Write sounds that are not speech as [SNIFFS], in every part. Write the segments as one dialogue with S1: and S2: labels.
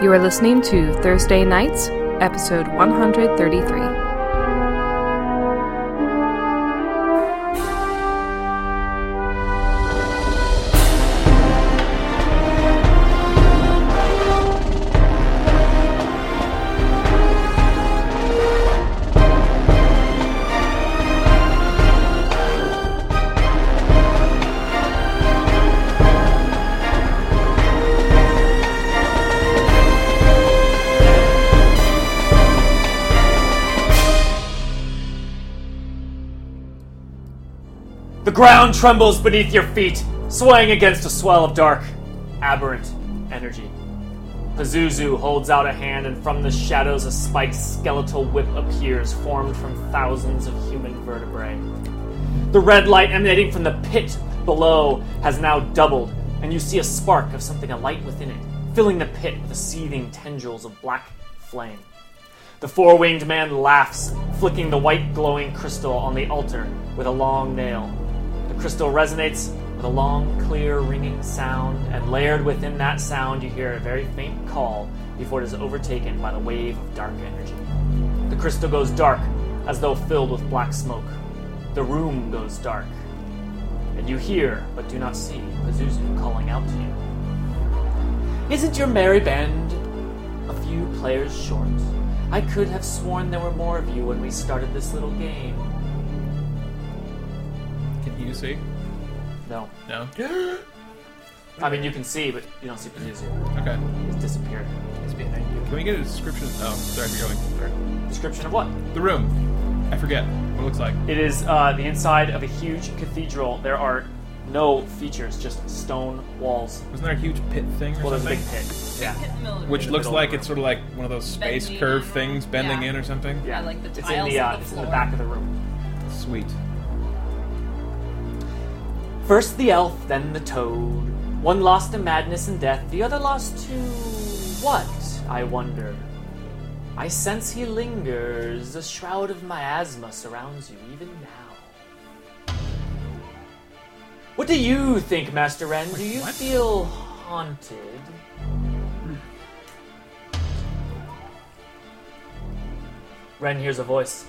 S1: You are listening to Thursday Nights, episode 133.
S2: The ground trembles beneath your feet, swaying against a swell of dark, aberrant energy. Pazuzu holds out a hand, and from the shadows, a spiked skeletal whip appears, formed from thousands of human vertebrae. The red light emanating from the pit below has now doubled, and you see a spark of something alight within it, filling the pit with the seething tendrils of black flame. The four winged man laughs, flicking the white glowing crystal on the altar with a long nail. The crystal resonates with a long, clear, ringing sound, and layered within that sound, you hear a very faint call before it is overtaken by the wave of dark energy. The crystal goes dark, as though filled with black smoke. The room goes dark, and you hear, but do not see, Pazuzu calling out to you. Isn't your merry band a few players short. I could have sworn there were more of you when we started this little game.
S3: Can you see?
S2: No. [GASPS]
S3: No.
S2: I mean, you can see, but you don't see Pazuzu.
S3: Okay.
S2: He's disappeared.
S3: Can we get a description? Oh, sorry, you're going.
S2: Description of what?
S3: The room. I forget what it looks like.
S2: It is uh, the inside of a huge cathedral. There are no features, just stone walls.
S3: Wasn't there a huge pit thing
S2: Well,
S3: or
S2: there's a
S3: something?
S2: big pit.
S3: Yeah.
S4: Military.
S3: Which
S2: the
S3: looks
S2: middle
S3: like
S2: of the
S3: it's sort of like one of those space
S4: Bending
S3: curve
S4: in.
S3: things bending
S4: Yeah.
S3: in or something.
S2: Yeah,
S4: I like the
S2: it's in
S4: tiles
S2: the,
S4: on
S2: uh,
S4: the
S2: it's in the
S4: floor.
S2: back of the room.
S3: Sweet.
S2: First the elf, then the toad. One lost to madness and death, the other lost to what, I wonder? I sense he lingers. A shroud of miasma surrounds you even now. What do you think, Master Ren? Do you
S3: what?
S2: feel haunted? Ren hears a voice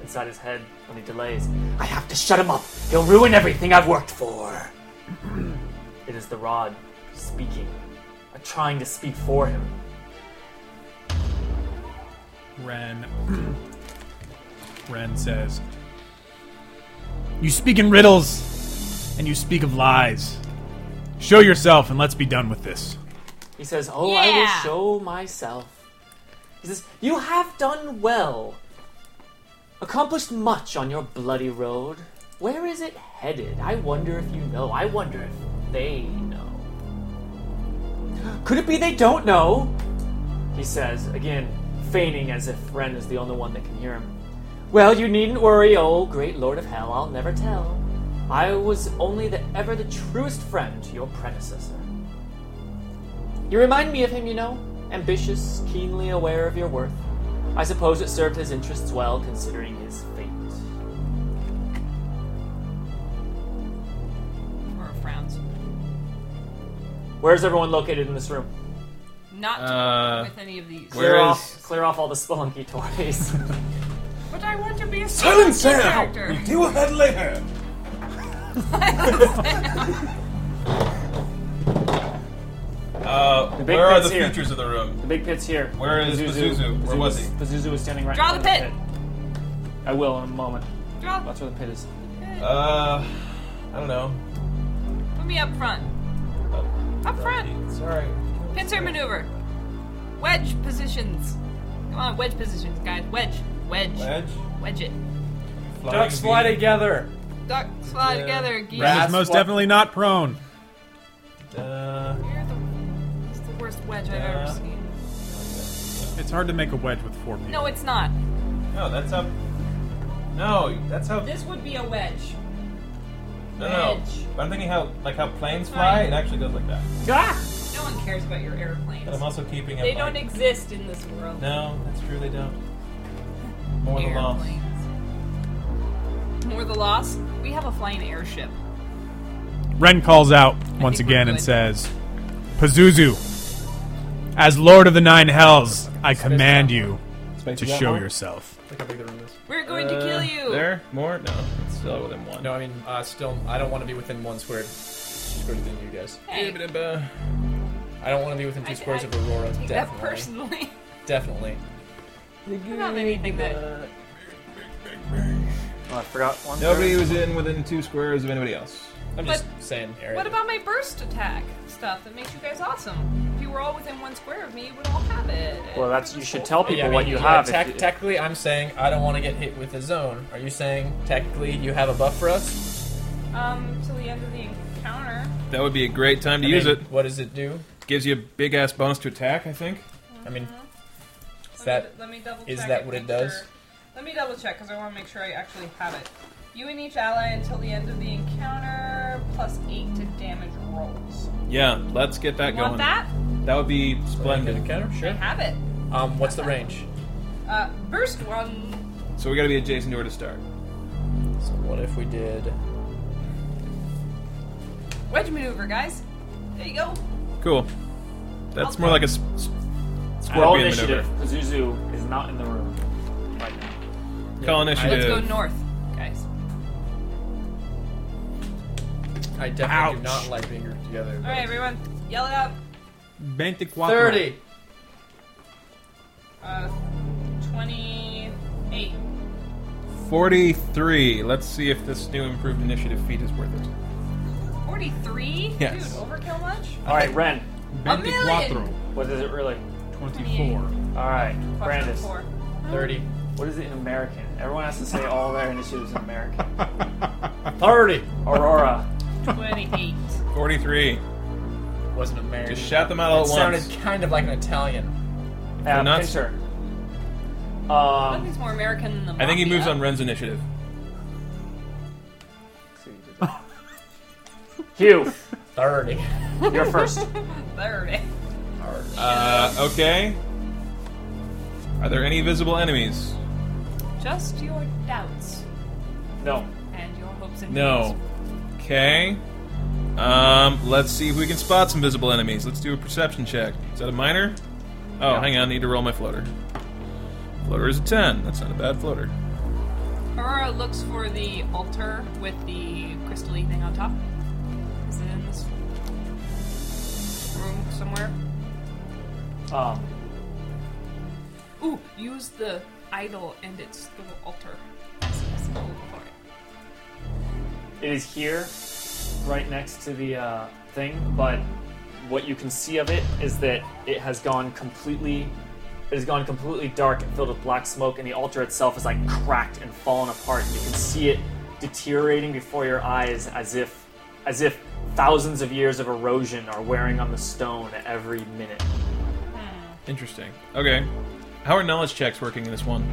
S2: inside his head when he delays. I have to shut him up. He'll ruin everything I've worked for. [CLEARS THROAT] it is the rod speaking, uh, trying to speak for him.
S3: [CLEARS THROAT]
S5: Ren. Ren says, You speak in riddles, and you speak of lies. Show yourself, and let's be done with this.
S2: He says, "Oh, I will
S4: Yeah.
S2: show myself." He says, "You have done well, accomplished much on your bloody road. Where is it headed? I wonder if you know. I wonder if they know. Could it be they don't know?" He says again, feigning as if Ren is the only one that can hear him. Well, you needn't worry, oh great lord of hell, I'll never tell. I was only the ever the truest friend to your predecessor. You remind me of him, you know. Ambitious, keenly aware of your worth. I suppose it served his interests well, considering his fate.
S4: Or frowns.
S2: Where's everyone located in this room?
S4: Not
S3: Uh,
S4: with any of these.
S3: where-
S2: clear
S3: is-
S2: off, clear off all the spelunky toys.
S4: But I want to be a
S6: Silence
S4: Sonic
S6: now!
S4: character.
S6: Deal with that later.
S3: [LAUGHS] Uh,
S2: big
S3: where are
S2: pit's
S3: the
S2: here.
S3: features of the
S2: the
S3: room?
S2: [LAUGHS] big pit's here.
S3: Where is Pazuzu? Where was he?
S2: Pazuzu was standing right.
S4: Draw
S2: in
S4: the
S2: front
S4: pit.
S2: of I will in a moment.
S4: Draw.
S2: That's where the pit is.
S3: Uh, I don't know. Uh,
S4: Put me up front. Up front.
S3: Sorry.
S4: Pincer maneuver. Wedge positions. Come on, wedge positions, guys. Wedge. Wedge.
S3: Edge.
S4: Wedge it.
S3: Ducks fly
S6: together.
S4: Duck slide
S3: Yeah.
S4: together. Geese.
S3: Rat.
S5: Ren
S3: That's
S5: is most
S3: what-
S5: definitely not prone.
S3: Uh,
S4: You're the, it's the worst wedge I've
S3: Yeah.
S4: ever seen.
S5: It's hard to make a wedge with four people.
S4: No, it's not.
S3: no, that's up. No, that's how.
S4: This would be a wedge.
S3: No, no.
S4: Edge.
S3: But I'm thinking how, like how planes
S4: That's
S3: fly.
S4: fine.
S3: It actually goes like that.
S2: Ah!
S4: No one cares about your airplanes.
S3: But I'm also keeping it.
S4: They
S3: like,
S4: don't exist in this world.
S3: No, that's true. They don't. More the loss.
S4: Airplanes. More the loss. We have a flying airship.
S5: Ren calls out once
S4: think we're
S5: again and
S4: good.
S5: says, Pazuzu, As Lord of the Nine Hells, I command you
S6: Space
S5: to
S6: is that
S5: show
S6: more?
S5: yourself.
S6: Look how big the room is.
S4: We're going to kill you.
S3: Uh, There? More? No. It's still within one.
S6: No, I mean, uh, still, I don't want to be within one square. Square than you guys.
S4: Hey,
S6: I don't want to be within two
S4: I-
S6: squares of
S4: I
S6: Aurora.
S4: take that
S6: Definitely.
S4: personally.
S6: Definitely.
S4: Not anything that.
S2: Oh, I forgot one.
S3: Nobody was in within two squares of anybody else.
S6: I'm
S4: But-
S6: just saying, Aaron.
S4: What about my burst attack stuff that makes you guys awesome? If you were all within one square of me, you would all have it.
S2: Well, that's you should tell people
S6: Yeah, I mean,
S2: what you
S6: yeah,
S2: have. if
S6: tec-
S2: you-
S6: technically, I'm saying I don't want to get hit with a zone. Are you saying technically you have a buff for us?
S4: Um, till the end of the encounter.
S3: That would be a great time to
S6: I
S3: use
S6: mean,
S3: it.
S6: What does it do?
S3: Gives you a big ass bonus to attack, I think.
S6: I mean, is
S4: Let me-
S6: that
S4: Uh-huh. let me double
S6: is
S4: check
S6: that
S4: and
S6: what it
S4: make
S6: does?
S4: sure- Let me double check because I want to make sure I actually have it. You and each ally until the end of the encounter, plus eight to damage rolls.
S3: Yeah, let's get that
S4: You
S3: going.
S4: want that?
S3: That would be
S6: Like
S3: splendid.
S6: a counter?
S4: I
S6: Sure.
S4: have it.
S6: Um, what's the range?
S4: Uh, burst one.
S3: So we gotta be adjacent to her to start.
S6: So what if we did?
S4: Wedge maneuver, guys. There you go.
S3: Cool. That's more like a s- s-
S2: Roll
S3: scorpion
S2: initiative.
S3: maneuver.
S2: Pazuzu is not in the room right now.
S3: Call
S4: Let's
S3: initiative.
S4: go north, guys.
S6: I definitely do
S5: Ouch.
S6: not like being grouped together.
S4: All right, everyone, yell it out.
S5: 24.
S6: Thirty.
S4: Uh, twenty-eight.
S3: 43. Let's see if this new improved initiative feat is worth it.
S4: 43?
S3: Yes.
S4: Dude, overkill much?
S2: All right, Ren.
S4: million!
S2: What is it really?
S5: 24.
S2: All right,
S4: Fuck,
S2: Brandis.
S4: four.
S6: Thirty.
S4: Uh-huh.
S2: What is it in American? Everyone has to say all their initiatives in American.
S6: Thirty.
S2: Aurora.
S4: [LAUGHS] 28.
S3: 43.
S6: Wasn't American.
S3: Just shout them out all
S6: It
S3: at
S6: sounded
S3: once.
S6: kind of like an Italian.
S2: Uh,
S3: nuts.
S2: Pinter.
S4: Nothing's
S2: Um,
S4: more American than the
S3: I think he moves
S4: mafia.
S3: on Ren's initiative.
S2: Hugh,
S6: Thirty.
S2: [LAUGHS] you're first.
S4: 30.
S3: Uh, okay. Are there any visible enemies?
S4: Just your doubts
S2: No.
S4: and your hopes and
S3: No. Okay. Um, let's see if we can spot some visible enemies. Let's do a perception check. Is that a minor? Oh, hang on. I need to roll my floater. Floater is a 10. That's not a bad floater.
S4: dreams. Aurora looks for the altar with the crystalline thing on top. Is it in this room somewhere?
S2: Um,
S4: Ooh, use the idol and its little altar as a symbol for it.
S2: it is here, right next to the uh, thing, but what you can see of it is that it has gone completely. It has gone completely dark and filled with black smoke, and the altar itself is like cracked and fallen apart. And you can see it deteriorating before your eyes, as if, as if thousands of years of erosion are wearing on the stone every minute.
S4: Hmm.
S3: Interesting. Okay. How are knowledge checks working in this one?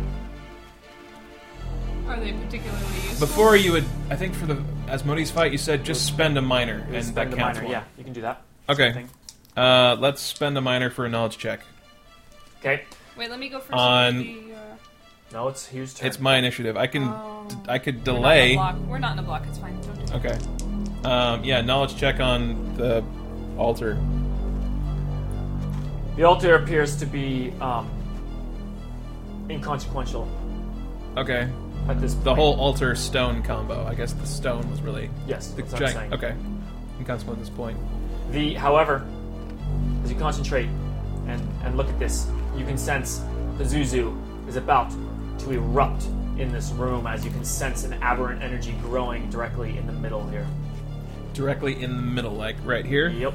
S4: Are they particularly useful?
S3: Before you would, I think for the Asmodee's fight, you said just spend a minor, and
S2: Spend
S3: that
S2: a
S3: counts.
S2: minor,
S3: one.
S2: yeah, you can do that.
S3: Okay.
S2: Thing.
S3: Uh, let's spend a minor for a knowledge check.
S2: Okay.
S4: Wait, let me go first.
S3: On-
S4: with the, uh,
S2: No, it's Hugh's turn.
S3: It's my initiative. I can,
S4: Oh.
S3: I could
S4: We're not in the
S3: delay.
S4: block. We're not in the block. It's fine. Don't do it.
S3: Okay. Um, yeah, knowledge check on the altar.
S2: The altar appears to be um, inconsequential
S3: Okay.
S2: at this.
S3: The whole altar stone combo. I guess the stone was really
S2: yes,
S3: the
S2: that's what I'm
S3: giant.
S2: saying.
S3: Okay. Inconsequential at this point.
S2: The however, as you concentrate and and look at this, you can sense the Zuzu is about to erupt in this room as you can sense an aberrant energy growing directly in the middle here.
S3: Directly in the middle, like right here.
S2: Yep.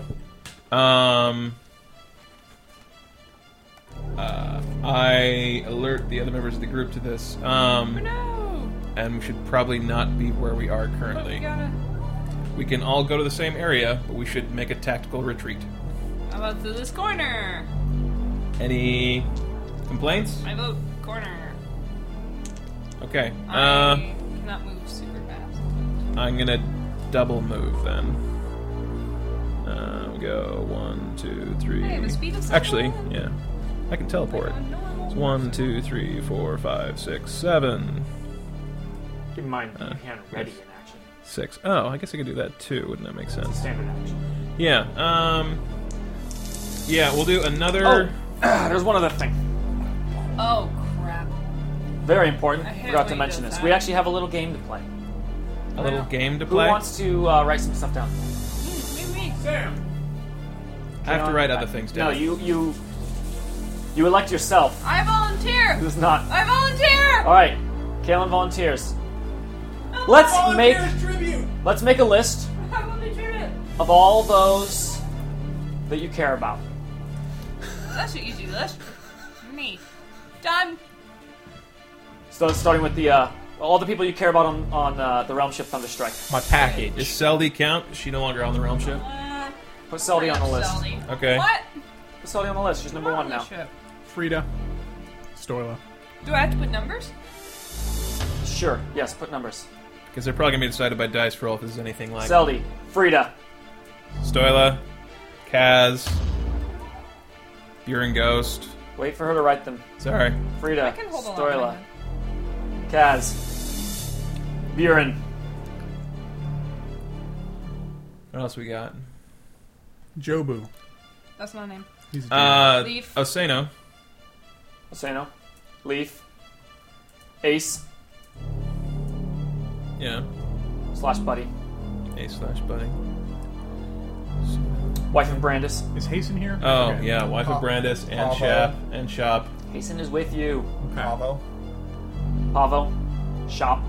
S3: Um. Uh, I alert the other members of the group to this. Um,
S4: Oh, No,
S3: and we should probably not be where we are
S4: but we
S3: currently.
S4: gotta.
S3: We can all go to the same area, but we should make a tactical retreat.
S4: How about to this corner?
S3: Any complaints?
S4: I vote corner.
S3: Okay. Uh,
S4: I cannot move super fast.
S3: I'm gonna double move then. Uh, we go one, two, three.
S4: Hey, the speed of sound.
S3: Actually, yeah, I can teleport. It's one, two, three, four, five, six, seven,
S2: Keep in mind
S3: Uh,
S2: you hand ready
S3: yes.
S2: in action.
S3: six. Oh, I guess I could do that too. Wouldn't that make
S2: It's a
S3: sense?
S2: standard action.
S3: Yeah. Um. Yeah, we'll do
S2: Oh, [CLEARS THROAT]
S3: another.
S2: there's one other thing.
S4: Oh crap!
S2: Very important.
S4: I hate
S2: Forgot to
S4: when he
S2: mention
S4: does
S2: this.
S4: that.
S2: We actually have a little game to play.
S3: A little game to
S2: Who
S3: play.
S2: wants to uh, write some stuff down?
S4: Me, me, me, Sam.
S3: I have to
S2: No,
S3: write
S2: I-
S3: other things down.
S2: No, you you you elect yourself.
S4: I volunteer.
S2: Who's not?
S4: I volunteer.
S2: All right, Kalen volunteers. Let's make let's make a list
S4: [LAUGHS] I will be treated.
S2: of all those that you care about.
S4: That's an easy list. Me. Done.
S2: So starting with the uh, all the people you care about on on uh, the Realm Shift Thunderstrike.
S6: My
S3: Does
S6: package.
S3: Seldy count? Is she no longer on the realm ship?
S4: Uh,
S2: Put Seldy on the list.
S4: Seldy.
S3: Okay.
S4: What?
S2: Put Seldy on the list. She's number one now.
S4: Ship.
S5: Frida. Storla.
S4: Do I have to put numbers?
S2: Sure. Yes. Put numbers.
S3: Because they're probably gonna be decided by dice roll if this is anything like
S2: Seldy, Frida,
S3: Stoila, Kaz, Buren Ghost.
S2: Wait for her to write them.
S3: Sorry.
S2: Frida,
S4: I can hold on.
S2: Stoila, Kaz, Buren.
S3: What else we got?
S5: Jobu.
S4: That's not a name.
S5: He's a
S3: Uh,
S4: Leaf.
S3: Oseno,
S2: Asano, Leaf, Ace
S3: yeah,
S2: slash Buddy,
S3: Ace slash Buddy.
S2: wife of Brandis.
S5: dude. Is Hasten here?
S3: Oh
S5: Okay.
S3: yeah, wife of
S7: Pa-
S3: Brandis and
S7: Pavo.
S3: Shap and Shop.
S2: Hasten is with you.
S5: Okay.
S7: Bravo.
S2: Pavo, Shop,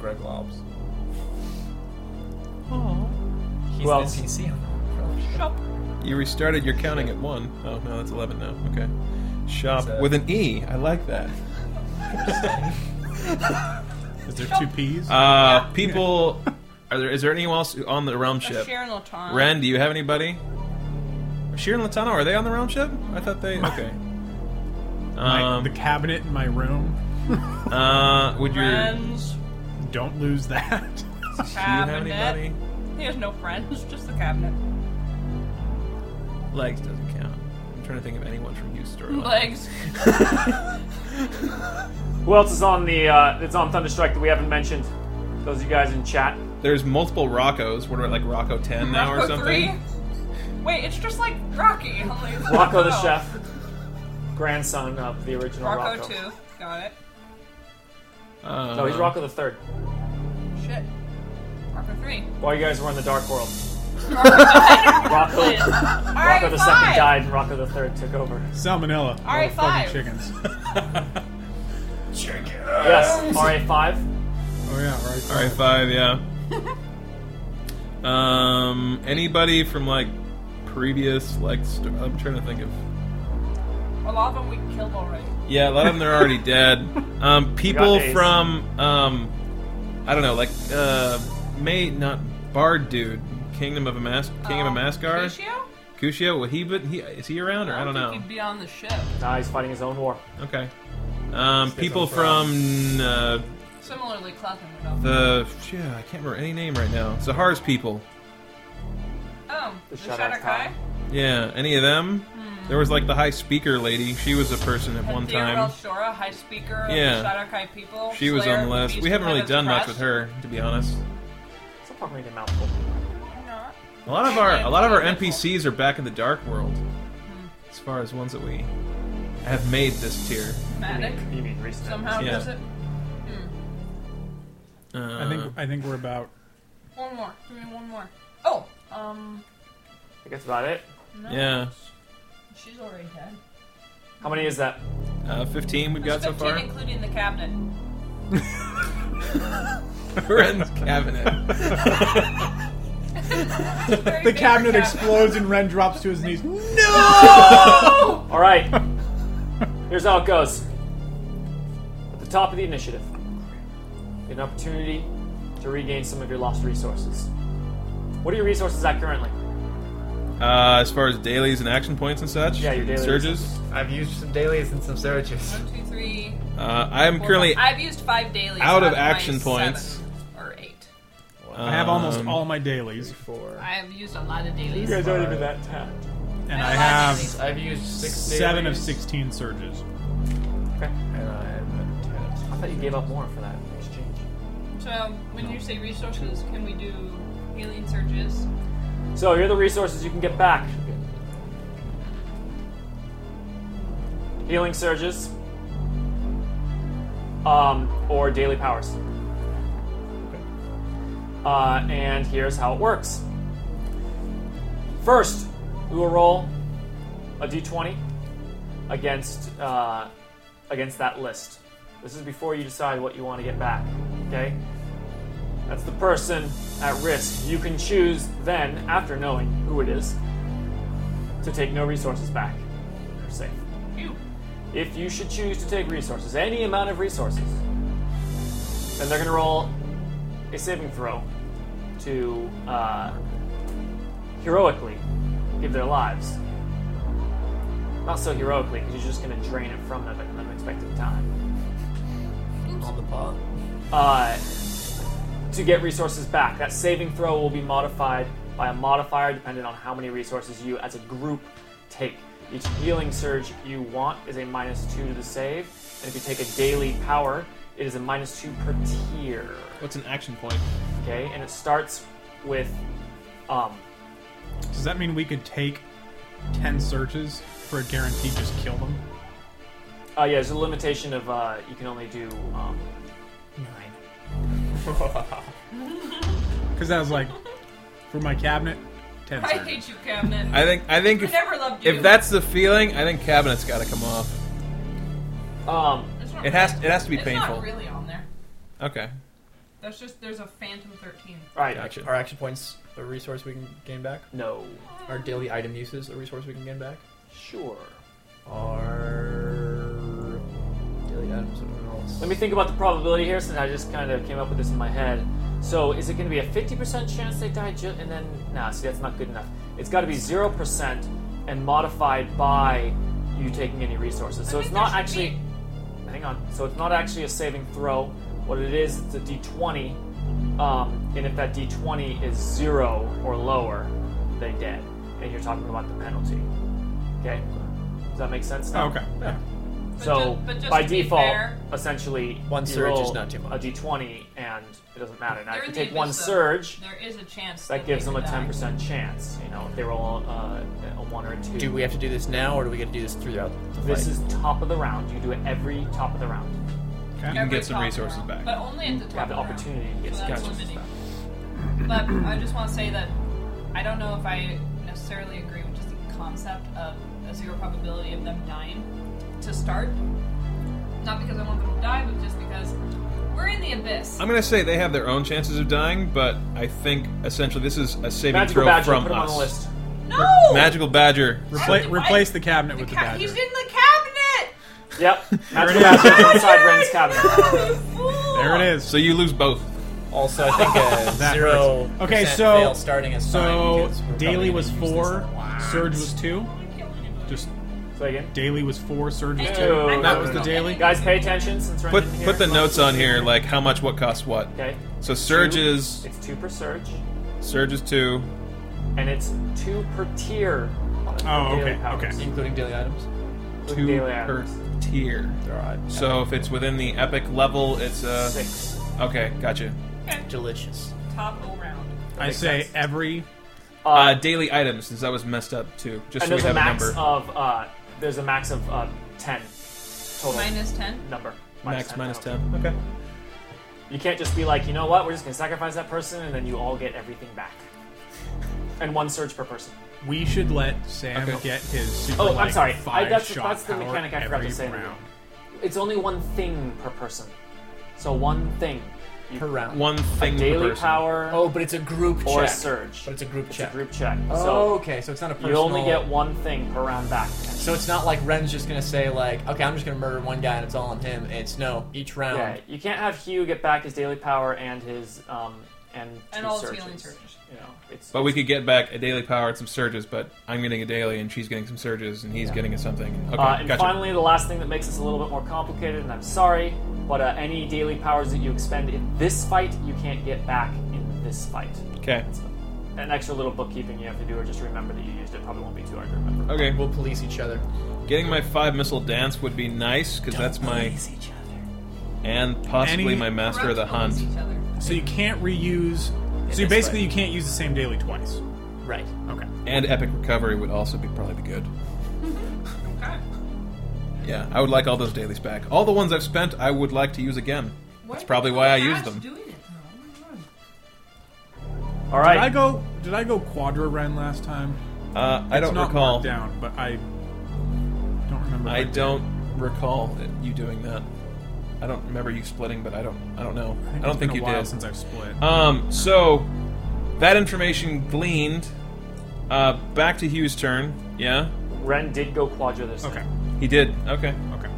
S7: Greg Lobs.
S6: He's
S2: Who
S6: an
S2: else?
S6: NPC on the realm ship.
S4: Shop.
S3: You restarted your counting at one. Oh no, that's eleven now. Okay, Shop
S7: Sad.
S3: with an E. I like that.
S5: Is there two P's?
S3: Uh, people, are there? Is there anyone else on the realm
S4: That's
S3: ship?
S4: Sharon Latan.
S3: Ren, do you have anybody? Sheer and Latano, are they on the realm ship? I
S2: [LAUGHS]
S3: thought they. Okay.
S5: My-
S3: Um,
S5: the cabinet in my room.
S3: uh, would your do
S4: Friends.
S5: Don't lose that. [LAUGHS]
S3: you
S4: uh,
S3: have
S4: cabinet.
S3: anybody?
S4: He has no friends, [LAUGHS] just the cabinet.
S3: Legs doesn't count. I'm trying to think of anyone from Youth Story.
S4: [LAUGHS] Legs.
S2: Who else is on the? Uh, it's on Thunderstrike that we haven't mentioned. Those of you guys in chat.
S3: There's multiple Roccos. What are like Rocco ten now or
S4: Rocco
S3: something?
S4: three. Wait, it's just like Rocky. [LAUGHS] only it's
S2: Rocco the
S4: Rocco.
S2: chef, grandson of the original Rocco.
S4: Rocco two. Got it.
S3: Uh,
S2: No, he's
S3: [LAUGHS]
S2: Rocco the third.
S4: Shit. Rocco three.
S2: While you guys were in the Dark World,
S4: All
S2: Rocco,
S4: right,
S2: Rocco [LAUGHS] the second
S4: five.
S2: died, and Rocco the third took over.
S5: Salmonella.
S4: RA
S5: Motherfucking
S4: five.
S5: Chickens.
S2: Yes, RA five.
S5: Oh yeah, right.
S3: All right, five, yeah. um, anybody from like previous like st- I'm trying to think of.
S4: A lot of them we killed already.
S3: Yeah, a lot of them they're already dead. Um, people
S2: days.
S3: from um, I don't know, like uh, May not Bard dude, Kingdom of a Mas- King of
S4: Um,
S3: a Maskar,
S4: Kushio?
S3: Kushio. Well, he but he is he around or I don't
S4: think
S3: know.
S4: He'd be on the ship.
S2: Now he's fighting his own war.
S3: Okay. Um,
S7: Skip
S3: people
S7: them for us.
S3: from uh,
S4: Similarly, Cloud and Widow.
S3: the yeah, I can't remember any name right now. Zahar's people.
S4: Oh, the,
S2: Shadow
S4: Shadow Kai.
S2: Kai.
S3: Yeah, any of them? There was like the high speaker lady. She was a person at one
S4: Theorel
S3: time.
S4: Shora, high speaker. of
S3: Yeah.
S4: The Shadow Kai people.
S3: She was
S4: Slayer
S3: on
S4: of
S3: the list.
S4: Beast
S3: We haven't really
S4: Heaven's
S3: done much
S4: Crest.
S3: with her, to be honest.
S2: Stop fucking reading mouthful.
S4: I'm not.
S3: A lot of our a lot of our NPCs are back in the dark world. As far as ones that we have made this tier.
S4: Matic.
S2: You mean recent?
S4: Somehow
S3: Yeah.
S4: does it.
S3: Uh,
S5: I think I think we're about.
S4: One more. Give me one more. Oh, um,
S2: I think that's about it.
S4: no.
S3: yeah,
S4: She's already dead.
S2: How many is that?
S3: uh, fifteen we've got
S4: There's
S3: so
S4: 15,
S3: far.
S4: including the cabinet. [LAUGHS]
S3: We're in the cabinet.
S4: Very
S5: The
S4: big
S5: cabinet explodes and Ren drops to his knees.
S2: All right. Here's how it goes. At the top of the initiative, an opportunity to regain some of your lost resources. What are your resources at currently?
S3: Uh, as far as dailies and action points and such.
S2: Yeah, your daily
S3: surges.
S6: I've used some dailies and some surges.
S4: One, two, three.
S3: Uh, I'm
S4: four,
S3: currently
S4: five. I've used five dailies.
S3: out of
S4: my
S3: action
S4: seven
S3: points.
S4: Or eight.
S5: I have almost
S3: um,
S5: all my dailies,
S7: Four.
S4: I have used a lot of dailies.
S2: aren't even that tapped.
S5: and
S4: I
S5: I
S4: have-
S5: have
S6: I've used six
S5: seven of
S6: dailies,
S5: sixteen surges.
S2: Okay.
S6: And I'm
S2: I thought you gave up more for that exchange.
S4: So when you say resources, can we do healing surges?
S2: So here are the resources you can get back. Healing surges, um, or daily powers. Uh, and here's how it works. First, we will roll a d20 against uh, against that list. This is before you decide what you want to get back. Okay, that's the person at risk. You can choose then, after knowing who it is, to take no resources back. They're safe. If you should choose to take resources, any amount of resources, then they're going to roll a saving throw to uh, heroically give their lives. Not so heroically, because you're just going to drain it from them at an unexpected time.
S6: On the pot.
S2: Uh, to get resources back, that saving throw will be modified by a modifier depending on how many resources you as a group take. Each healing surge you want is a minus two to the save, and if you take a daily power, it is a minus two per tier.
S3: What's an action point?
S2: Okay, and it starts with um,
S5: Does that mean we could take 10 searches for a guaranteed just kill them?
S2: Uh, yeah, there's a limitation of uh, you can only do um, nine.
S5: Because that was like, for my cabinet, 10
S4: I
S5: searches.
S4: hate you, cabinet.
S3: I think I think
S4: I
S3: if,
S4: never loved you.
S3: if that's the feeling, I think cabinet's got to come off.
S2: Um,
S4: It's not
S3: It has
S4: really-
S3: it has to be painful.
S4: It's not really on there.
S3: Okay,
S4: That's just there's a Phantom 13.
S2: all right,
S3: gotcha.
S6: Our action points, a resource we can gain back.
S2: no,
S6: Our daily item uses, a resource we can gain back.
S2: sure.
S6: Our daily items.
S2: Let me think about the probability here, since I just kind of came up with this in my head. So, is it going to be a 50% chance they die, ju- and then nah? See, that's not good enough. It's got to be zero percent and modified by you taking any resources. So
S4: I
S2: it's
S4: think there
S2: not
S4: should
S2: actually. Hang on. So it's not actually a saving throw. What it is, it's a d20. Um, and if that d20 is zero or lower, they dead. And you're talking about the penalty. Okay? Does that make sense? Now?
S5: Oh, okay. Yeah.
S4: But
S2: So
S4: ju- but just
S2: by
S4: to be
S2: default,
S4: fair-
S2: essentially,
S6: One
S2: you
S6: surge is
S2: roll
S6: not too much.
S2: A d20, and it doesn't matter. Now,
S4: They're
S2: if you
S4: in the
S2: take one
S4: abyss, though.
S2: surge,
S4: There is a chance
S2: that
S4: they
S2: gives them a
S4: could die.
S2: ten percent chance. You know, if they roll uh, a one or a two.
S6: Do we have to do this now, or do we get to do this throughout the
S2: This
S6: fight?
S2: is top of the round. You do it every top of the round.
S3: you can
S4: Every
S3: get some
S4: top
S3: resources
S4: round,
S3: back.
S4: But only at the
S2: You have
S4: top.
S2: the
S4: round.
S2: opportunity to get
S4: So
S2: some
S4: that's
S2: resources
S4: limiting.
S2: back.
S4: But I just want to say that I don't know if I necessarily agree with just the concept of a zero probability of them dying to start. Not because I want them to die, but just because we're in the abyss.
S3: I'm gonna say they have their own chances of dying, but I think essentially this is a saving
S2: Magical
S3: throw
S2: badger,
S3: from
S2: put him
S3: us.
S2: on the
S3: [LAUGHS]
S2: list.
S4: no!
S3: Magical badger.
S5: Repla-
S4: I-
S5: replace the cabinet with the
S4: Ca-
S5: badger.
S4: he's in the cabinet! [LAUGHS]
S2: Yep. Magical badger inside Ren's
S3: [LAUGHS]
S2: cabinet.
S4: Oh, you fool!
S5: There it is.
S3: So you lose both.
S6: Also, I think
S5: [LAUGHS]
S6: a
S5: That
S6: zero.
S5: hurts. Okay,
S6: percent
S5: so-
S6: fail starting is fine
S5: So
S6: because we're probably
S5: daily
S6: gonna
S5: was
S6: use this
S5: four,
S6: a lot.
S5: surge was two. Just
S2: Say again.
S5: daily was four, surge was
S4: Hey,
S5: two.
S2: Ew.
S4: I'm
S5: That
S4: not-
S5: was the daily.
S2: Guys, pay attention since Ren's
S3: Put
S2: in here.
S3: put the notes on here, like how much, what costs what.
S2: Okay.
S3: So surge is
S2: It's two per surge,
S3: surge is two.
S2: and it's two per tier. on the
S5: Oh,
S2: daily
S5: okay,
S2: powers,
S5: okay.
S6: including daily items.
S2: with
S3: two
S2: daily
S3: per
S2: items.
S3: tier.
S6: They're all right.
S3: So if it's within the epic level, it's uh
S2: Six.
S3: okay, gotcha.
S6: delicious.
S4: Top O round.
S5: I
S2: makes
S5: say
S2: sense.
S5: every.
S3: Uh, daily items, since that was messed up too. Just
S2: And
S3: so we
S2: there's a
S3: have a
S2: max
S3: number.
S2: of uh, there's a max of uh, ten total
S4: Minus 10.
S2: number.
S3: max minus
S2: total.
S3: ten. Okay.
S2: You can't just be like, you know what? We're just gonna sacrifice that person, and then you all get everything back. And one surge per person.
S5: We should let Sam
S3: Okay.
S5: get his super.
S2: Oh, I'm
S5: like,
S2: sorry. I-
S5: Five
S2: that's-
S5: shot
S2: that's the
S5: power
S2: mechanic I forgot to
S5: every
S2: say in the
S5: round.
S2: It's only one thing per person. So one thing. You-
S6: Per round.
S3: One thing per
S2: Daily
S3: person.
S2: power
S6: Oh, but it's a group
S2: or a
S6: check.
S2: surge.
S6: But it's a group
S2: It's
S6: check.
S2: a group check.
S6: Oh,
S2: so
S6: okay. So it's not a
S2: you
S6: personal.
S2: only get one thing per round back.
S6: So it's not like Ren's just gonna say like, okay, I'm just gonna murder one guy and it's all on him. It's no, each
S3: Um,
S6: round.
S2: Yeah, you can't have Hugh get back his daily power and his um and two
S4: And all its
S2: surges.
S4: healing surges.
S2: You know, it's
S3: But we could get back a daily power and some surges, but I'm getting a daily and she's getting some surges and he's getting a something. Okay,
S2: Uh, and
S3: gotcha.
S2: finally, the last thing that makes this a little bit more complicated, and I'm sorry, but uh, any daily powers that you expend in this fight, you can't get back in this fight.
S3: okay.
S2: It's an extra little bookkeeping you have to do, or just remember that you used it. Probably won't be too hard to remember.
S3: Okay.
S6: We'll police each other.
S3: Getting my five missile dance would be nice because that's my and possibly
S5: Any-
S3: my master of the
S4: Corrupt
S3: hunt.
S4: police each other.
S5: So you can't reuse. So you
S6: this
S5: basically
S6: way.
S5: you can't use the same daily twice.
S6: Right.
S3: Oh.
S5: Okay.
S3: And epic recovery would also be probably be
S5: [LAUGHS]
S3: good.
S4: Okay.
S3: Yeah, I would like all those dailies back. All the ones I've spent, I would like to use again. That's probably why I use them.
S4: Doing it, though. Oh my God.
S2: All
S5: Did I
S2: right.
S5: go? Did I go quadra ren last time?
S3: Uh, I
S5: it's
S3: don't
S5: not
S3: recall.
S5: marked down, but I don't remember.
S3: I
S5: if did.
S3: don't recall it- you doing that. I don't remember you splitting, but I don't. I don't know. I,
S5: it's
S3: don't think
S5: been
S3: you
S5: a while
S3: did.
S5: since I've split.
S3: Um, so that information gleaned. Uh, back to Hugh's turn. Yeah,
S2: Ren did go quadra this.
S5: okay.
S3: he did. Okay,
S5: Okay.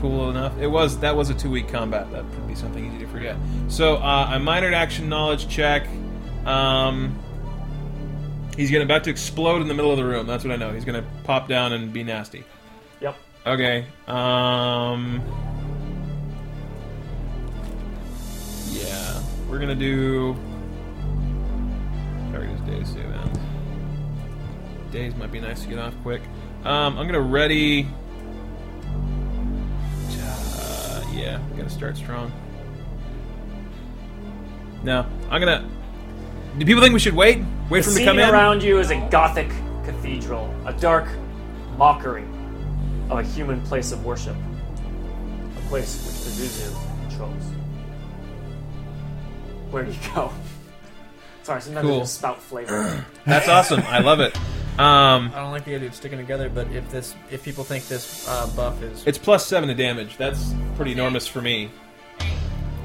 S3: cool enough. It was that was a two week combat. That could be something easy to forget. So uh, a minored action knowledge check. Um, he's gonna about to explode in the middle of the room. That's what I know. He's gonna pop down and be nasty.
S2: Yep.
S3: Okay. Um. Yeah, we're gonna do. Target is days save end. Days might be nice to get off quick. Um, I'm gonna ready. Uh, yeah, we gotta start strong. No, I'm gonna. Do people think we should wait? Wait
S2: The
S3: for them to
S2: scene
S3: come in?
S2: around you is a gothic cathedral, a dark mockery of a human place of worship, a place which Pazuzu controls. Where do you go? [LAUGHS] Sorry, sometimes I
S3: Cool.
S2: just spout
S3: [CLEARS THROAT]
S2: flavor.
S3: That's awesome. I love
S2: [LAUGHS]
S3: it. Um,
S6: I don't like the idea of sticking together, but if this, if people think this uh, buff is,
S3: It's plus seven to damage. That's pretty enormous for me.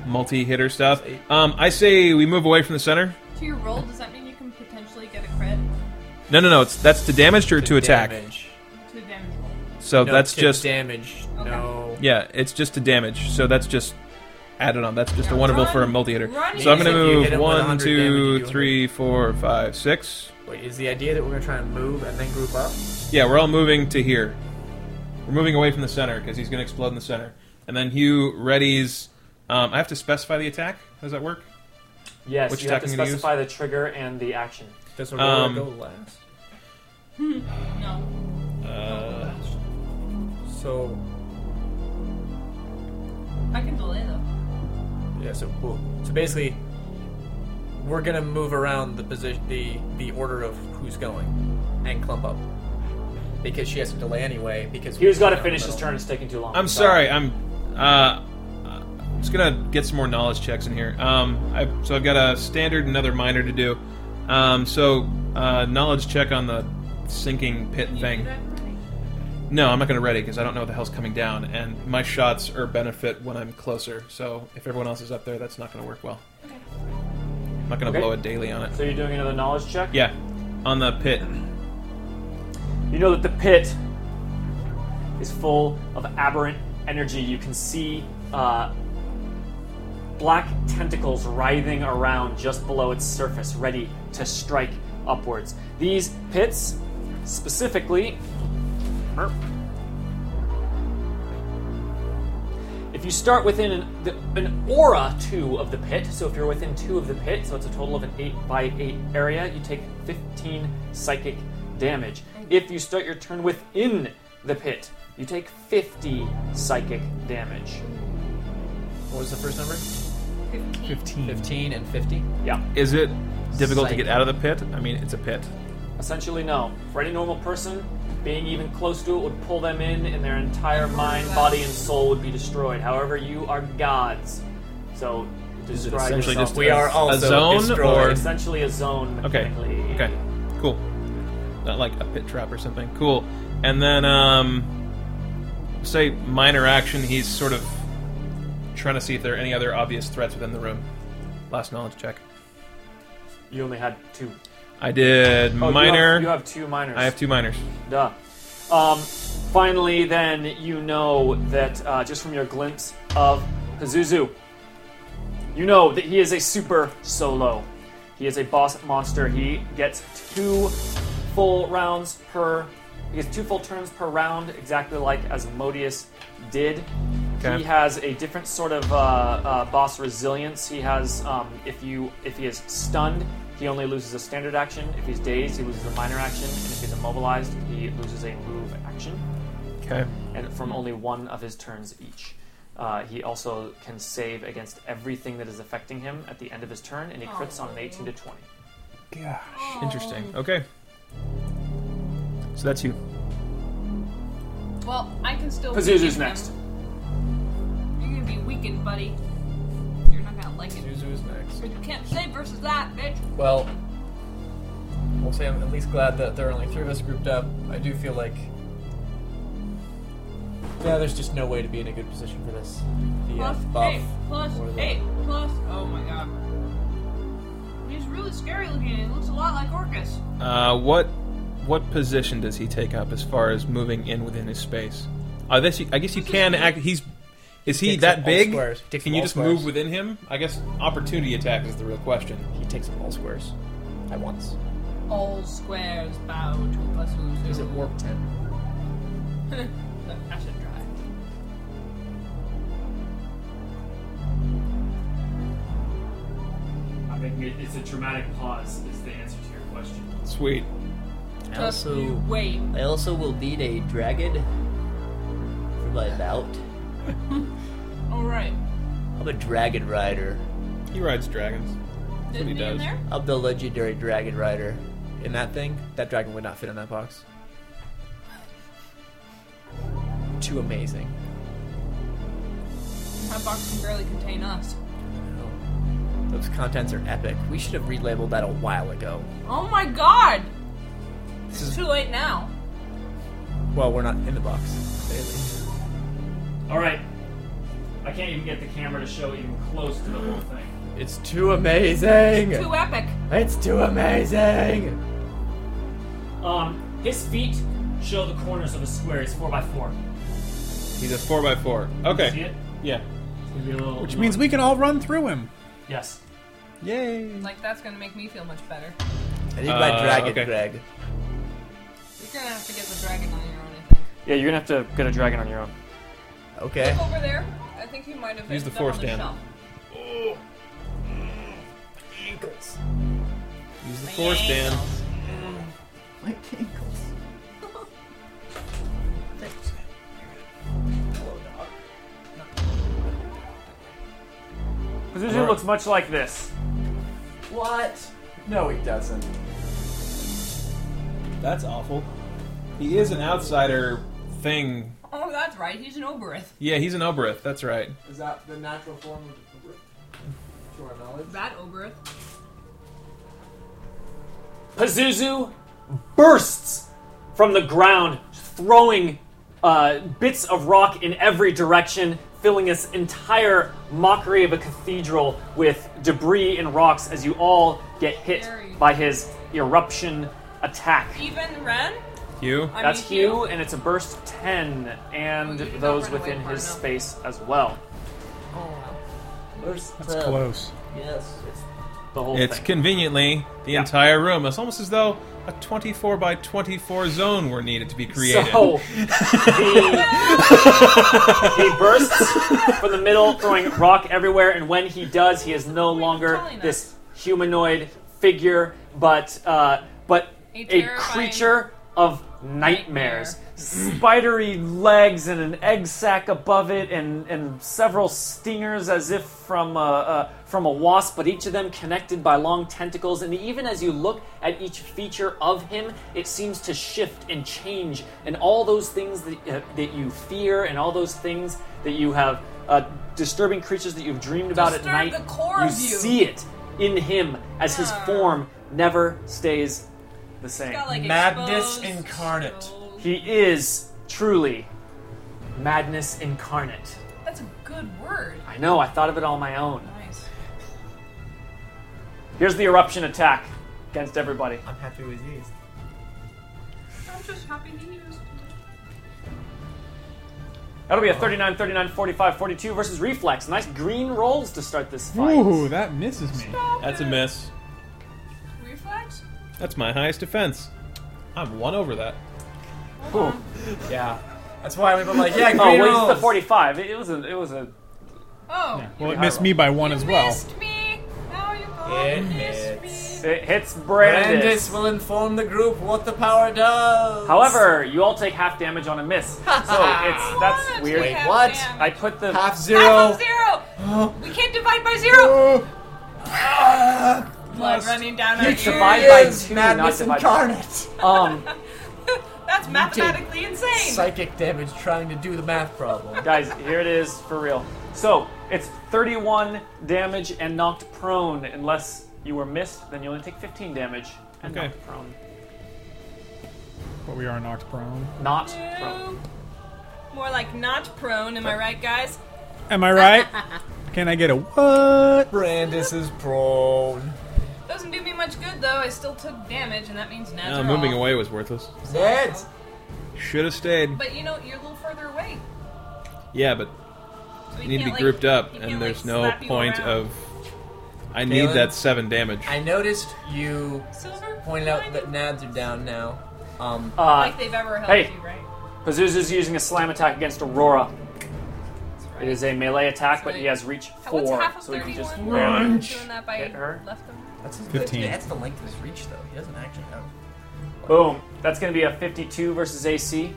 S3: Multi-hitter stuff. Um, I say we move away from the center.
S4: To your roll, does that mean you can potentially get a crit
S3: No, no, no. It's that's to damage or to, attack.
S6: damage.
S4: to damage roll?
S3: So
S6: No,
S3: that's
S6: to
S3: just
S6: damage. No.
S3: yeah. It's just to damage. So that's just added on. That's just
S4: Yeah,
S3: a wonderful
S4: run-
S3: for a multi-hitter.
S4: run
S3: So I'm
S4: is
S3: gonna
S6: if you hit
S3: move
S6: him with
S3: one,
S6: 100 damage, you
S3: two,
S6: do it.
S3: three, four, five, six.
S6: Wait, is the idea that we're gonna try and move and then group up?
S3: Yeah, we're all moving to here. We're moving away from the center because he's gonna explode in the center. And then Hugh readies. Um, I have to specify the attack. How does that work?
S2: yes,
S3: Which
S2: you have to
S3: attack I'm gonna use?
S2: specify the trigger and the action.
S6: Does one
S3: Um,
S6: go last?
S4: No.
S3: Uh,
S6: So
S4: I can delay though.
S6: yeah, so cool. So basically, we're gonna move around the position, the the order of who's going, and clump up because she has to delay anyway. Because
S2: Hugh's got to
S6: we're
S2: finish
S6: in
S2: his
S6: the
S2: turn. It's taking too long.
S3: I'm sorry. I'm. Uh, I'm just gonna get some more knowledge checks in here. Um, I, so I've got a standard, and another minor to do. Um, so uh, knowledge check on the sinking pit thing. No, I'm not gonna ready because I don't know what the hell's coming down, and my shots are benefit when I'm closer. So if everyone else is up there, that's not gonna work well. I'm not gonna
S2: Okay.
S3: blow a daily on it.
S2: So you're doing another knowledge check?
S3: Yeah, on the pit.
S2: You know that the pit is full of aberrant energy. You can see uh, black tentacles writhing around just below its surface, ready to strike upwards. These pits, specifically, Merp. if you start within an, the, an aura two of the pit, so if you're within two of the pit, so it's a total of an eight by eight area, you take 15 psychic damage. If you start your turn within the pit, you take 50 psychic damage.
S6: middle. What was the first number?
S4: 15.
S6: Fifteen and fifty.
S2: Yeah.
S3: Is it difficult to
S6: Psych.
S3: get out of the pit? I mean, it's a pit.
S2: Essentially, no. For any normal person, being even close to it would pull them in, and their entire mind, body, and soul would be destroyed. However, you are gods, so describe
S3: essentially
S2: yourself.
S3: just
S6: We
S3: a-
S6: are also
S3: zone
S6: destroyed.
S3: or-
S2: essentially a zone.
S3: Okay.
S2: Mechanically.
S3: Okay. Cool. Not like a pit trap or something. Cool. And then, um, say minor action. He's sort of trying to see if there are any other obvious threats within the room. Last knowledge check.
S2: You only had two.
S3: I did
S2: Oh, you have-
S3: minor.
S2: You have, two minors.
S3: I have two minors.
S2: Duh. Um, finally, then you know that uh, just from your glimpse of Pazuzu, you know that he is a super solo. He is a boss monster. He gets two full rounds per. He gets two full turns per round, exactly like as Modius did.
S3: Okay.
S2: He has a different sort of uh, uh, boss resilience. He has um, if you if he is stunned, he only loses a standard action. If he's dazed, he loses a minor action, and if he's immobilized, he loses a move action
S3: Okay.
S2: and from only one of his turns each. Uh, he also can save against everything that is affecting him at the end of his turn, and he crits on an 18 to 20.
S5: gosh.
S3: Interesting. Okay. So that's you.
S4: Well, I can still.
S2: Pazuzu's
S4: weaken him.
S2: next.
S4: You're gonna be weakened, buddy. You're not gonna like it.
S6: Zuzu's next.
S4: But you can't say versus that, bitch.
S6: Well, we'll say I'm at least glad that there are only three of us grouped up. I do feel like. Yeah, there's just no way to be in a good position for this. The uh,
S4: Plus
S6: buff.
S4: eight, plus
S6: or the-
S4: eight, plus. Oh my god. He's really scary looking. He looks a lot like Orcus.
S3: Uh, what what position does he take up as far as moving in within his space? I guess you, I guess you can act. He's is he
S6: Takes up
S3: that
S6: all
S3: big?
S6: squares. Takes
S3: Can
S6: up
S3: you
S6: all
S3: just
S6: squares.
S3: move within him? I guess opportunity attack is the real question.
S6: He takes up all squares at once.
S4: All squares bow to Pazuzu.
S6: He's at
S4: [LAUGHS]
S6: warp 10.
S4: I should try.
S2: I think it- it's a dramatic pause is the answer to your question.
S3: Sweet.
S8: I
S4: Just
S8: also,
S4: you wait.
S8: I also will need a dragon for my mount.
S4: All right.
S8: I'm a dragon rider.
S3: He rides dragons.
S4: Did
S3: he
S4: he
S3: does.
S4: in there?
S8: I'm the legendary dragon rider.
S6: In that thing, that dragon would not fit in that box. Too amazing.
S4: That box can barely contain us.
S6: Those contents are epic. We should have relabeled that a while ago.
S4: Oh my god!
S6: This is
S4: Too late now.
S6: well, we're not in the box. Bailey.
S2: All right. I can't even get the camera to show even close to the whole thing.
S6: It's too amazing.
S4: Too epic.
S6: It's too amazing.
S2: Um, his feet show the corners of a square. It's four by four.
S3: He's a four by four.
S2: See
S3: Okay.
S2: it?
S3: Yeah.
S2: It's gonna be a little,
S5: Which means we can all run through him.
S2: Yes.
S3: Yay.
S4: Like, that's gonna make me feel much better.
S8: I need my
S3: Uh,
S8: dragon,
S3: okay.
S8: Greg.
S4: You're gonna have to get the dragon on your own, I think.
S2: Yeah, you're gonna have to get a dragon on your own.
S8: Okay.
S4: Over there, I think he might have
S3: Use the
S4: ended up
S3: force,
S4: on the
S3: Dan.
S4: shelf.
S3: Use the force, Dan.
S8: My ankles.
S2: Pazuzu looks much like this.
S6: What? No, he doesn't.
S3: That's awful. He is an outsider thing.
S4: Oh, that's right. He's an Oberith.
S3: Yeah, he's an Oberith. That's right.
S6: Is that the natural form of to our knowledge?
S4: That Oberith.
S2: Pazuzu bursts from the ground, throwing uh, bits of rock in every direction, filling this entire mockery of a cathedral with debris and rocks as you all get hit
S4: Scary.
S2: by his eruption attack.
S4: Even Ren?
S3: You.
S4: I
S2: That's
S4: mean,
S2: Hugh, and it's a burst 10, and
S4: Oh, you did not
S2: those
S4: run away
S2: within
S4: far
S2: his
S4: enough.
S2: space as well.
S4: Oh,
S8: Where's
S5: That's close.
S8: Yes. It's
S2: The whole
S3: It's
S2: thing.
S3: conveniently the
S2: Yeah.
S3: entire room. It's almost as though a 24 by 24 zone were needed to be created.
S2: [LAUGHS] So the, he bursts from the middle, throwing rock everywhere, and when he does, he is no longer
S4: telling us.
S2: this humanoid figure, but uh, but
S4: A
S2: a,
S4: terrifying-
S2: creature of nightmares. Spidery legs and an egg sac above it, and, and several stingers as if from a, a, from a wasp, but each of them connected by long tentacles. And even as you look at each feature of him, it seems to shift and change. And all those things that, uh, that you fear, and all those things that you have uh, disturbing creatures that you've dreamed about
S4: Disturb
S2: at night,
S4: the core
S2: you
S4: of you.
S2: see it in him as his
S4: Yeah.
S2: form never stays the same.
S4: Got, like,
S6: Madness
S4: exposed
S6: incarnate.
S4: skulls.
S2: He is truly madness incarnate.
S4: That's a good word.
S2: I know, I thought of it on my own.
S4: Nice.
S2: Here's the eruption attack against everybody.
S6: I'm happy with these.
S4: I'm just happy he used.
S2: That'll be a 39, 39, 45, 42 versus reflex. Nice green rolls to start this fight.
S5: Ooh, that misses me.
S3: That's a miss.
S4: Reflex?
S3: That's my highest defense. I'm one over that.
S2: Cool.
S6: Yeah. That's why we were like,
S2: [LAUGHS]
S6: yeah,
S2: Oh,
S6: green
S2: wait, it's the
S6: rolls.
S2: 45. It was a, it was a
S4: Oh.
S5: Well, it missed me by one
S4: you
S5: as well.
S4: missed me. Now you both
S6: It
S4: missed
S6: hits.
S4: me.
S2: it hits Brandis.
S6: Brandis will inform the group what the power does.
S2: However, you all take half damage on a miss.
S6: [LAUGHS]
S2: So it's that's
S4: What?
S2: weird.
S4: We have
S6: what?
S4: damage.
S2: I put the
S6: half
S4: Half
S6: zero.
S4: of zero. we can't divide by zero.
S6: Ah,
S4: blood running down our ears.
S2: survived by
S6: Is
S2: two, not
S6: madness
S2: divided by-
S6: incarnate.
S2: Um,
S4: [LAUGHS] That's mathematically insane.
S6: Psychic damage trying to do the math problem.
S2: guys, here it is for real. So it's 31 damage and knocked prone. Unless you were missed, then you only take 15 damage and
S3: Okay.
S2: knocked prone.
S5: But we are knocked prone.
S2: Not prone.
S4: No. More like not prone, am I right, guys?
S5: Am I
S2: [LAUGHS]
S5: right? Can I get a what?
S7: Brandis is prone.
S4: Doesn't do me much good though. I still took damage, and that means natural.
S3: No, moving away was worthless.
S6: Ned!
S3: Should have stayed.
S4: But you know, you're a little further away.
S3: Yeah, but
S4: So
S3: you need to be
S4: can't, like-
S3: grouped up,
S4: he
S3: and
S4: can't,
S3: there's
S4: like,
S3: no
S4: slap you
S3: point
S4: around.
S3: of. I need
S6: Galen?
S3: that seven damage.
S6: I noticed you
S4: Silver
S6: pointed out that nads are down now. Um,
S2: Uh,
S4: like they've ever helped
S2: hey.
S4: you, right?
S2: Pazuzu's using a slam attack against Aurora.
S4: That's right.
S2: It is a melee attack, but
S4: So
S2: he has reach
S4: What's
S2: four,
S4: half of
S2: so he can
S4: thirty-one?
S2: just
S4: You're Doing that by
S2: Hit her.
S4: left them.
S6: that's his,
S5: 15.
S6: That's the length of his reach, though. He doesn't actually have.
S2: Boom. That's going to be a 52 versus AC.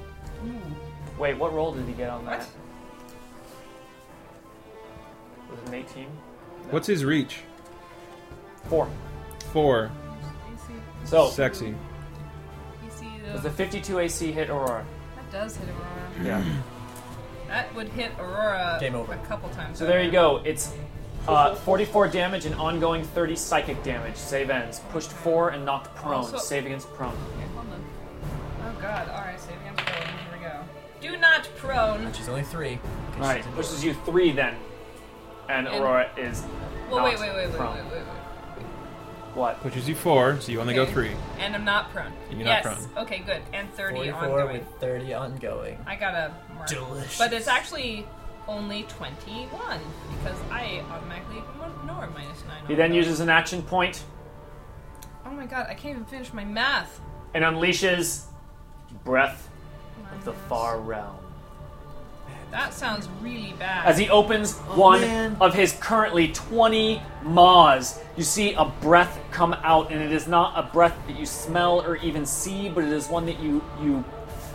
S2: Wait, what roll did he get on that? Was it an 18?
S3: What's his reach?
S2: Four.
S3: Four.
S4: AC,
S2: So,
S3: Sexy.
S4: AC
S2: does
S4: though.
S2: the 52 AC hit Aurora?
S4: That does hit Aurora.
S2: Yeah.
S4: That would hit Aurora
S6: Game over.
S4: a couple times.
S2: So there you go. It's uh, 44 damage and ongoing 30 psychic damage. Save ends. Pushed four and knocked prone.
S4: Also-
S2: Save against prone.
S4: Okay, hold on. Oh god, alright, saving against prone. Here we go. Do not prone.
S6: She's only three.
S2: Right. Pushes you three then. And
S4: And-
S2: Aurora is.
S4: Well, wait,
S2: not
S4: wait, wait, wait,
S2: prone.
S4: wait, wait, wait.
S2: What?
S3: Which is you four, so you only
S4: Okay.
S3: go three.
S4: And I'm not prone.
S3: You're
S4: yes.
S3: not prone.
S4: Okay, good. And 30
S6: 44
S4: ongoing.
S6: with 30 ongoing.
S4: I got a mark.
S6: Delicious.
S4: But it's actually only 21 because I automatically ignore minus 9.
S2: He then
S4: ongoing.
S2: uses an action point
S4: Oh my god, I can't even finish my math.
S2: and unleashes Breath of the Far Realm.
S4: That sounds really bad.
S2: as he opens
S4: Oh,
S2: one of his currently 20 maws. You see a breath come out, and it is not a breath that you smell or even see, but it is one that you you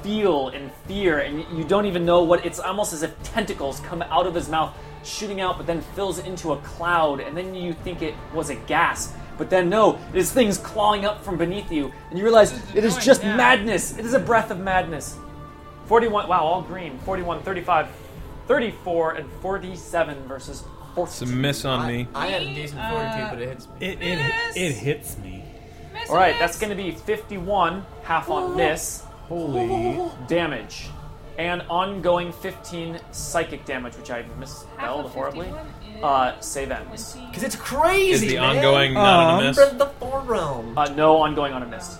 S2: feel and fear, and you don't even know what. It's almost as if tentacles come out of his mouth, shooting out, but then fills into a cloud, and then you think it was a gas. But then no, it is things clawing up from beneath you, and you realize it is
S4: going
S2: just
S4: down.
S2: madness. It is a breath of madness. 41, wow, all green. 41, 35, 34, and 47 versus 14.
S3: It's a miss on me.
S6: I had a decent 42,
S4: Uh,
S6: but it hits me.
S5: It,
S4: it- Yes. it
S5: hits me.
S4: Miss
S2: All right,
S4: it.
S2: that's going to be 51, half on miss,
S5: Holy.
S7: Oh.
S2: damage, and ongoing 15 psychic damage, which I
S4: Half
S2: misspelled
S4: of
S2: horribly.
S4: 51 is
S2: Uh, save ends.
S4: 20.
S6: Because it's crazy!
S3: Is the
S6: man.
S3: ongoing not
S5: Um,
S3: a miss?
S6: From the far realm.
S2: Uh, no ongoing on a miss.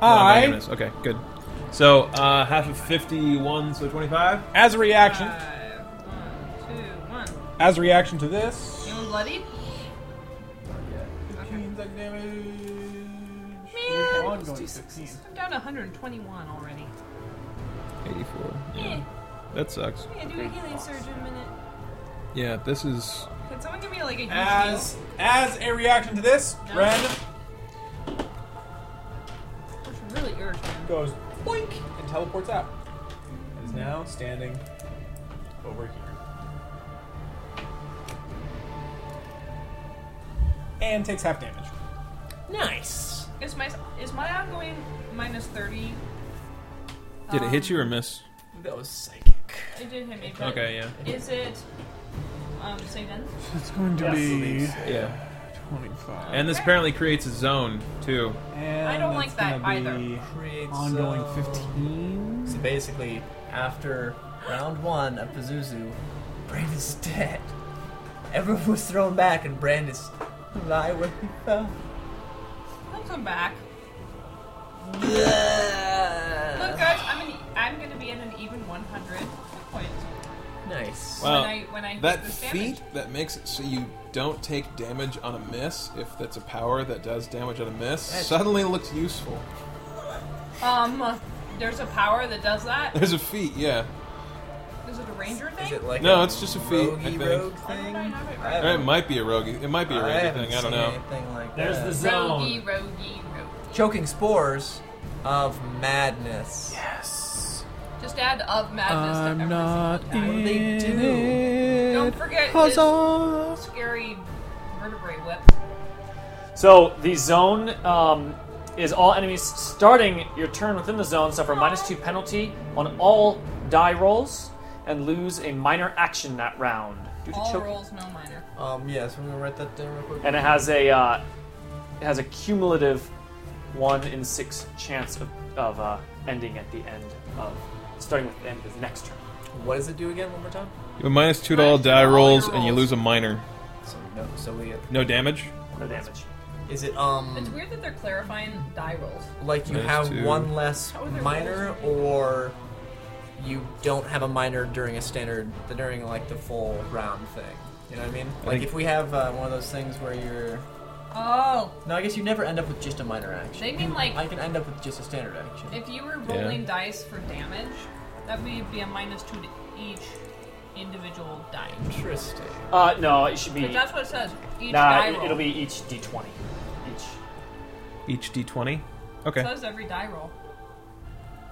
S3: Not a
S5: I,
S3: miss. Okay, good. So uh, half of fifty-one, so twenty-five.
S5: as a reaction,
S4: Five, one, two, one.
S5: as a reaction to this,
S4: You want bloody? Man,
S5: ongoing 15.
S4: I'm down to 121 already.
S3: Eighty-four.
S4: Eh,
S3: Yeah, that sucks.
S4: yeah, do a healing surge in a minute.
S3: Yeah, this is.
S4: Could someone give me like a huge
S5: as as a reaction to this, Ren
S4: heal? Which really irritates me.
S5: goes boink and teleports out. And is now standing over here. And takes half damage.
S6: Nice.
S4: Is my is my outgoing minus 30?
S3: Did it hit you or miss?
S6: That was psychic.
S4: It did hit me. But
S3: Okay, yeah,
S4: Is it um save ends?
S5: It's going to be
S3: yeah.
S5: 25.
S3: And this apparently creates a zone too.
S4: I don't like that either.
S6: Creates,
S5: Ongoing
S6: uh,
S5: 15.
S6: So basically, after round one of Pazuzu, Brandis is dead. Everyone was thrown back, and Brandis lie where he fell.
S4: He'll come back. Look, guys, I'm an, I'm gonna be at an even 100 hit points
S6: Nice.
S3: Wow.
S4: when I when I
S3: That
S4: hit this damage.
S3: feat that makes it so you don't take damage on a miss, if that's a power that does damage on a miss,
S6: That's-
S3: suddenly looks useful. [LAUGHS]
S4: Um, there's a power that
S3: [LAUGHS]
S4: does that.
S3: There's a feat, yeah.
S4: Is it a ranger thing?
S6: Is it like
S3: No,
S6: a
S3: it's just a feat, I
S6: roguey
S3: think.
S6: rogue
S4: Why
S6: thing?
S4: did I have it
S6: I
S4: right?
S3: It
S6: haven't-
S3: might be a rogue. It might be a
S6: I
S3: rogue
S6: haven't
S3: thing. I don't
S6: seen
S3: know.
S6: Anything like
S2: There's
S6: that.
S2: the z-
S4: Roguey, roguey, roguey.
S6: choking spores of madness.
S4: Just add of madness to every single attack.
S6: What do they do?
S4: Don't forget this scary vertebrae whip.
S2: So the zone um, is all enemies starting your turn within the zone suffer minus two penalty on all die rolls and lose a minor action that round. Due to
S4: All
S2: choke-
S4: rolls, no minor.
S6: Um, yeah, so I'm gonna write that down real quick.
S2: And it has a uh, it has a cumulative one in six chance of, of uh, ending at the end of starting with the end of his next turn.
S6: What does it do again? One more time.
S3: You have a minus two to all die
S4: All your
S3: rolls, and you
S4: rolls.
S3: lose a minor.
S6: So no. So we.
S3: No damage.
S2: No damage.
S6: Is it um
S4: It's weird that they're clarifying die rolls.
S6: like you
S3: Minus
S6: have
S3: two.
S6: one less
S4: are there
S6: minor, or you don't have a minor during a standard during like the full round thing? You know what I mean? Like
S3: think-
S6: if we have uh, one of those things where you're.
S4: Oh,
S6: No, I guess you never end up with just a minor action.
S4: they mean like
S6: I can end up with just a standard action.
S4: If you were rolling dice for damage, that would be a minus two to each individual die.
S6: Interesting.
S2: Uh, no, it should be.
S4: But that's what it says. Each
S2: nah,
S4: die
S2: it-
S4: roll.
S2: it'll be each d20. Each
S3: Each d20.
S4: It
S3: Okay.
S4: says every die roll.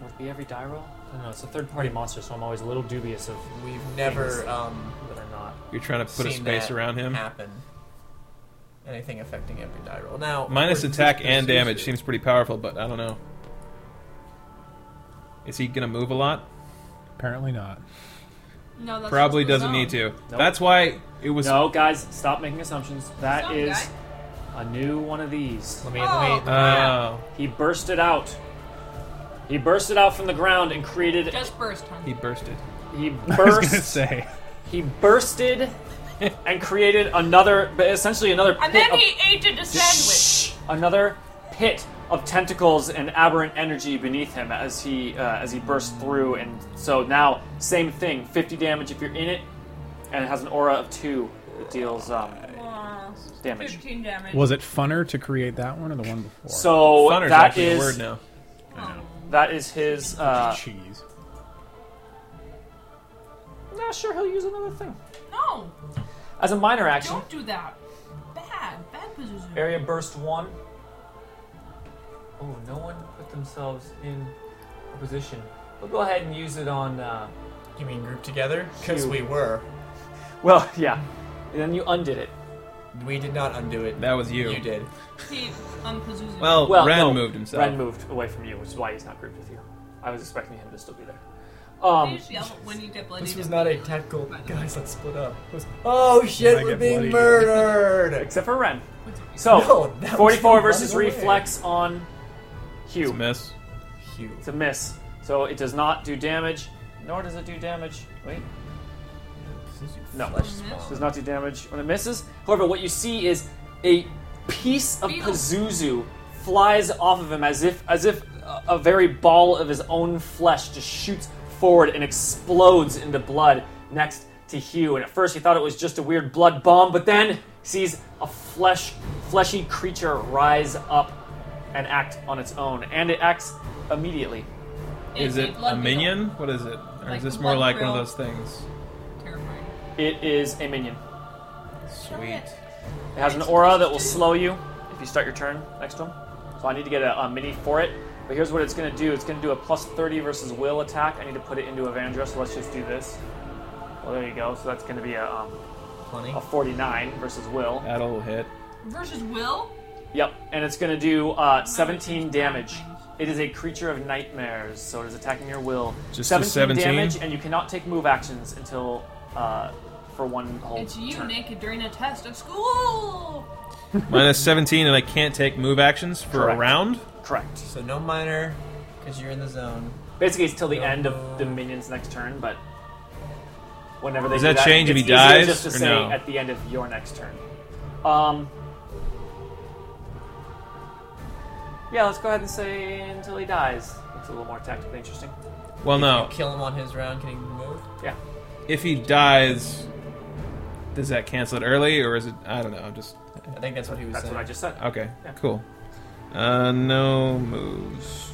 S2: would it be every die roll. I don't know. It's a third-party monster, so I'm always a little dubious of
S6: We've never um,
S2: whether or not.
S3: You're trying to put a
S6: seen
S3: space
S6: that
S3: around him.
S6: happen. Anything affecting every die roll now
S3: Minus
S6: for-
S3: attack
S6: for
S3: and
S6: Suzu-
S3: damage seems pretty powerful, but I don't know. Is he gonna move a lot?
S5: Apparently not.
S4: No, that's
S3: Probably
S4: just the
S3: doesn't
S4: zone.
S3: need to. That's why it was.
S2: No, guys, stop making assumptions. That
S4: Some
S2: is
S4: guy.
S2: a new one of these.
S6: Let me,
S4: Oh,
S6: let me,
S3: Oh,
S2: He bursted out. He bursted out from the ground and created.
S4: Just burst, huh?
S3: he bursted. [LAUGHS]
S2: He
S5: I was gonna
S2: burst.
S5: [LAUGHS] say.
S2: He bursted and created another, but essentially another pit
S4: And then
S2: of,
S4: he ate it a
S2: Shh!
S4: sandwich.
S2: another pit of tentacles and aberrant energy beneath him as he uh, as he bursts through. And so now, same thing, 50 damage if you're in it, and it has an aura of two that deals um,
S4: Aw,
S2: damage.
S4: Fifteen damage.
S5: Was it funner to create that one or the one before?
S2: So
S3: Funner's
S2: that
S3: actually a
S2: is
S3: word now.
S2: that is his. Uh,
S5: cheese.
S2: not sure he'll use another thing
S4: No,
S2: as a minor action.
S4: don't do that. Bad, bad Pazuzu.
S2: Area burst one. Oh, no one put themselves in a position. We'll go ahead and use it on. Uh...
S6: you mean group together? Because
S2: Cute.
S6: we were.
S2: Well, [LAUGHS] yeah. And then you undid it.
S6: We did not undo it.
S3: That was you.
S6: You did.
S4: He unpazuzu.
S3: Well,
S2: Well,
S3: Ren
S2: no,
S3: moved himself.
S2: Ren moved away from you, which is why he's not grouped with you. I was expecting him to still be there. Um,
S4: Please yell when you get bloody.
S6: This was not a tactical. Guys, let's split up. It was- oh shit,
S5: I
S6: we're
S5: get
S6: being
S2: [LAUGHS]
S5: bloody.
S6: murdered!
S2: except for
S6: [LAUGHS]
S2: Ren. So
S6: No, that was
S2: 44
S6: the
S2: versus
S6: wrong way.
S2: reflex on
S3: It's
S2: Hugh.
S3: a miss.
S6: Cute.
S2: It's a miss. So it does not do damage. Nor does it do damage. Wait. No.
S6: Flesh spawn.
S2: does not do damage when it misses. However, what you see is a piece of
S4: Beetle.
S2: Pazuzu flies off of him as if as if a- a very ball of his own flesh just shoots forward and explodes into blood next to Hugh. And at first he thought it was just a weird blood bomb, but then sees a flesh fleshy creature rise up and act on its own, and it acts immediately.
S3: Is it a minion? What is it? Or
S4: Like
S3: is this
S4: the
S3: more
S4: blood
S3: like one of
S4: grill.
S3: those things?
S4: Terrifying.
S2: It is a minion.
S3: Sweet.
S2: It has an aura that will slow you if you start your turn next to him. So I need to get a, a mini for it. But here's what it's going to do. It's going to do a plus 30 versus will attack. I need to put it into Evandra, so let's just do this. Well, there you go. So that's going to be a, um,
S6: Funny.
S2: a 49 versus will.
S3: That'll hit.
S4: Versus Will.
S2: Yep, and it's going to do uh, 17 damage. It is a creature of nightmares, so it is attacking your will.
S3: Just a 17?
S2: damage, and you cannot take move actions until uh, for one whole
S4: It's you
S2: turn.
S4: naked during a test at school.
S3: Minus 17, and I can't take move actions for
S2: Correct.
S3: a round.
S2: Correct.
S6: So no minor, because you're in the zone.
S2: Basically, it's till the end of the minion's next turn, but whenever they
S3: Does
S2: do
S3: that change if
S2: it's
S3: he
S2: easier
S3: dies,
S2: Just to
S3: or
S2: say
S3: no?
S2: at the end of your next turn. Um. Yeah, let's go ahead and say until he dies. It's a little more tactically interesting.
S3: Well, no.
S6: Kill him on his round, getting moved.
S2: Yeah.
S3: If he dies, does that cancel it early, or is it? I don't know. I'm just
S6: I think that's what he was
S2: That's
S6: saying.
S2: what I just said.
S3: okay.
S2: Yeah.
S3: Cool. Uh, no moves.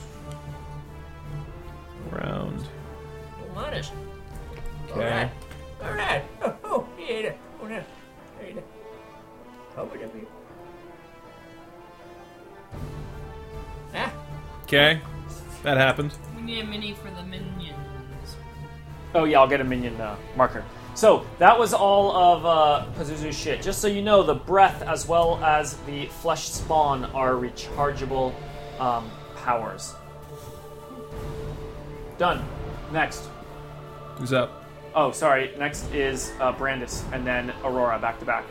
S3: Round.
S6: Minus.
S3: Okay.
S6: Alright. [LAUGHS] Oh, oh, he ate it. Oh, no. He ate it. How would it be? Ah.
S3: Okay. That happened.
S4: We need a mini for the minions.
S2: Oh yeah, I'll get a minion uh, marker. So that was all of uh, Pazuzu's shit. Just so you know, the breath as well as the flesh spawn are rechargeable um, powers. Done. Next.
S3: Who's up?
S2: Oh, sorry. Next is uh, Brandis, and then Aurora back to back.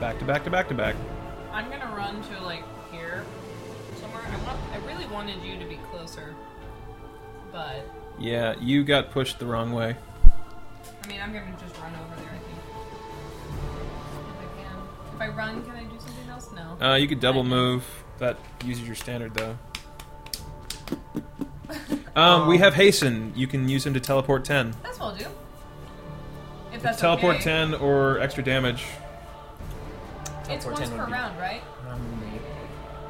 S3: Back to back to back to back.
S4: I'm gonna run to like here somewhere. I want. I really wanted you to be closer, but
S3: Yeah, you got pushed the wrong way.
S4: I mean, I'm gonna just run over there. I think. If I can. If I run, can I do something else? No.
S3: Uh, you could double move. That uses your
S2: [LAUGHS]
S3: standard though. Um,
S2: Oh.
S3: we have hasten. You can use him to teleport ten.
S4: That's what I'll do. If that's
S3: teleport
S4: okay.
S3: ten or extra damage.
S4: It's
S6: Teleport
S4: once
S6: 10
S4: per
S6: would be-
S4: round, right?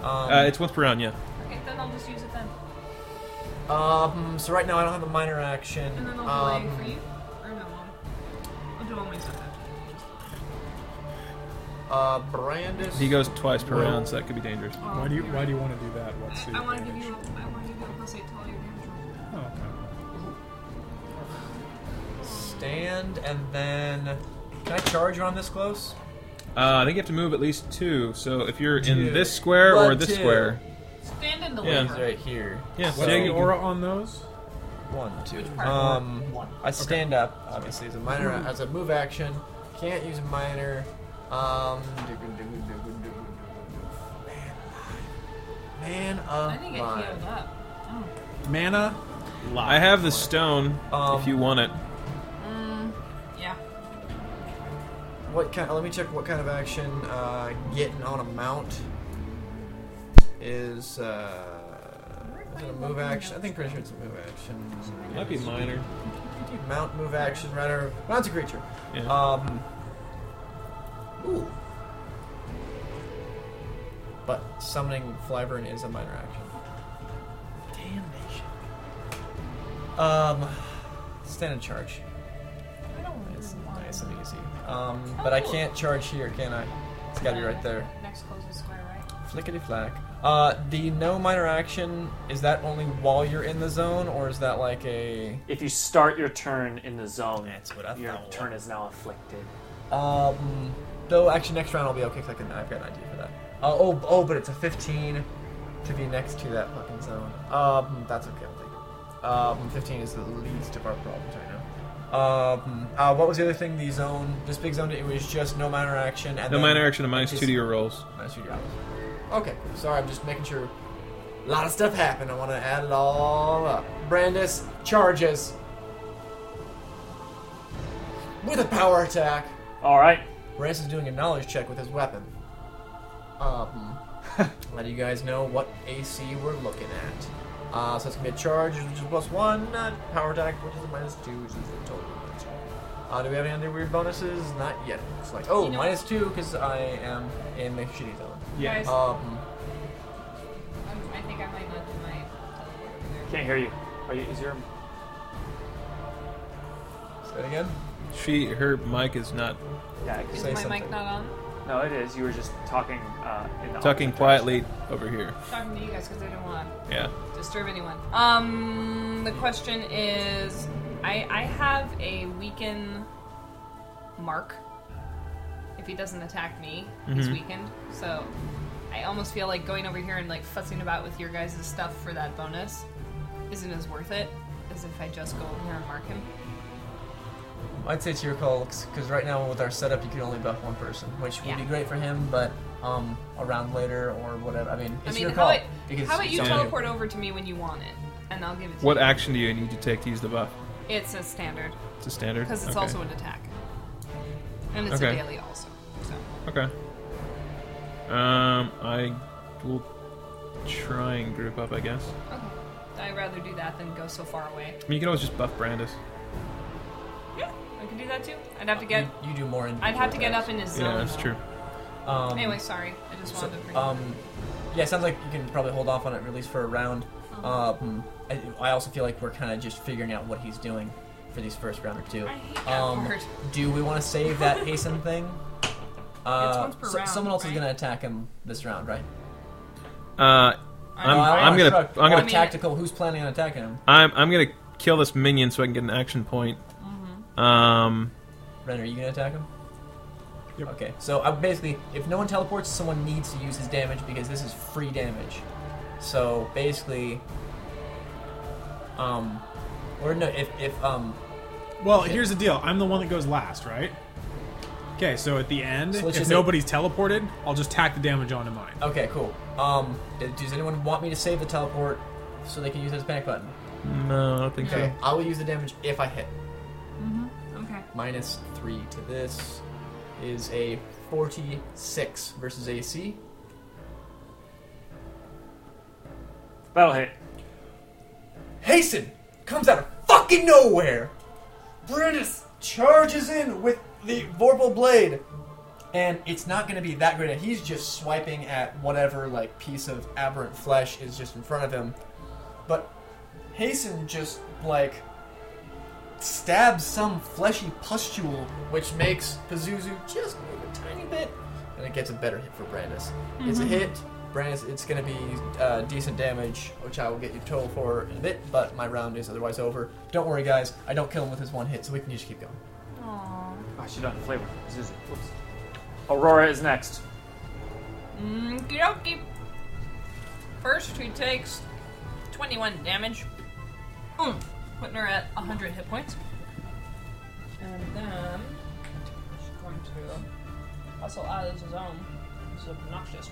S3: Uh,
S6: Um,
S3: it's once per round, yeah.
S4: Okay, then I'll just use it then.
S3: Uh,
S6: um, so right now I don't have a minor action.
S4: And then I'll
S6: Um,
S4: do it for you. Or no, I'll- I'll do all my stuff after. Just-
S6: uh, Brandis.
S3: He goes twice per
S6: Well-
S3: round, so that could be dangerous. Uh,
S4: I'll-
S7: Why do you Why do you want to do that? What's
S4: I,
S7: the
S4: I want to give
S7: advantage?
S4: you. A, I want to give you a plus eight to all your damage rolls.
S7: Oh, okay.
S6: stand, and then can I charge around this close?
S3: Uh, I think you have to move at least two. So if you're in
S6: Two.
S3: this square or
S6: One,
S3: this
S6: two.
S3: square,
S4: Stand and
S3: Yeah.
S4: deliver.
S6: Right here.
S3: yeah. so
S7: What's
S3: you
S7: the
S3: can-
S7: aura on those?
S6: One, two.
S4: part?
S6: Um, I stand up. Obviously, as a minor, as a move action, can't use a minor. Um, man, uh,
S4: I
S6: alive. man
S4: didn't get
S6: alive.
S4: healed up. Oh.
S5: Mana.
S3: I have the stone
S6: Um,
S3: if you want it.
S4: Yeah.
S6: What kind? Let me check what kind of action uh, getting on a mount is. Uh, is it a move action? I think pretty sure it's a move action.
S3: Might be minor.
S6: Mount move action, right? Or mount's a creature.
S3: Yeah.
S6: Um. Ooh. But summoning Flyburn is a minor action. Damnation. Um, stand in charge.
S4: I don't want
S6: It's
S4: to
S6: nice and easy. Um, but I can't charge here, can I? It's gotta be right there.
S4: Next closest square, right?
S6: Flickety flack. Uh, the no minor action, is that only while you're in the zone, or is that like a.
S2: If you start your turn in the zone,
S6: That's what I
S2: your
S6: thought.
S2: turn is now afflicted.
S6: Um, though, actually, next round I'll be okay because I can. I've got an idea for that. Uh, oh, oh, but it's a 15 to be next to that fucking zone. Um, that's okay. I'm thinking. Um, 15 is the least of our problems right now. Um, uh, what was the other thing? The zone, this big zone. It was just no minor action. And
S3: No
S6: then-
S3: minor action, a minus
S6: Just-
S3: two to your rolls.
S6: Minus two to your hours. Okay, sorry. I'm just making sure. A lot of stuff happened. I want to add it all up. Brandis charges with a power attack.
S2: All right.
S6: Rance is doing a knowledge check with his weapon. Um, [LAUGHS] let you guys know what AC we're looking at. Uh, so it's gonna be a charge, which is plus one, uh, power attack, which is a minus two, which is the total. minus two. Uh, do we have any other weird bonuses? Not yet. It's like oh,
S4: You know-
S6: minus two because I am in the shitty zone.
S4: Yeah. Guys,
S6: Um,
S4: I'm, I think I might not do my teleport over there.
S2: Can't hear you. Are you is your
S6: say it again.
S3: She, her mic is not
S2: yeah? it
S4: Is
S2: could-
S6: Say
S4: my
S6: something.
S4: mic not on?
S2: No, it is. You were just talking uh, in the
S3: talking
S2: opposite
S3: quietly over here.
S4: Talking to you guys because I didn't want to
S3: Yeah.
S4: disturb anyone. Um, the question is, I I have a weaken mark. If he doesn't attack me,
S6: Mm-hmm.
S4: he's weakened. So I almost feel like going over here and like fussing about with your guys' stuff for that bonus isn't as worth it as if I just go over here and mark him.
S6: I'd say to your colleagues because right now with our setup, you can only buff one person, which
S4: Yeah.
S6: would be great for him, but um, a round later or whatever. I mean,
S4: I
S6: it's
S4: mean,
S6: your
S4: how
S6: call.
S4: about,
S6: because
S4: how about you
S6: it's on
S4: teleport over to me when you want it, and I'll give it to
S3: What
S4: you.
S3: action do you need to take to use the buff?
S4: It's a standard
S3: It's a standard.
S4: because it's
S3: okay.
S4: also an attack, and it's
S3: Okay.
S4: a daily also. So
S3: Okay. Um, I will try and group up, I guess.
S4: okay, I'd rather do that than go so far away.
S3: I mean, you can always just buff Brandis.
S4: Yeah, I could do that too. I'd have to
S6: You,
S4: get.
S6: you do more. In
S4: I'd have to get up in his zone.
S3: Yeah, that's
S4: though.
S3: true.
S6: Um,
S4: Anyway, sorry. I just wanted to bring.
S6: So, um, yeah, sounds like you can probably hold off on it at least for a round.
S4: Oh.
S6: Um, I, I also feel like we're kind of just figuring out what he's doing for these first round or two.
S4: I hate that
S6: Um,
S4: word.
S6: do we want to save that
S4: [LAUGHS]
S6: hasten thing? Uh,
S4: once per
S6: so-
S4: round,
S6: someone else is
S4: right?
S6: gonna attack him this round, right?
S3: Uh, I'm,
S4: know, I
S3: I'm
S6: wanna
S3: gonna,
S6: truck-
S3: I'm
S6: or
S3: gonna,
S4: mean-
S6: tactical. Who's planning on attacking him?
S3: I'm, I'm gonna kill this minion so I can get an action point. Um,
S2: Ren, are you gonna attack him?
S6: Yep.
S2: Okay, so I basically, if no one teleports, someone needs to use his damage because this is free damage. So basically, um, or no, if if um,
S5: Well, here's the deal. I'm the one that goes last, right? Okay, so at the end,
S2: So let's
S5: if
S2: just say-
S5: nobody's teleported, I'll just tack the damage onto mine.
S2: okay, cool. Um, d- does anyone want me to save the teleport so they can use this panic button?
S3: no, I don't think so.
S2: Okay, I will use the damage if I hit.
S4: Okay.
S2: Minus three to this is a forty-six versus AC.
S7: That'll hit.
S2: Hasten comes out of fucking nowhere. Brutus charges in with the Vorpal blade. And it's not going to be that great. He's just swiping at whatever like piece of aberrant flesh is just in front of him. But Hasten just like stabs some fleshy pustule, which makes Pazuzu just move a tiny bit, and it gets a better hit for Brandis. It's a
S4: Mm-hmm.
S2: hit. Brandis, it's going to be uh, decent damage, which I will get you total for in a bit, but my round is otherwise over. Don't worry, guys. I don't kill him with his one hit, so we can just keep going. Oh,
S7: I should have the flavor. Zuzu. Whoops. Aurora is next.
S4: Okey-dokey. Mm, First, he takes 21 damage. Mm, Putting her at 100 hit points. And then she's going to also add his own. This is obnoxious.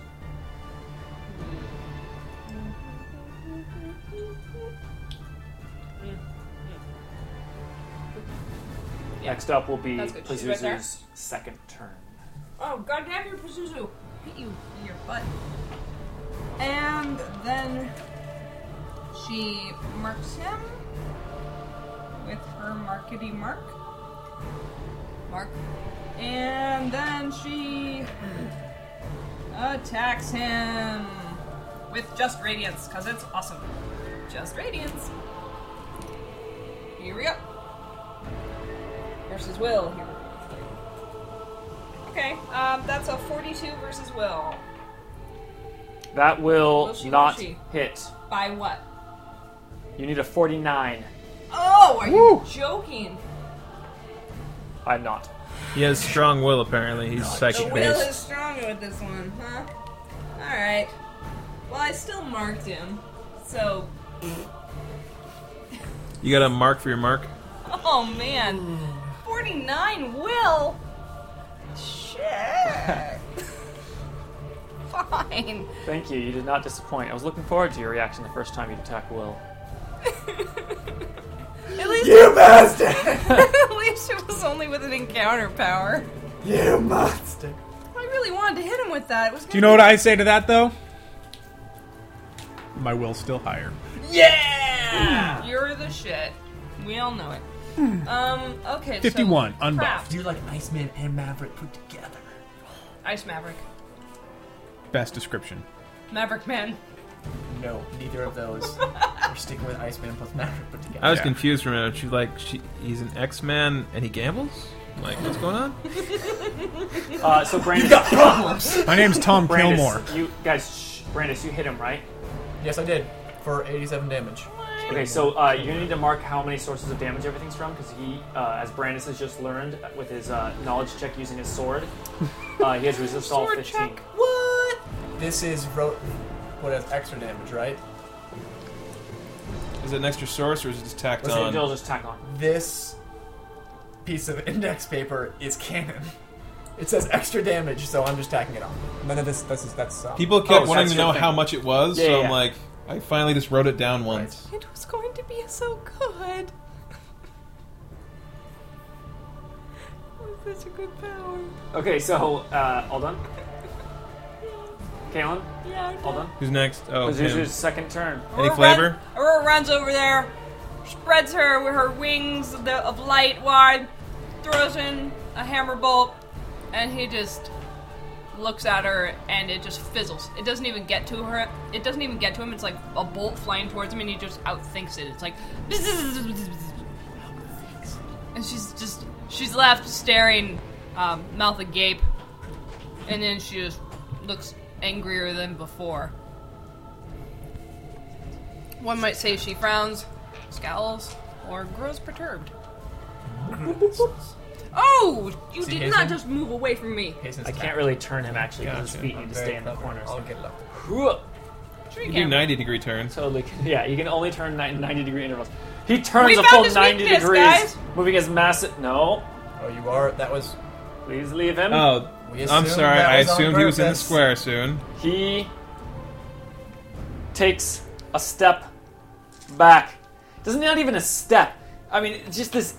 S7: Next up will be
S4: That's good. She's right
S7: Pazuzu's
S4: there.
S7: second turn.
S4: Oh, goddamn you, Pazuzu! Hit you in your butt. And then she marks him with her markety mark. Mark. And then she attacks him with just radiance, because it's awesome. Just radiance. Here we go. Versus Will here. Okay, um, that's a 42 versus Will.
S7: That will
S4: Will she, will
S7: not
S4: she?
S7: hit.
S4: By what?
S7: You need a 49.
S4: Oh, are you joking?
S7: I'm not.
S3: He has strong will, apparently. He's
S4: The
S3: psychic
S4: will
S3: based.
S4: is stronger with this one, huh? Alright. Well, I still marked him. So,
S3: You got a mark for your mark?
S4: oh man. 49 Will? Shit. [LAUGHS] Fine.
S7: Thank you. You did not disappoint. I was looking forward to your reaction the first time you attack Will.
S4: At least,
S2: You bastard!
S4: [LAUGHS] at least it was only with an encounter power.
S2: you monster!
S4: I really wanted to hit him with that. It was
S5: Do you know what I say to that, though? My will's still higher.
S4: Yeah! You're the shit. We all know it.
S5: Hmm.
S4: Um, okay. so-
S5: 51, unbuffed.
S4: Crap.
S2: You're like Iceman and Maverick put together.
S4: Ice Maverick.
S5: Best description.
S4: Maverick Man.
S2: No, neither of
S4: [LAUGHS]
S2: those. We're sticking with Iceman plus Maverick put together.
S3: I was
S5: Yeah.
S3: confused for a minute. She's like, she, he's an X Man and he gambles? I'm like, what's going on?
S7: Uh, so Brandis,
S5: My name's Tom
S7: Brandis,
S5: Kilmore.
S7: you guys, shh, Brandis, you hit him right.
S2: Yes, I did. For 87 damage.
S7: Okay, so uh, you need to mark how many sources of damage everything's from, because he, uh, as Brandis has just learned with his uh, knowledge check using his sword, uh, he has resist all
S4: Sword
S7: 15.
S4: check. What?
S2: This is ro- what has extra damage, right?
S3: [LAUGHS] Is it an extra source or is it just tacked
S7: So
S3: on?
S7: Dill just tack on.
S2: This piece
S6: [LAUGHS]
S2: of index paper is canon. It says extra damage, so I'm just tacking it on.
S6: None of this. This is that's. Uh,
S3: People kept
S7: Oh,
S3: wanting
S7: that's
S3: to
S7: your
S3: know
S7: thing.
S3: how much it was,
S7: Yeah,
S3: so
S7: yeah,
S3: I'm
S7: yeah.
S3: like, I finally just wrote it down once.
S4: It was going to be so good. With such a good power.
S7: Okay, so uh, all done. Kalen,
S4: Yeah, I
S7: all
S4: know.
S7: done.
S3: Who's next? Oh, him.
S7: Pazuzu's second turn.
S3: Any
S4: Aurora
S3: flavor?
S4: run- Aurora runs over there, spreads her with her wings of the, of light wide, throws in a hammer bolt, and he just looks at her, and it just fizzles. It doesn't even get to her. It doesn't even get to him. It's like a bolt flying towards him, and he just outthinks it. It's like, and she's just she's left staring, um, mouth agape, and then she just looks angrier than before.
S3: [LAUGHS]
S4: One might say she frowns, scowls, or grows perturbed. Oh, you
S6: See,
S4: did
S6: Hazen?
S4: not just move away from me.
S6: Hazen's
S2: I
S6: back.
S2: can't really turn him actually because his
S3: Gotcha.
S2: feet need to
S6: Very
S2: stay in the
S6: clever.
S2: corners.
S6: I'll get it up.
S4: Tree
S3: You do
S4: camera.
S3: 90 degree turns.
S2: Totally.
S3: [LAUGHS]
S2: can- Yeah, you can only turn nine- 90 degree intervals. He turns
S4: We
S2: a
S4: found
S2: full
S4: his
S2: 90
S4: weakness,
S2: degrees,
S4: guys.
S2: moving his massive. No,
S6: Oh, you are. That was.
S2: please leave him.
S3: Oh,
S6: We
S3: I'm
S6: assumed
S3: sorry.
S6: that
S3: I
S6: was on
S3: assumed he was in the
S6: purpose.
S3: square soon.
S2: He takes a step back. Doesn't not even a step. I mean, it's just this.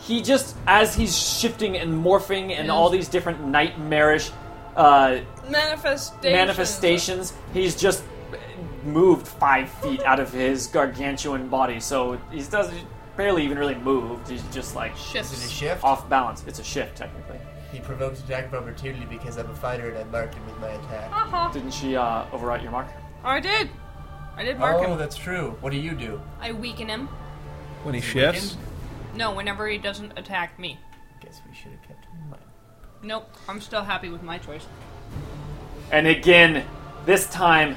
S2: He just as he's shifting and morphing and all these different nightmarish uh,
S4: Manifestation.
S2: manifestations, he's just moved five feet out of his gargantuan body. So he doesn't barely even really moved. He's just like
S6: Is it a
S4: Shifts.
S6: shift?
S2: off balance. It's a shift technically.
S6: He provoked attack of opportunity because I'm a fighter and I marked him with my attack.
S4: Uh-huh.
S2: Didn't she uh, overwrite your mark?
S4: Oh, I did. I did mark
S6: oh,
S4: him.
S6: that's true. What do you do?
S4: I weaken him.
S3: When he shifts,
S4: No, whenever he doesn't attack me.
S6: Guess we should have kept him in mind.
S4: Nope, I'm still happy with my choice.
S2: And again, this time,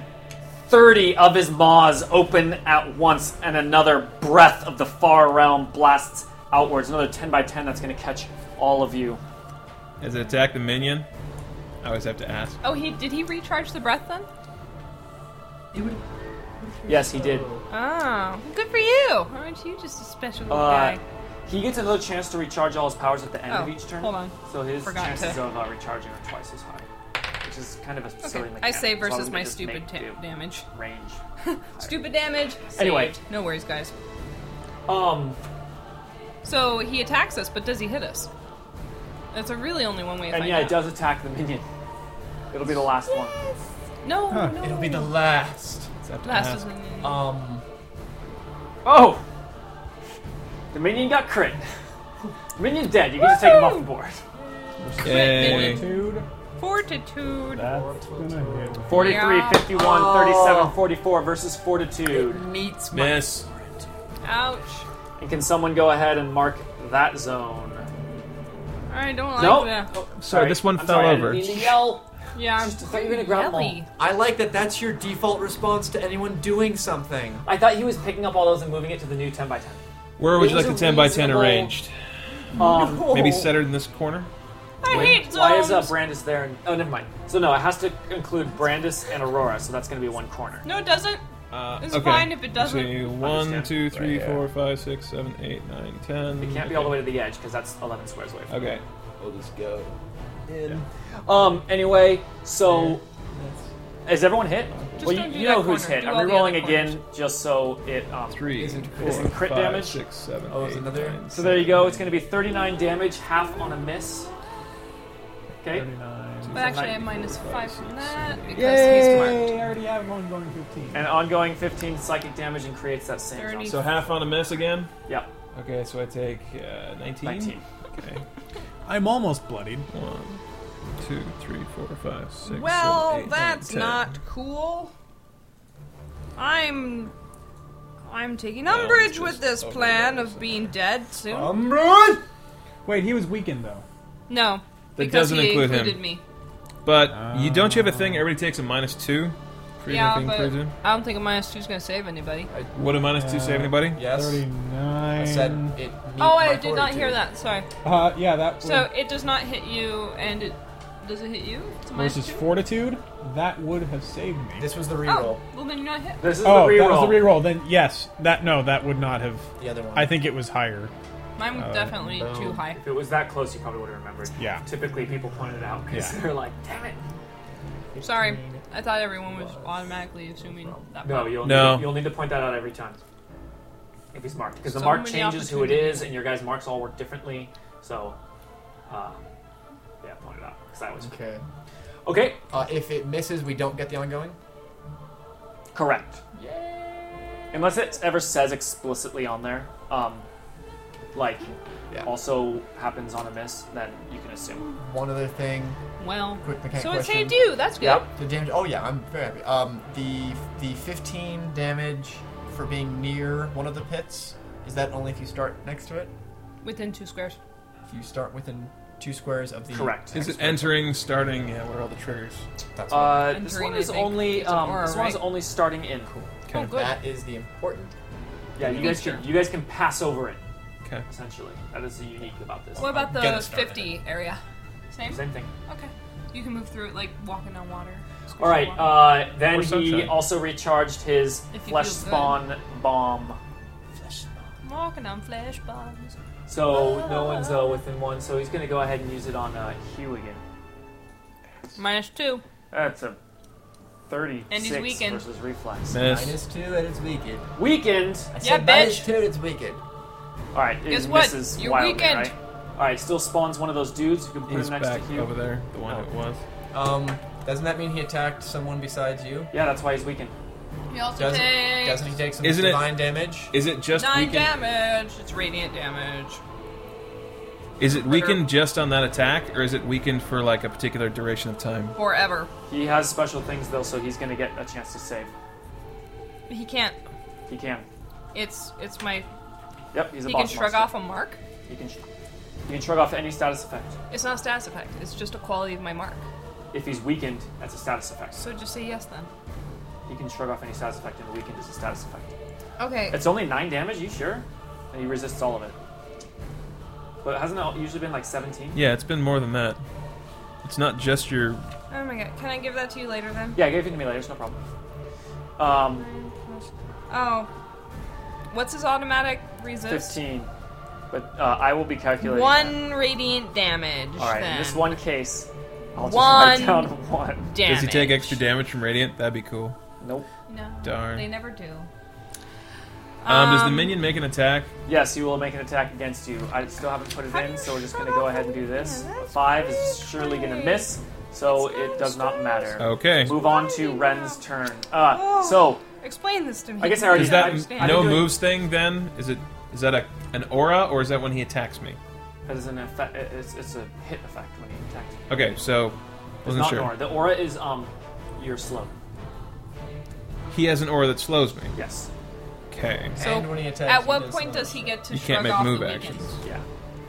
S2: 30 of his maws open at once, and another breath of the far realm blasts outwards. Another 10 by 10 that's going to catch all of you.
S3: as it attack the minion, I always have to ask.
S4: Oh, he did he recharge the breath then?
S2: Yes, he did.
S4: Oh, good for you. Aren't you just a special little
S2: Uh,
S4: guy?
S2: he gets another chance to recharge all his powers at the end of
S4: Oh,
S2: each turn.
S4: hold on.
S2: So his
S4: Forgot
S2: chances
S4: to-
S2: of uh, recharging are twice as high, which is kind of a silly
S4: Okay.
S2: mechanic.
S4: I say
S2: so I'm
S4: versus
S2: gonna
S4: my
S2: just
S4: stupid
S2: make
S4: ta-
S2: do.
S4: damage.
S2: range.
S4: Stupid damage. Saved.
S2: Anyway.
S4: no worries, guys.
S2: Um,
S4: So he attacks us, but does he hit us? That's a really only one way. to
S2: and
S4: find
S2: yeah, it
S4: out.
S2: does attack the minion. It'll be the last one.
S4: No, no.
S6: It'll be the last.
S3: I have to
S4: Last
S3: ask.
S4: is the-
S6: Um.
S2: Oh! The minion got crit. Minion's dead. You can just take him off the board.
S3: Yay.
S7: Dude,
S4: fortitude.
S7: that's gonna hit.
S2: 43,
S4: Yeah.
S2: 51, 37, 44 versus Fortitude.
S6: Meets my.
S3: Miss.
S4: Ouch.
S2: And can someone go ahead and mark that zone?
S4: I don't like
S2: Nope.
S4: that.
S3: Sorry, this one
S2: I'm
S3: fell
S2: sorry, I
S3: over.
S2: didn't mean to yell.
S4: Yeah, I'm
S2: Just thought you were gonna grab 'em all.
S4: yelly.
S6: I like that. That's your default response to anyone doing something.
S2: I thought he was picking up all those and moving it to the new 10 by 10.
S3: Where would
S2: These
S3: you like the
S2: are
S3: 10 by 10
S2: reasonable.
S3: arranged?
S2: Um,
S3: Maybe centered in this corner?
S4: I hate zones.
S2: Why is uh, Brandis there? And, oh, never mind. So no, it has to include Brandis and Aurora, so that's going to be one corner.
S4: no, it doesn't.
S3: Uh,
S4: It's fine if it doesn't.
S3: So one,
S2: Understand.
S3: two, three,
S6: Right here.
S3: four, five, six, seven, eight, nine, ten.
S2: It can't be all the way to the edge because that's 11 squares away. From
S3: Okay.
S8: We'll just go.
S2: Um. Anyway, so is everyone hit? well,
S4: don't do
S2: you, you
S4: that
S2: know who's hit.
S4: corner. Do all
S2: I'm
S4: the
S2: re-rolling
S4: other
S2: again just so it um,
S3: Three,
S6: Isn't crit-
S3: four,
S2: isn't crit
S3: five,
S2: damage?
S3: six, seven,
S6: Oh, it's
S3: eight,
S6: another-
S3: nine,
S2: So there you go. It's going to be 39 damage, half on a miss. Okay.
S4: But actually, I have minus five from that because he's
S7: Yay!
S4: marked.
S7: I already have one going 15.
S2: And ongoing 15 psychic damage and creates that same.
S4: Thirty.
S2: zone.
S3: So half on a miss again.
S2: Yeah,
S3: Okay, so I take uh, 19?
S2: 19.
S3: Okay.
S5: I'm almost bloodied.
S3: One, two, three, four, five, six, seven,
S4: Well,
S3: eight, nine,
S4: that's
S3: 10.
S4: not cool. I'm. I'm taking umbrage
S3: just
S4: with this
S3: over
S4: plan
S3: there,
S4: of being dead soon.
S7: Umbroid! Wait, he was weakened though.
S4: no,
S3: That
S4: because
S3: doesn't
S4: he
S3: include him.
S4: included me.
S3: But you don't you have a thing?
S2: Ah.
S3: Everybody takes a minus two. for
S4: yeah,
S3: anything
S4: but
S3: included?
S4: I don't think a minus two's gonna save anybody.
S3: Would a minus two save anybody?
S6: Yes.
S7: 39.
S6: I said it. Meet
S4: oh,
S6: my
S4: I did not hear
S6: fortitude.
S4: that. Sorry.
S7: Uh, yeah, that would,
S4: So it does not hit you, and it does it hit you? It's a minus
S7: versus
S4: two?
S7: fortitude, that would have saved me.
S6: This was the
S4: Oh,
S6: reroll.
S4: well then you're not hit.
S2: This is
S7: oh,
S2: the
S7: that
S2: reroll.
S7: was the reroll. Then yes, that no, that would not have.
S6: The other one.
S2: [LAUGHS]
S5: I think it was higher.
S4: Mine
S2: uh,
S4: was definitely
S6: no.
S4: too high.
S2: If it was that close, you probably would have remembered.
S5: Yeah.
S2: Typically, people point it out because
S5: Yeah.
S2: they're like, "Damn it!"
S4: Sorry, I thought everyone was automatically assuming that.
S2: No, Oh, you'll
S3: No.
S2: Need, you'll need to point that out every time if he's marked because the
S4: So
S2: mark
S4: many
S2: changes who it
S4: opportunities.
S2: is, and your guys' marks all work differently. So, uh, yeah, point it out because that was
S6: Okay.
S2: okay.
S6: Uh, if it misses, we don't get the ongoing.
S2: Correct. Unless it ever says explicitly on there, um, like
S6: Yeah.
S2: also happens on a miss, then you can assume.
S6: One other thing.
S4: Well,
S6: Quick mechanic
S4: so it
S6: question.
S4: saved you. That's good.
S6: The damage. Oh yeah, I'm very happy. Um, the the 15 damage for being near one of the pits is that only if you start next to it?
S4: Within two squares.
S6: If you start within two squares of the
S2: Correct.
S3: Is it entering, starting? Yeah, where are all the triggers?
S6: That's what-
S2: Uh,
S4: I'm
S2: this
S4: green,
S2: one
S4: I
S2: is
S4: think.
S2: only
S4: It's an
S2: um,
S4: aura,
S2: this one's
S4: right?
S2: only starting in.
S3: Okay.
S4: Oh, good.
S6: that is the important.
S2: Yeah, you guys
S4: Feature.
S2: can you guys can pass over it.
S3: Okay.
S2: essentially. That is unique about this.
S4: What about
S6: Get
S4: the
S6: it started.
S4: 50 area? Same?
S2: Same thing.
S4: Okay. You can move through it like walking on water. squishing
S2: All right.
S4: water.
S2: Uh, then
S3: Or
S2: he
S3: sunshine.
S2: also recharged his
S4: If you
S2: flesh
S4: feel good.
S2: spawn bomb. uh,
S4: I'm walking on flesh bombs.
S2: So no one's uh, within one. So he's gonna go ahead and use it on uh, Hugh again.
S4: Minus two.
S2: That's a thirty-six
S4: And he's weakened.
S2: versus reflex.
S3: Miss.
S9: Minus two, and it's wicked.
S2: Weakened.
S9: I
S4: Yeah,
S9: said minus
S4: bitch.
S9: two, and it's wicked.
S2: All right. it
S4: Guess what?
S2: misses
S4: You're
S2: wildly,
S4: weakened.
S2: Right? All right. Still spawns one of those dudes. You Oh. can put
S3: He's
S2: him next
S3: back
S2: to Hugh.
S3: over there, the one who it was.
S6: Um, doesn't that mean he attacked someone besides you?
S2: Yeah, that's why he's weakened.
S4: He also
S6: Doesn't
S4: takes
S6: doesn't he take some
S3: Isn't it-
S6: divine damage?
S3: Is it just
S4: nine
S3: weakened?
S4: damage. It's radiant damage.
S3: Is it weakened just on that attack, or is it weakened for like a particular duration of time?
S4: Forever.
S2: He has special things though, so he's gonna get a chance to save.
S4: He can't.
S2: He can.
S4: It's it's my.
S2: Yep. He's a
S4: He can
S2: boss
S4: shrug off
S2: monster.
S4: a mark.
S2: He can. Sh- he can shrug off any status effect.
S4: It's not a status effect. It's just a quality of my mark.
S2: If he's weakened, that's a status effect.
S4: So just say yes then.
S2: He can shrug off any status effect, and weakened is a status effect.
S4: Okay.
S2: It's only nine damage. You sure? And he resists all of it. But hasn't it usually been like seventeen?
S3: Yeah, it's been more than that. It's not just your.
S4: oh my god. Can I give that to you later then?
S2: Yeah, give it to me later. It's no problem. Um,
S4: Oh. What's his automatic resist?
S2: fifteen. But uh, I will be calculating. that.
S4: One radiant damage.
S2: All right.
S4: Then.
S2: In this one case, I'll just
S4: One.
S2: write down one.
S4: damage.
S3: Does he take extra damage from radiant? That'd be cool.
S2: Nope.
S4: No.
S3: Darn.
S4: They never do.
S3: Um, does the
S4: Um,
S3: minion make an attack?
S2: Yes, you will make an attack against you. I still haven't put it
S4: How do
S2: in,
S4: you
S2: so we're just
S4: shut
S2: going to go
S4: off
S2: ahead and
S4: the
S2: do this.
S4: minion?
S2: A
S4: That's
S2: five
S4: really
S2: is surely going to
S4: great.
S2: miss, so
S4: It's
S2: it does not
S4: nice.
S2: matter.
S3: Okay.
S2: Move on to
S4: Fine.
S2: Ren's turn. Uh,
S4: Oh.
S2: so
S4: Explain this to me.
S2: I guess I already-
S3: Is
S2: yeah, I
S3: that
S2: understand.
S3: no
S2: I can do it.
S3: moves thing then? Is it is that a an aura or is that when he attacks me?
S2: that is an effect. It's, it's a hit effect when you attack.
S3: Okay, so
S2: It's
S3: wasn't
S2: not
S3: sure.
S2: an aura. The aura is um, you're slow.
S3: He has an aura that slows me.
S2: Yes.
S3: Okay.
S4: So,
S6: And when he attacks,
S4: at
S6: he
S4: what
S6: does
S4: point
S6: another
S4: does he
S6: attack.
S4: get to
S3: You
S4: shrug
S3: can't make
S4: off
S3: move
S4: the
S3: actions.
S4: weakness?
S2: Yeah.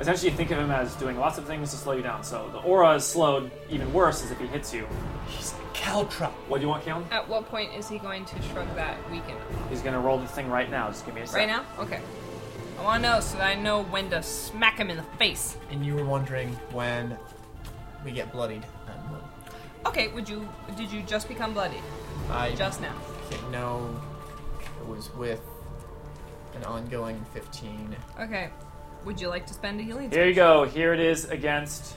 S2: Essentially, think of him as doing lots of things to slow you down. So the aura is slowed. Even worse is if he hits you.
S6: He's a caltrop.
S2: What do you want, Kalen?
S4: At what point is he going to shrug that weakened?
S2: He's going to roll the thing right now. Just give me a second.
S4: Right now? Okay. I want to know so that I know when to smack him in the face.
S6: And you were wondering when we get bloodied. Um,
S4: Okay, would you did you just become bloody
S6: I
S4: just now?
S6: didn't know it was with an ongoing 15.
S4: Okay. Would you like to spend a healing
S2: Here you go. Here it is against.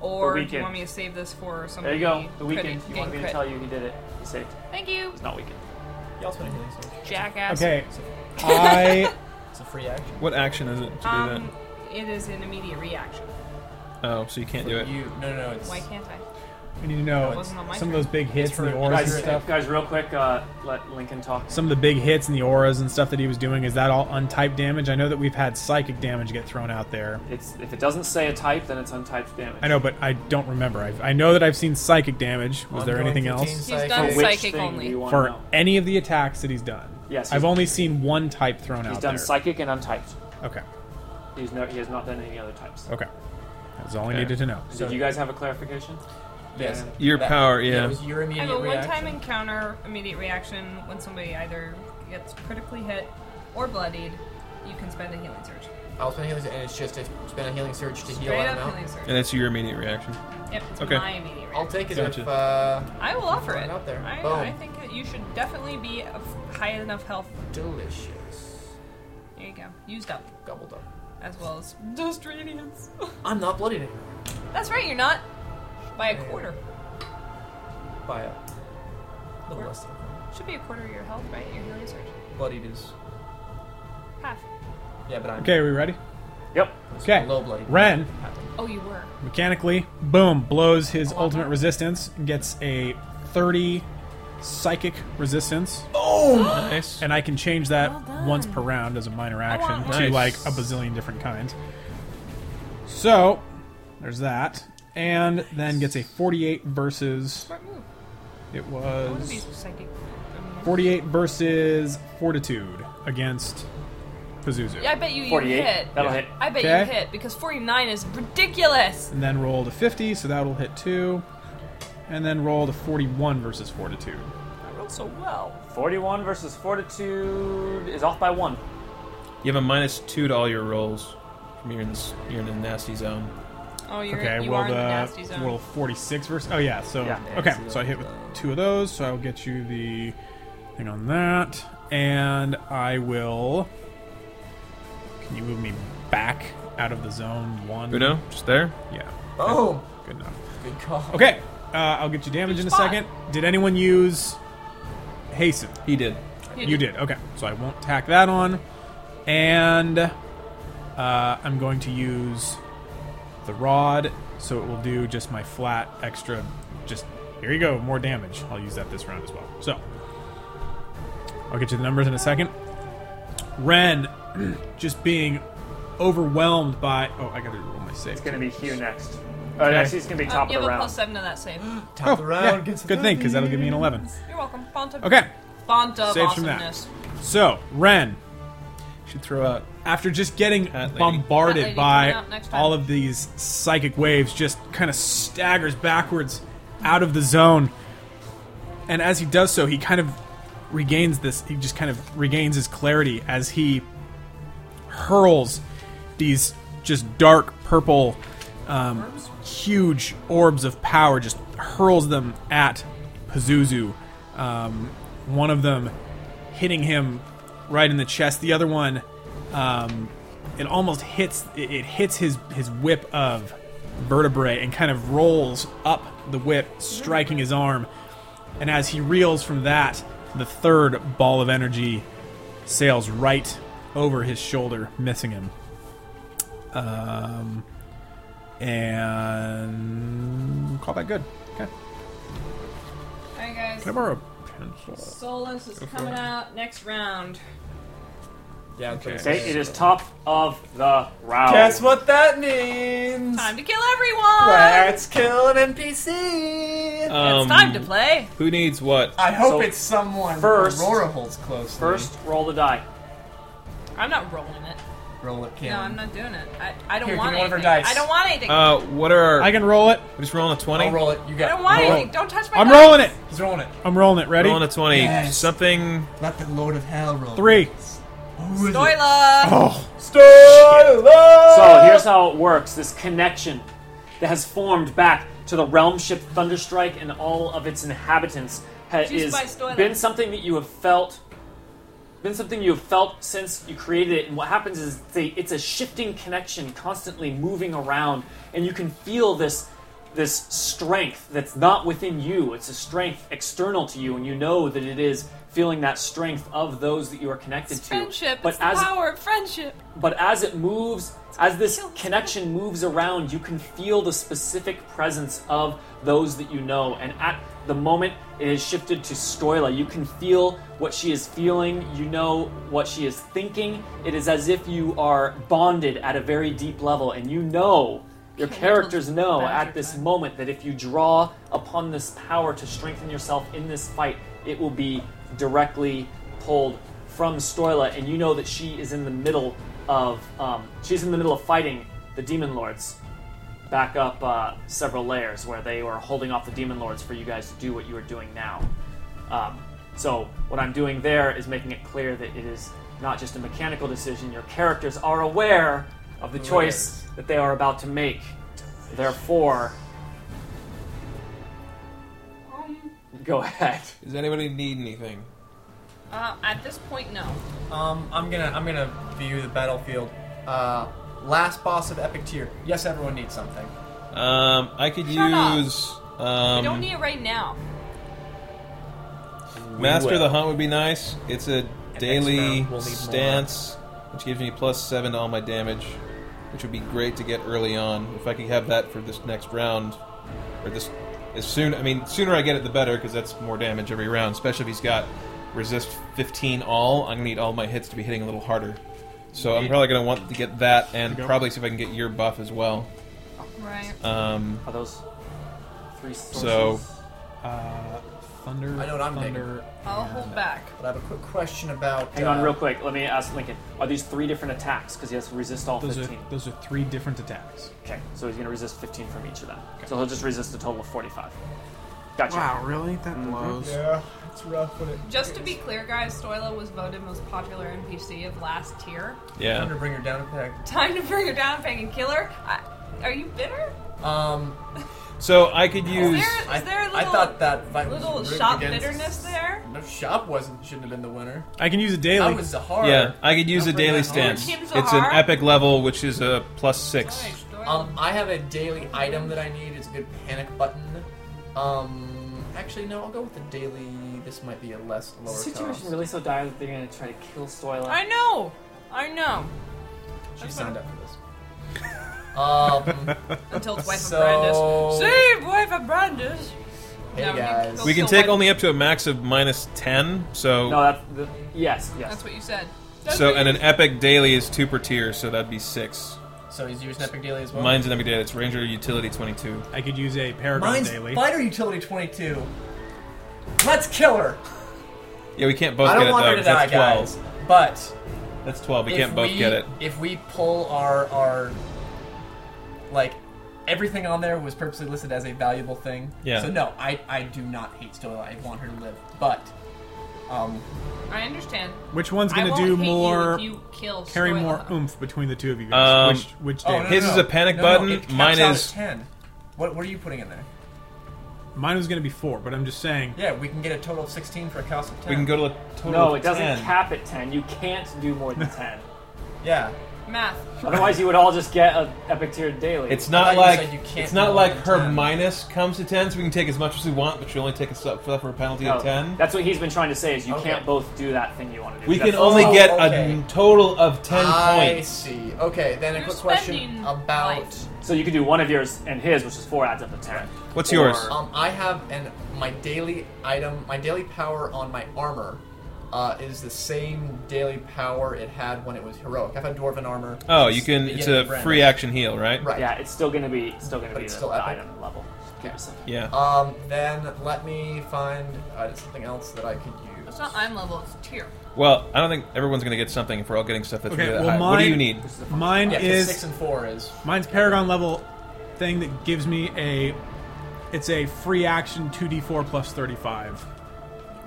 S4: Or
S2: The
S4: do you
S2: Weeknd.
S4: want me to save this for
S2: There
S4: somebody?
S2: you go. The
S4: crit-
S2: weekend. You
S4: getting
S2: want me to
S4: crit?
S2: tell you he did it? He saved.
S4: Thank you,
S2: It's not weekend.
S6: You also want to healing surge.
S3: [LAUGHS]
S4: jackass.
S5: Okay. I.
S6: It's a free action.
S3: What action is it to do
S4: Um, it is an immediate reaction.
S3: that? Oh, so you can't do it.
S6: You no no no. It's,
S4: Why can't I?
S5: I need to
S6: It
S5: know
S4: wasn't on my
S5: some of
S4: turn.
S5: those big hits
S6: It's
S5: and the
S6: for-
S5: auras and
S2: Guys,
S5: stuff.
S2: guys, real quick, uh, let Lincoln talk.
S5: Some of the big hits and the auras and stuff that he was doing is that all untyped damage? I know that we've had psychic damage get thrown out there.
S2: It's if it doesn't say a type, then it's untyped damage.
S5: I know, but I don't remember. I've, I know that I've seen psychic damage. Was there
S6: Ongoing
S5: anything
S6: 15
S5: else
S4: He's
S6: psychic.
S4: done
S2: Which
S4: psychic
S2: thing
S4: only.
S2: do you want
S5: for
S2: to know?
S5: any of the attacks that he's done?
S2: Yes, he's-
S5: I've only seen one type thrown
S2: He's
S5: out
S2: done
S5: there.
S2: psychic and untyped.
S5: okay,
S2: He's no, he has not done any other types.
S5: okay, that's all I
S3: Okay.
S5: needed to know.
S2: Did you guys have a clarification?
S6: Yes.
S3: Your power,
S6: It
S3: yeah.
S6: was your
S4: I
S6: immediate
S4: have a
S6: reaction.
S4: one-time encounter, immediate reaction when somebody either gets critically hit or bloodied. You can spend a healing surge.
S6: I'll spend a healing surge, and it's just a, spend a healing surge to heal
S4: Straight
S6: out
S4: up
S6: now.
S4: healing surge.
S3: And that's your immediate reaction.
S4: Yep, it's
S3: Okay.
S4: my immediate reaction.
S6: I'll take it
S3: Gotcha.
S6: if uh,
S4: I will offer it.
S6: out there. Boom.
S4: I, I think that you should definitely be of high enough health.
S6: delicious.
S4: There you go. Used up,
S6: Gobbled up.
S4: as well as dust radiance.
S6: I'm not bloodied anymore.
S4: That's right, you're not. By a quarter.
S6: By a little less than a quarter.
S4: Should be a quarter of your health, right? Your healing surge.
S6: bloodied is.
S4: Half.
S6: Yeah, but I'm
S5: Okay, are we ready?
S2: Yep.
S5: Okay,
S6: low bloodied.
S5: Ren
S4: Oh, you were.
S5: mechanically, boom, blows his ultimate resistance and gets a thirty psychic resistance,
S3: Nice.
S5: and I can change that
S4: Well done.
S5: once per round as a minor action
S4: want
S5: to
S3: one.
S5: like a bazillion different kinds. So there's that, and then gets a forty-eight versus
S4: Smart move.
S5: it
S4: I want to be
S5: was
S4: psychic. I mean,
S5: 48 versus Fortitude against Pazuzu.
S4: Yeah, I bet you you
S2: 48.
S4: hit.
S2: That'll
S5: Yeah.
S2: hit.
S4: I bet
S5: Okay.
S4: you hit because 49 is ridiculous.
S5: And then roll to 50, so that'll hit 2. And then roll to 41 versus Fortitude.
S4: I rolled so well.
S2: Forty-one versus fortitude is off by one.
S3: You have a minus two to all your rolls. From you're in this, you're in a nasty zone.
S4: Oh, you're
S5: Okay,
S4: you
S5: well
S4: are in the nasty
S5: the
S4: zone.
S5: roll 46 versus. Oh yeah, so
S2: Yeah.
S5: okay,
S10: Nasty
S5: so I hit with
S10: zone.
S5: two of those. So I will get you the thing on that, and I will. Can you move me back out of the zone one?
S3: Uno, just there.
S5: Yeah,
S6: Boom.
S5: good enough.
S6: Oh! Good call.
S5: Okay, uh, I'll get you damage in a
S4: spot.
S5: second. Did anyone use hasten?
S3: He did.
S4: You
S5: You did. Okay, so I won't tack that on, and uh, I'm going to use the rod, so it will do just my flat extra. Just here you go, more damage. I'll use that this round as well. So I'll get you the numbers in a second. Ren, [CLEARS THROAT] just being overwhelmed by. Oh, I gotta roll my save.
S2: It's gonna be Hugh next. Uh, actually, it's gonna be top
S4: Um, you
S2: of
S4: have
S2: the
S4: a plus
S2: round.
S4: seven to that save.
S5: [GASPS]
S6: Top
S5: Oh,
S6: the
S5: yeah,
S6: round. gets
S5: good thing because that'll give me an eleven.
S4: You're welcome. Font of
S5: Okay,
S4: Font of
S5: Saves from that.
S4: awesomeness.
S5: so Ren,
S3: Should throw out.
S5: after just getting
S3: Cat lady.
S4: Cat
S5: bombarded
S4: lady
S5: by
S4: coming out next time.
S5: all of these psychic waves, just kind of staggers backwards out of the zone. And as he does so, he kind of regains this, he just kind of regains his clarity as he hurls these just dark purple, um, huge orbs of power, just hurls them at Pazuzu. Um, one of them hitting him right in the chest, the other one um, it almost hits it, it hits his his whip of vertebrae and kind of rolls up the whip striking his arm and as he reels from that the third ball of energy sails right over his shoulder missing him um and call that good okay
S4: Alright, guys.
S5: can i borrow a pencil
S4: Solus is coming out next round.
S6: Yeah. Okay.
S2: Okay, it is top of the round.
S6: Guess what that means?
S4: Time to kill everyone!
S6: Let's kill an NPC.
S5: Uh,
S4: It's time to play.
S3: Who needs what?
S6: I hope
S2: so
S6: it's someone.
S2: first-
S6: Aurora holds close.
S2: First, roll the die.
S4: I'm not rolling it.
S6: roll it, Cam.
S4: No, I'm not doing it. I, I don't
S6: Here, give
S4: want
S6: me one of her
S4: anything.
S6: dice.
S4: I don't want anything.
S3: Uh, what are?
S5: i can roll it
S3: I'm just rolling a twenty.
S6: I'll roll it. You
S4: I
S6: got.
S4: don't want
S6: roll
S4: anything. Don't touch my
S5: Uh, i'm
S4: dice.
S5: rolling it
S6: it. He's rolling it.
S5: i'm rolling it ready
S3: Rolling a twenty.
S6: Yes.
S3: Something.
S6: Let the Lord of Hell roll.
S5: three
S6: Who is it?
S4: Doyla!
S6: Stola!
S2: So here's how it works this connection that has formed back to the realm ship Thunderstrike and all of its inhabitants has
S4: Juice by Stoila.
S2: been something that you have felt been something you have felt since you created it and what happens is it's a, it's a shifting connection constantly moving around and you can feel this this strength that's not within you it's a strength external to you and you know that it is feeling that strength of those that you are connected
S4: It's
S2: to
S4: friendship.
S2: but
S4: it's the
S2: as
S4: power of friendship.
S2: but as it moves, as this
S4: Kill, kill.
S2: connection moves around, you can feel the specific presence of those that you know. And at the moment it is shifted to Stoila, you can feel what she is feeling, you know what she is thinking. It is as if you are bonded at a very deep level, and you know. Your
S4: Kill,
S2: characters
S4: kill,
S2: know
S4: magic
S2: at this
S4: time.
S2: moment that if you draw upon this power to strengthen yourself in this fight, it will be directly pulled from Stoila, and you know that she is in the middle of um, she's in the middle of fighting the demon lords back up uh, several layers where they were holding off the demon lords for you guys to do what you are doing now. Um, so what I'm doing there is making it clear that it is not just a mechanical decision. Your characters are aware of the choice that they are about to make. Therefore, go ahead.
S3: Does anybody need anything?
S4: Uh, at this point, no.
S6: Um, I'm gonna I'm gonna view the battlefield. Uh, last boss of epic tier. Yes, everyone needs something.
S3: Um, I could
S4: Shut up.
S3: use.
S4: We
S3: Um,
S4: don't need it right now.
S3: Master of the
S10: will.
S3: Hunt would be nice. It's a daily
S6: round we'll need more.
S3: stance, which gives me plus seven to all my damage, which would be great to get early on. If I could have that for this next round, or this as soon. I mean, sooner I get it, the better, because that's more damage every round. Especially if he's got resist 15 all. I'm gonna need all my hits to be hitting a little harder. So I'm probably gonna want to get that, and probably see if I can get your buff as well.
S4: Right.
S3: Um,
S2: Are those three sources?
S3: So-
S5: Uh, thunder.
S6: I know what I'm
S5: thunder.
S4: I'll hold back.
S6: But I have a quick question about.
S2: Hang on,
S6: uh,
S2: real quick. Let me ask Lincoln. Are these three different attacks? Because he has to resist all
S5: Those are
S2: 15.
S5: those are three different attacks.
S2: Okay, so he's going to resist 15 from each of them. So he'll just resist a total of 45. Gotcha.
S5: really? That blows.
S6: Yeah, It's rough when it.
S4: Just to be clear, guys, Stoila was voted most popular NPC of last tier.
S6: Time to
S3: Yeah.
S6: bring her down a peg.
S4: Time to bring her down, Fang and kill her. I, are you bitter?
S6: Um,
S3: So I could
S4: Is
S3: use.
S4: there,
S6: I,
S4: is there a little,
S6: I thought that fight was
S4: little
S6: rigged
S4: shop
S6: against-
S4: bitterness there?
S6: No, shop wasn't shouldn't have been the winner.
S7: I can use a
S6: That
S7: daily.
S6: was the hard.
S3: Yeah, I could use a
S6: Don't bring
S3: daily
S6: that hard.
S3: stance.
S4: Teams
S3: It's
S4: are
S3: an
S4: hard.
S3: epic level, which is a plus six.
S4: Sorry, Stoila.
S6: Um, I have a daily item that I need. It's a good panic button. Um, actually, no, I'll go with the daily. This might be a less lower
S2: Is the
S6: cost.
S2: situation really so dire that they're gonna try to kill Stoila?
S4: I know. I know.
S6: She signed up for this. [LAUGHS] Um,
S4: Until it's wife
S6: So-
S4: of Brandis. Save wife of Brandis.
S6: hey
S4: No, you
S6: guys.
S4: go-
S3: We can
S4: So
S3: take
S4: what-
S3: only up to a max of minus ten. So
S2: No, that's the, yes, yes.
S4: That's what you said.
S3: so and an epic daily is two per tier, so that'd be six.
S6: So he's using epic daily as well.
S3: Mine's an epic daily. It's Ranger Utility twenty two.
S7: I could use a paragon
S6: Mine's
S7: daily.
S6: fighter utility twenty two. Let's kill her.
S3: Yeah, we can't both
S6: I
S3: get
S6: don't
S3: it
S6: want
S3: though.
S6: her to
S3: 'cause that's
S6: die,
S3: twelve.
S6: guys. But
S3: That's twelve. We
S6: if
S3: can't both
S6: we-
S3: get it.
S6: If we pull our our like everything on there was purposely listed as a valuable thing.
S3: Yeah.
S6: So no, I I do not hate Stoila. I want her to live, but um
S4: I understand.
S7: Which one's
S4: I
S7: gonna
S4: won't
S7: do
S4: hate
S7: more?
S4: You if you kill
S7: carry
S4: Stoila.
S7: more oomph between the two of you guys.
S3: Um,
S7: which which
S6: oh,
S7: daily?
S6: no, no,
S3: His
S6: no.
S3: is a panic
S6: No, no,
S3: button,
S6: it caps
S3: mine
S6: out
S3: is-
S6: at ten. What what are you putting in there?
S7: Mine was gonna be four, but I'm just saying.
S6: Yeah, we can get a total of sixteen for a cost of ten.
S3: We can go to a total.
S2: no,
S3: of
S2: it doesn't
S3: 10.
S2: cap at ten. You can't do more [LAUGHS] than ten.
S6: Yeah.
S4: Math.
S2: Otherwise, you would all just get an epic tier daily.
S3: It's
S6: I
S3: not
S6: thought you
S3: like
S6: said you can't
S3: it's
S6: do
S3: not
S6: more
S3: like
S6: than
S3: her
S6: 10.
S3: minus comes to ten, so we can take as much as we want, but she'll only take us up for, for a penalty
S2: No,
S3: of ten.
S2: That's what he's been trying to say: is you
S6: Okay.
S2: can't both do that thing you want to do.
S3: We
S2: That's-
S3: can only
S6: Oh,
S3: get
S6: okay.
S3: a total of ten
S6: I
S3: points.
S6: see. Okay, then a
S4: You're
S6: quick question
S4: spending
S6: about
S4: life.
S2: So you can do one of yours and his, which is four adds up to ten.
S3: What's
S2: Or-
S3: yours?
S6: Um, I have an my daily item, my daily power on my armor uh, is the same daily power it had when it was heroic. I've had dwarven armor.
S3: Oh,
S6: since
S3: you can.
S6: the
S3: It's
S6: beginning
S3: a
S6: of Brandon.
S3: free action heal, right?
S6: Right.
S2: Yeah, it's still gonna be it's still gonna
S6: But
S2: be
S6: it's
S2: the,
S6: still
S2: the
S6: epic.
S2: item level.
S6: Okay.
S3: Yeah.
S6: Um, then let me find uh, something else that I could use.
S4: It's not I'm level. It's tier.
S3: Well, I don't think everyone's gonna get something if we're all getting stuff that's
S7: Okay,
S3: really that
S7: well,
S3: high. what do
S7: mine-
S3: you need?
S7: Mine
S6: yeah, 'cause
S7: is
S6: six and four is
S7: Mine's Paragon level thing that gives me a. It's a free action 2d4 plus 35.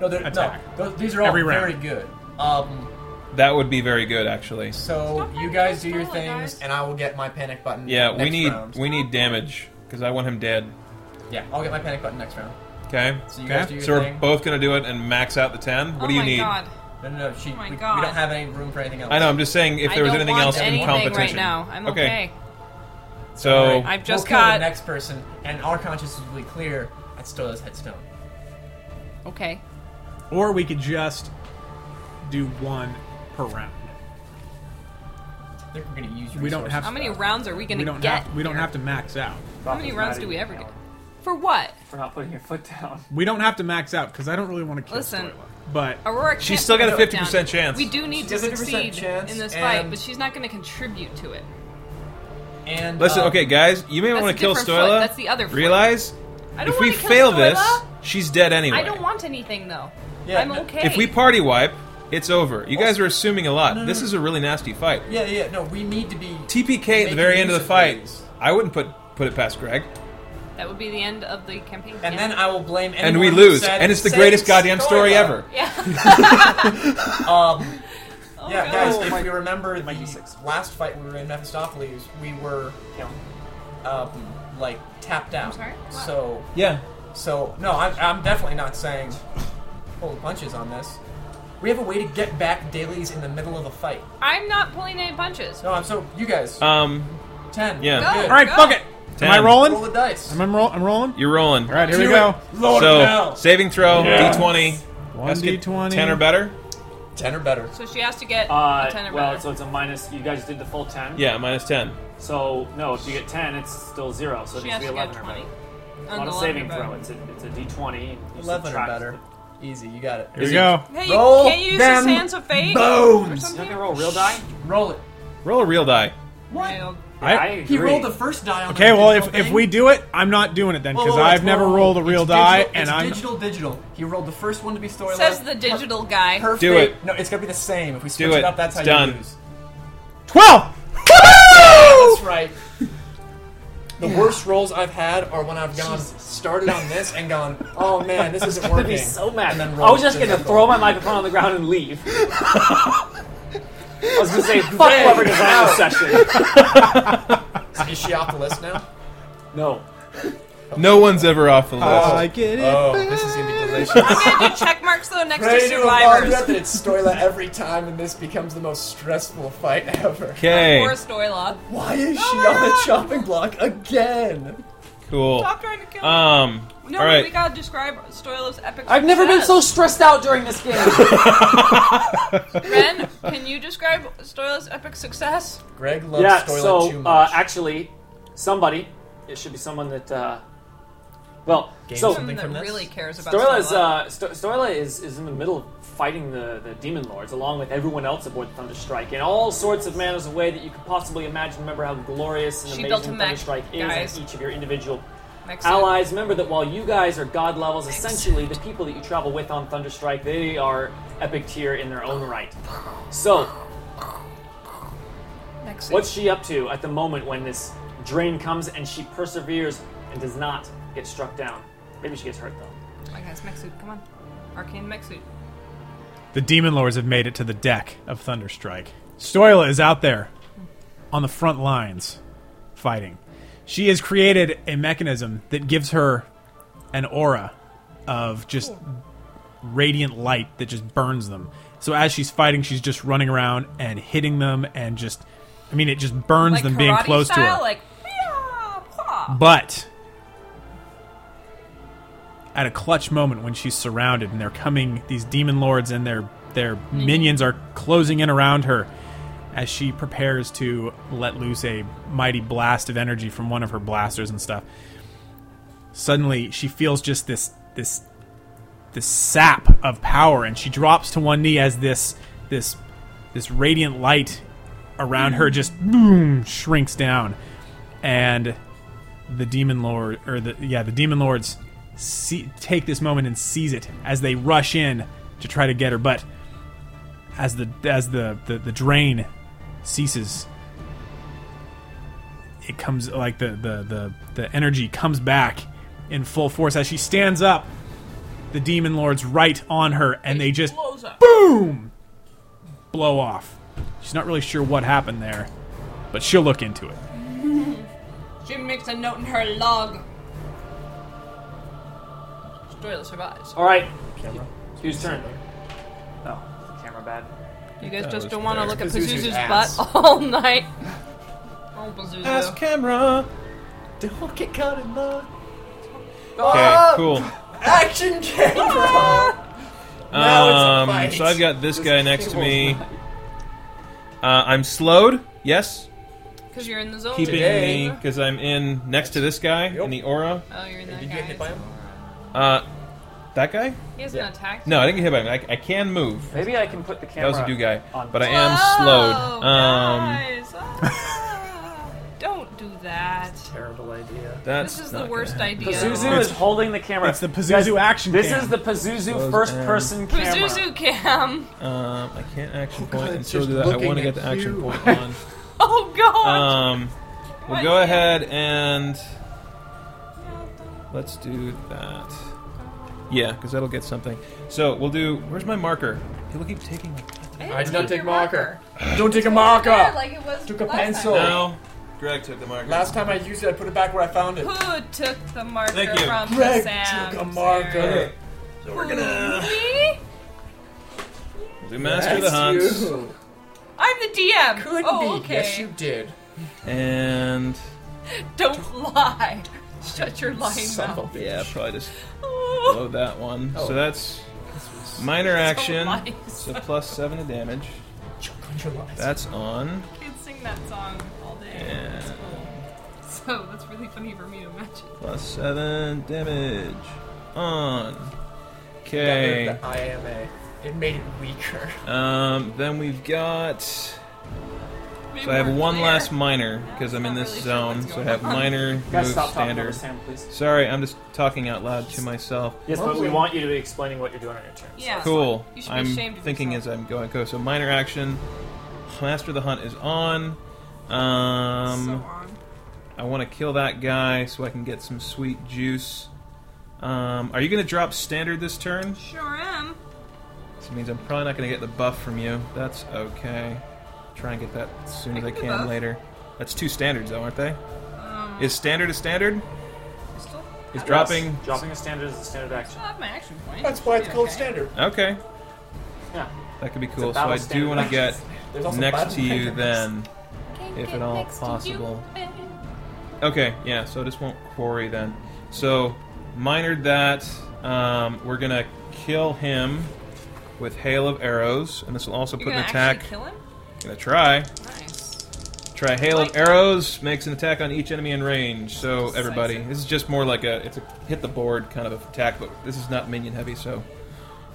S6: no, they're, no.
S7: Attack.
S6: Those, these are all
S7: Every round.
S6: very good. Um,
S3: That would be very good, actually.
S6: so
S4: Stop
S6: you
S4: fighting
S6: guys
S4: us,
S6: do your
S4: Starlight,
S6: things,
S4: guys.
S6: and I will get my panic button.
S3: Yeah, we
S6: next
S3: need
S6: round.
S3: we need damage because I want him dead.
S6: yeah, I'll get my panic button next round.
S3: Okay.
S6: So you
S7: Okay.
S6: guys do your
S3: So we're
S6: thing.
S3: both gonna do it and max out the ten. What
S4: oh
S3: do you
S4: my
S3: need?
S4: god.
S6: No, no, no. She,
S4: Oh my
S6: we, we
S4: God.
S6: don't have any room for anything else.
S3: I know. I'm just saying if
S4: I
S3: there was
S4: don't
S3: anything
S4: want
S3: else in
S4: anything right
S3: competition.
S4: now. I'm okay.
S3: So
S4: I've just
S6: we'll kill
S4: got
S6: the next person, and our conscience will be clear at Stoila's headstone.
S4: okay.
S7: Or we could just do one per round.
S6: I think we're going to use.
S7: We don't
S6: resources
S7: have-
S4: How many
S6: for that.
S4: rounds are we gonna
S7: we don't
S4: get?
S7: have we don't
S4: here?
S7: have to max out.
S2: How
S4: many rounds do we ever get? For what?
S2: For not putting your foot down.
S7: We don't have to max out because I don't really want to kill
S4: Listen.
S7: Stoila. But
S4: Aurora. Can't
S3: She's still got a
S4: put it down.
S3: 50% chance.
S4: We do need to
S6: 50%
S4: succeed
S6: chance,
S4: in this
S6: and-
S4: fight, but she's not going to contribute to it.
S6: And
S3: Listen,
S6: um,
S3: okay, guys, you may
S4: that's
S3: want
S4: a
S3: to kill
S4: different foot.
S3: Stoila.
S4: That's the other foot.
S3: Realize
S4: I don't
S3: if we
S4: wanna kill
S3: fail
S4: Stoila.
S3: this, she's dead anyway.
S4: I don't want anything though.
S6: Yeah,
S4: I'm
S6: no-
S4: okay.
S3: If we party wipe, it's over. You guys are assuming a lot. This
S6: no.
S3: is a really nasty fight.
S6: Yeah, yeah. No, we need to be.
S3: TPK at the
S6: Making
S3: very end of
S6: use
S3: the
S6: of
S3: fight.
S6: these.
S3: I wouldn't put put it past Greg,
S4: that would be the end of the campaign.
S6: and
S4: yeah.
S6: then I will blame.
S3: and
S6: anyone
S3: we
S6: who
S3: lose,
S6: said,
S3: and it's the
S6: "Save
S3: greatest goddamn story
S6: Stoila."
S3: ever.
S4: yeah.
S6: Um,
S4: [LAUGHS] Oh,
S6: yeah,
S4: God.
S6: guys,
S2: Oh,
S6: if
S2: my-
S6: we remember
S2: my
S6: the
S2: D6.
S6: last fight we were in Mephistopheles, we were
S2: Kill.
S6: um, like tapped out.
S4: sorry? What?
S6: So
S3: Yeah,
S6: So no, I'm, I'm definitely not saying pull the punches on this. We have a way to get back dailies in the middle of a fight.
S4: I'm not pulling any punches.
S6: No, I'm so you guys
S3: um,
S6: ten.
S3: yeah.
S4: Go.
S6: Good.
S7: all right,
S4: Go.
S7: fuck it.
S3: Ten.
S7: Am I
S6: Roll
S7: rolling?
S6: the dice.
S7: I'm roll- I'm rolling.
S3: you're rolling.
S7: All right, here
S6: Do
S7: we go.
S6: it. Lord
S3: so
S6: hell.
S3: saving throw
S6: Yes.
S3: d20,
S7: One
S3: That's good.
S7: d20.
S3: ten or better.
S6: ten or better.
S4: So she has to get a ten
S2: Uh,
S4: or
S2: well,
S4: better.
S2: so it's a minus. You guys did the full ten.
S3: Yeah, minus ten.
S2: So no, if you get ten, it's still zero. So it
S4: she
S2: needs
S4: has
S2: to be
S4: to get
S2: eleven or
S4: twenty.
S2: better.
S4: On
S2: On
S4: the
S2: a
S4: 11
S2: saving
S4: or better.
S2: throw, it's a it's a D twenty. and you
S6: Eleven or
S2: subtract
S6: better. Easy, you got it.
S7: Here we go.
S4: Hey,
S6: Roll
S4: can't you use
S6: them
S4: the Sands of Fate or
S6: bones.
S2: the- You
S4: something?
S2: not gonna roll real die?
S6: Roll it.
S3: Roll a real die.
S6: What?
S7: I-
S2: I agree.
S6: He rolled the first die on.
S7: Okay,
S6: the
S7: well
S6: digital
S7: if, if
S6: thing.
S7: we do it, I'm not doing it then
S6: Whoa,
S7: because
S6: whoa,
S7: I've
S6: whoa,
S7: never
S6: whoa, whoa.
S7: rolled a real
S6: It's
S7: die,
S6: digital,
S7: and
S6: it's
S7: I'm
S6: digital, digital. He rolled the first one to be storyline.
S4: Says the digital guy.
S6: Her
S3: Do
S6: fate-
S3: it.
S6: No, it's gonna be the same. If we switch
S3: it.
S6: up, that's how
S3: It's done.
S6: you lose.
S7: twelve.
S6: That's right. The worst rolls I've had are when I've gone started on this and gone, oh man, this
S2: [LAUGHS]
S6: isn't
S2: I'd
S6: working.
S2: be so mad.
S6: And then
S2: I was just
S6: rolled
S2: gonna
S6: the
S2: throw
S6: roll.
S2: my microphone on the ground and
S6: [LAUGHS]
S2: leave. I was gonna say, fuck whoever designed the
S6: [LAUGHS]
S2: session.
S6: Is she off the list now?
S2: No.
S3: No one's ever off the list.
S7: get it.
S6: Oh, this is gonna be delicious.
S4: I'm gonna do check marks though next
S6: Pray
S4: to
S6: to Avada
S4: survivors.
S6: that it's Stoila every time, and this becomes the most stressful fight ever.
S3: okay,
S4: Or Stoila.
S6: Why is
S2: Oh
S6: she on the chopping block again?
S3: cool.
S4: Stop trying to kill
S5: Uh,
S4: me.
S3: Um,
S4: no,
S3: all
S4: but we
S3: right.
S4: gotta describe Stoila's epic
S2: I've never been so
S4: success.
S2: stressed out during this
S5: [LAUGHS]
S2: game.
S4: Ren, can you describe Stoila's epic success?
S6: Greg loves
S2: yeah,
S6: Stoila too
S2: so uh,
S6: much.
S2: actually, somebody, it should be someone that, uh, well,
S6: Gain
S2: so
S6: something.
S4: Someone that
S6: from this?
S4: really cares about
S2: Stoila is,
S4: Stoila.
S2: uh, Sto- Stoila is, is in the middle of fighting the, the demon lords along with everyone else aboard Thunderstrike in all sorts of manners of way that you could possibly imagine. Remember how glorious and
S4: She built
S2: amazing
S4: a mech,
S2: Thunderstrike is
S4: guys.
S2: in each of your individual
S4: Next
S2: allies. Remember that while you guys are god levels, essentially the people that you travel with on Thunderstrike, they are epic tier in their own right. So,
S4: Next
S2: What's she up to at the moment when this drain comes and she perseveres and does not get struck down? Maybe she gets hurt though.
S4: My guys, mech suit, come on. Arcane mech suit.
S5: The demon lords have made it to the deck of Thunderstrike. Stoila is out there on the front lines fighting. She has created a mechanism that gives her an aura of just radiant light that just burns them. So as she's fighting, she's just running around and hitting them and just I mean it just burns
S4: Like
S5: them being
S4: karate
S5: close
S4: style,
S5: to her.
S4: like "Meow, pwah."
S5: But at a clutch moment when she's surrounded and they're coming, these demon lords and their their minions are closing in around her as she prepares to let loose a mighty blast of energy from one of her blasters and stuff. Suddenly, she feels just this this this sap of power, and she drops to one knee as this this this radiant light around her just boom shrinks down, and the demon lord or the yeah the demon lords see, take this moment and seize it as they rush in to try to get her but as the as the the, the drain ceases it comes like the, the the the energy comes back in full force as she stands up the demon lords right on her and they just
S4: Blows up.
S5: boom blow off she's not really sure what happened there but she'll look into it
S4: She makes a note in her log. Stoila survives.
S2: All right. Whose turn? Oh, camera bad.
S4: You guys
S3: that
S4: just
S3: was
S4: don't want to
S3: fair.
S4: look at
S6: Pazuzu's
S4: Pazuzu's
S6: ass.
S4: butt all [LAUGHS] night. Oh,
S3: Ask
S4: Pazuzu.
S3: camera.
S6: Don't get caught in the Ah!
S3: Okay, cool.
S6: action camera. Now it's a
S3: Um,
S6: fight.
S3: so I've got this guy next to me. Uh, I'm slowed. Yes,
S6: Oh,
S4: Because you're in the zone.
S3: keeping
S6: Today.
S3: me because I'm in next to this guy in the aura.
S4: Oh, you're in that
S6: Did you get hit by
S4: guy.
S6: him?
S3: Uh, that guy?
S4: He hasn't attacked.
S3: No, I didn't get hit by him. I, I can move.
S2: Maybe I can put the camera.
S3: That was a do guy,
S2: on-
S3: but I am slowed.
S4: Oh,
S3: Um,
S4: Guys. ah, don't do that.
S6: Terrible idea.
S3: that's
S4: This is
S3: not
S4: the
S3: gonna
S4: worst
S3: happen.
S4: idea.
S2: Pazuzu is holding the camera.
S5: it's the Pazuzu
S2: Guys,
S5: action
S2: This
S5: cam.
S2: is the Pazuzu
S3: Close
S2: first
S3: down.
S2: person camera.
S4: [LAUGHS] Pazuzu cam. [LAUGHS]
S3: Um, I can't action point
S6: Oh, God,
S3: until
S6: just
S3: do that. I
S6: looking
S3: want to get
S6: at
S3: the action
S6: you. [LAUGHS]
S3: point on.
S4: Oh god.
S3: Um, we'll
S4: What?
S3: go ahead and let's do that. Yeah, because that'll get something. So we'll do. Where's my marker? People keep taking. my-
S6: I did not take
S4: your
S6: marker. Don't take a marker.
S4: Yeah, like it was
S6: Took a
S4: last
S6: pencil.
S4: Time.
S3: No, Greg took the marker.
S6: Last time I used it, I put it back where I found it.
S4: Who took the marker
S3: Thank you.
S4: from
S6: Greg
S4: Sam?
S6: took a marker.
S3: Okay, so we're gonna
S4: Me?
S3: do master of the hunts
S6: You
S4: I'm the DM.
S6: couldn't
S4: oh,
S6: be.
S4: okay.
S6: Yes, you did.
S3: and
S4: Don't lie. Shut your lying
S6: Son of a
S4: mouth.
S6: bitch.
S3: yeah, probably just
S4: [LAUGHS] Oh,
S3: load that one.
S6: Oh.
S3: So that's minor action.
S4: lies.
S3: So plus seven of damage. That's on.
S4: Kids sing that song all day.
S3: Yeah.
S4: It's cool. So that's really funny for me to imagine.
S3: Plus seven damage. On.
S6: Hey.
S3: Okay.
S6: The IMA. It made it weaker.
S3: Um, then we've got. So I have one last minor because I'm in
S4: Not
S3: this
S4: really sure
S3: zone.
S4: what's
S3: so I
S4: going
S3: have
S4: on.
S3: minor, move,
S2: Guys, stop talking over
S3: standard.
S2: Sam, please.
S3: Sorry, I'm just talking out loud to myself.
S2: Yes, but we
S6: Lovely.
S2: want you to be explaining what you're doing on your turn.
S4: Yeah.
S3: Cool.
S4: You should be
S3: I'm
S4: ashamed of
S3: thinking as
S4: yourself.
S3: I'm going. Go. So minor action. Master of the Hunt is on.
S4: So
S3: Um,
S4: on.
S3: I want to kill that guy so I can get some sweet juice. Um, are you going to drop standard this turn?
S4: Sure am.
S3: This means I'm probably not going to get the buff from you. That's okay. Try and get that as soon as I
S4: get the
S3: can
S4: buff. Um,
S3: later. That's two standards, though, aren't they? is standard a standard?
S4: I still,
S3: Is dropping.
S2: Yes, dropping a standard is a standard action.
S4: still have my action
S6: [LAUGHS]
S4: point.
S6: That's why it's
S4: Should be
S6: called
S4: okay.
S6: standard.
S3: Okay,
S2: Yeah.
S3: that could be cool. So
S2: battle
S3: I do
S2: standard.
S3: want
S2: [LAUGHS]
S3: to get
S6: There's also
S3: next
S6: battle
S3: to you
S6: standards.
S3: then, if at all possible. Okay, yeah, so I just won't quarry then. So, minored that. Um, we're gonna kill him with Hail of Arrows, and this will also
S4: You're
S3: put
S4: gonna
S3: an
S4: actually
S3: attack.
S4: kill him?
S3: Gonna try.
S4: Nice.
S3: Try Hail of
S4: Like that.
S3: Arrows, makes an attack on each enemy in range. So, everybody,
S4: Decisive.
S3: this is just more like a it's a hit the board kind of attack, but this is not minion heavy, so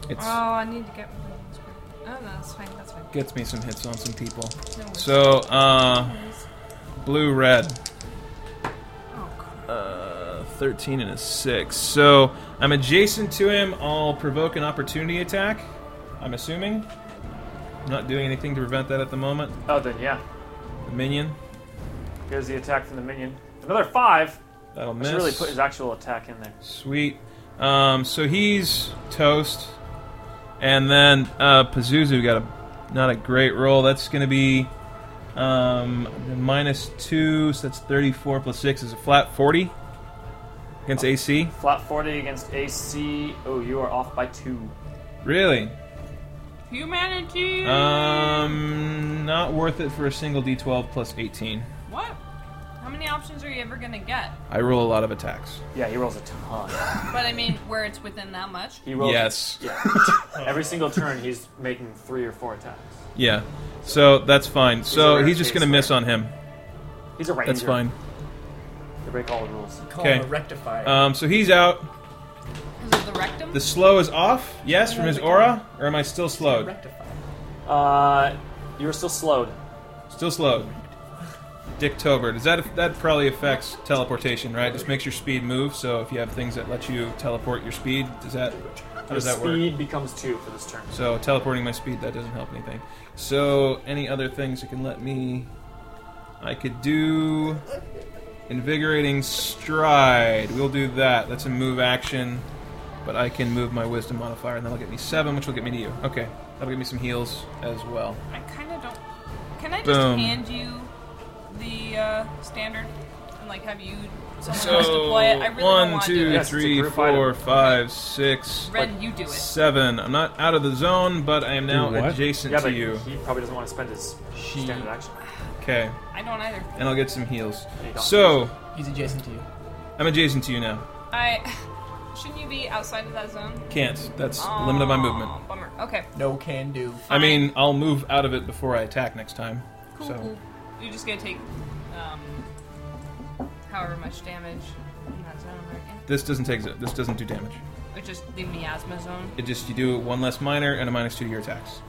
S3: it's
S4: Oh, I need to get. Oh, no, that's fine. That's fine.
S3: gets me some hits on some people.
S4: No worries.
S3: So, uh, blue red.
S4: oh, God.
S3: Uh, 13 and a 6. So I'm adjacent to him. I'll provoke an opportunity attack, I'm assuming. Not doing anything to prevent that at the moment.
S2: Oh, then yeah.
S3: The minion,
S2: Here's the attack from the minion. Another five.
S3: that'll
S2: I
S3: miss.
S2: should really put his actual attack in there.
S3: Sweet. Um, so he's toast. And then uh, Pazuzu got a not a great roll. That's going to be um, minus 2, so that's 34 plus 6 is a flat 40 against AC.
S2: Flat 40 against AC. Oh, you are off by two.
S3: Really?
S4: Humanity!
S3: Uh, Um, not worth it for a single D12 plus 18.
S4: what? How many options are you ever gonna get?
S3: I roll a lot of attacks.
S2: Yeah, he rolls a ton.
S4: But I mean, where it's within that much.
S2: He rolls
S3: Yes.
S2: Yeah. Every single turn, he's making three or four attacks.
S3: Yeah. So that's fine.
S2: a
S3: So
S2: rare
S3: he's just gonna
S2: case,
S3: miss on him.
S2: He's a ranger.
S3: That's fine.
S2: They break all the rules.
S6: Call him
S3: Okay.
S6: a rectifier.
S3: Um, so he's out.
S4: Is it the rectum?
S3: The slow is off. Yes, from his aura. Or am I still slowed?
S6: rectifier.
S2: Uh, you're still slowed.
S3: Still slowed. Dicktober. Does that that probably affects teleportation, right? Just makes your speed move. So if you have things that let you teleport your speed, does that how does
S2: Your
S3: that work?
S2: speed becomes two for this turn.
S3: So teleporting my speed that doesn't help anything. So any other things that can let me I could do invigorating stride. We'll do that. That's a move action, but I can move my wisdom modifier and that'll get me 7, which will get me to you. Okay. That'll get me some heals as well.
S4: I kind of don't. Can I just
S3: Boom.
S4: hand you the uh, standard and like have you someone else
S3: So
S4: deploy it? I really don't
S3: one,
S4: want
S3: two,
S4: to do it.
S2: Yes, it's a
S3: three,
S2: group item.
S3: four, five, six,
S4: Ren, you do it.
S3: seven. I'm not out of the zone, but I am now
S5: Do what?
S3: adjacent
S2: Yeah,
S3: to
S2: but
S3: you.
S2: he probably doesn't want to spend his standard action.
S3: Okay.
S4: I don't either.
S3: And I'll get some heals.
S2: you don't.
S3: So
S6: He's adjacent to you.
S3: I'm adjacent to you now.
S4: I [LAUGHS] shouldn't you be outside of that zone?
S3: Can't. That's the limit of my
S4: Aw,
S3: movement.
S4: Bummer. Okay.
S6: No can do.
S3: I mean, I'll move out of it before I attack next time.
S4: Cool.
S3: so
S4: cool. You're just gonna take um, however much damage in that zone, right?
S3: this doesn't take this doesn't do damage.
S4: Or just the miasma zone.
S3: It just you do one less minor and a minus two to your attacks.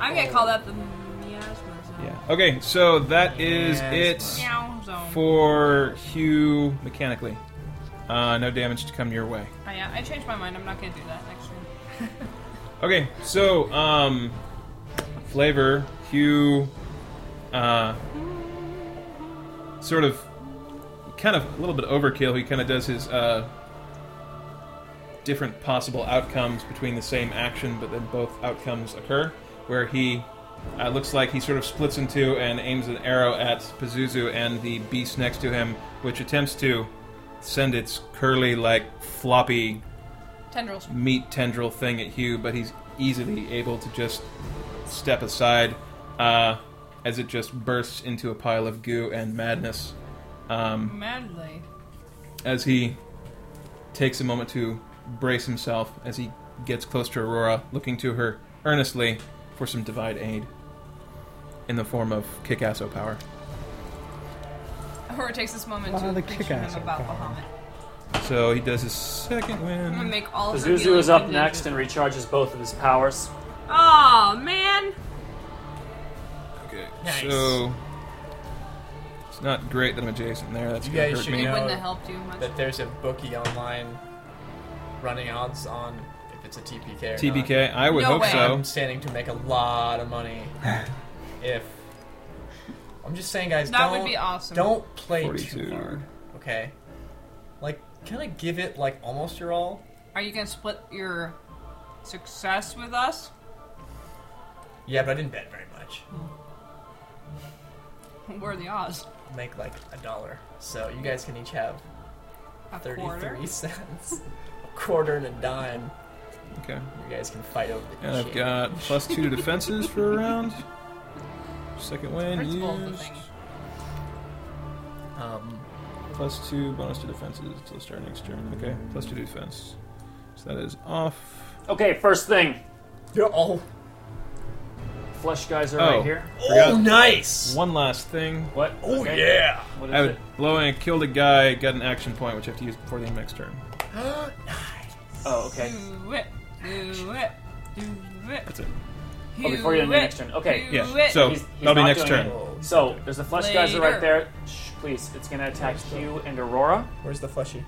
S4: I'm gonna call that the miasma zone.
S3: Yeah. Okay. So that is
S6: Yes.
S3: it
S4: Meow zone.
S3: for Hugh mechanically. Uh, no damage to come your way.
S4: I, Oh, yeah, I changed my mind. I'm not gonna do that next turn.
S3: Okay. So um, flavor Hugh, uh, sort of, kind of a little bit overkill. He kind of does his uh, different possible outcomes between the same action, but then both outcomes occur. Where he uh, looks like he sort of splits in two and aims an arrow at Pazuzu and the beast next to him, which attempts to send its curly, like floppy
S4: Tendrils.
S3: meat tendril thing at Hugh, but he's easily able to just step aside uh, as it just bursts into a pile of goo and madness. Um,
S4: Madly.
S3: as he takes a moment to brace himself as he gets close to Aurora, looking to her earnestly for some divine aid in the form of Kickasso power.
S4: Or takes this moment
S5: Oh,
S4: to
S5: the
S4: preach to
S5: kick-ass
S4: him about
S5: are gone.
S4: Bahamut.
S3: So he does his second
S4: I'm gonna
S3: win.
S4: make all of her
S2: Pazuzu
S4: healing
S2: is up
S4: conditions-
S2: next and recharges both of his powers.
S4: Oh man!
S3: Okay. So it's not great that I'm adjacent there. That's
S6: You
S3: gonna
S6: guys
S3: hurt
S6: should
S3: me.
S4: It
S6: know-
S4: wouldn't have helped you much.
S6: That there's a bookie online running odds on if it's a TPK. Or Not.
S3: TBK. I would
S4: No
S3: hope
S4: way.
S3: so. [LAUGHS]
S6: I'm standing to make a lot of money if I'm just saying, guys.
S4: That
S6: don't,
S4: would be awesome.
S6: Don't play
S3: 42.
S6: too hard. Okay. Like, kind of give it like almost your all.
S4: Are you gonna split your success with us?
S6: Yeah, but I didn't bet very much.
S4: We're the odds.
S6: Make like a dollar. So you guys can each have
S4: A
S6: 33
S4: quarter.
S6: cents, a quarter and a dime.
S3: Okay.
S6: You guys can fight over the
S3: And I've
S6: shit.
S3: got plus two to defenses for a round. Second wind
S4: Principle of the
S3: used.
S4: thing.
S6: Um,
S3: Plus two bonus to defenses until the start of next turn. Okay. Plus two to defense. So that is off.
S2: Okay, first thing.
S6: they're all.
S2: Flesh guys are
S3: Oh.
S2: right here.
S6: Oh, nice!
S3: One last thing.
S2: What?
S6: Oh,
S2: Okay.
S6: yeah! [GASPS]
S2: What is
S3: I would
S2: it?
S3: blowing and killed a guy, got an action point, which I have to use before the end of next turn.
S2: Oh, okay.
S4: Do it. Do it. Do it.
S3: That's it.
S2: Oh, before you end the next turn. Okay.
S4: Do
S3: Yeah.
S4: it.
S3: So
S2: He's- he's
S3: that'll be
S2: not
S3: next
S2: doing
S3: turn.
S2: it. So there's the flesh guys are right
S4: Later.
S2: there. Shh, please. It's gonna attack you and Aurora.
S6: Where's the fleshy?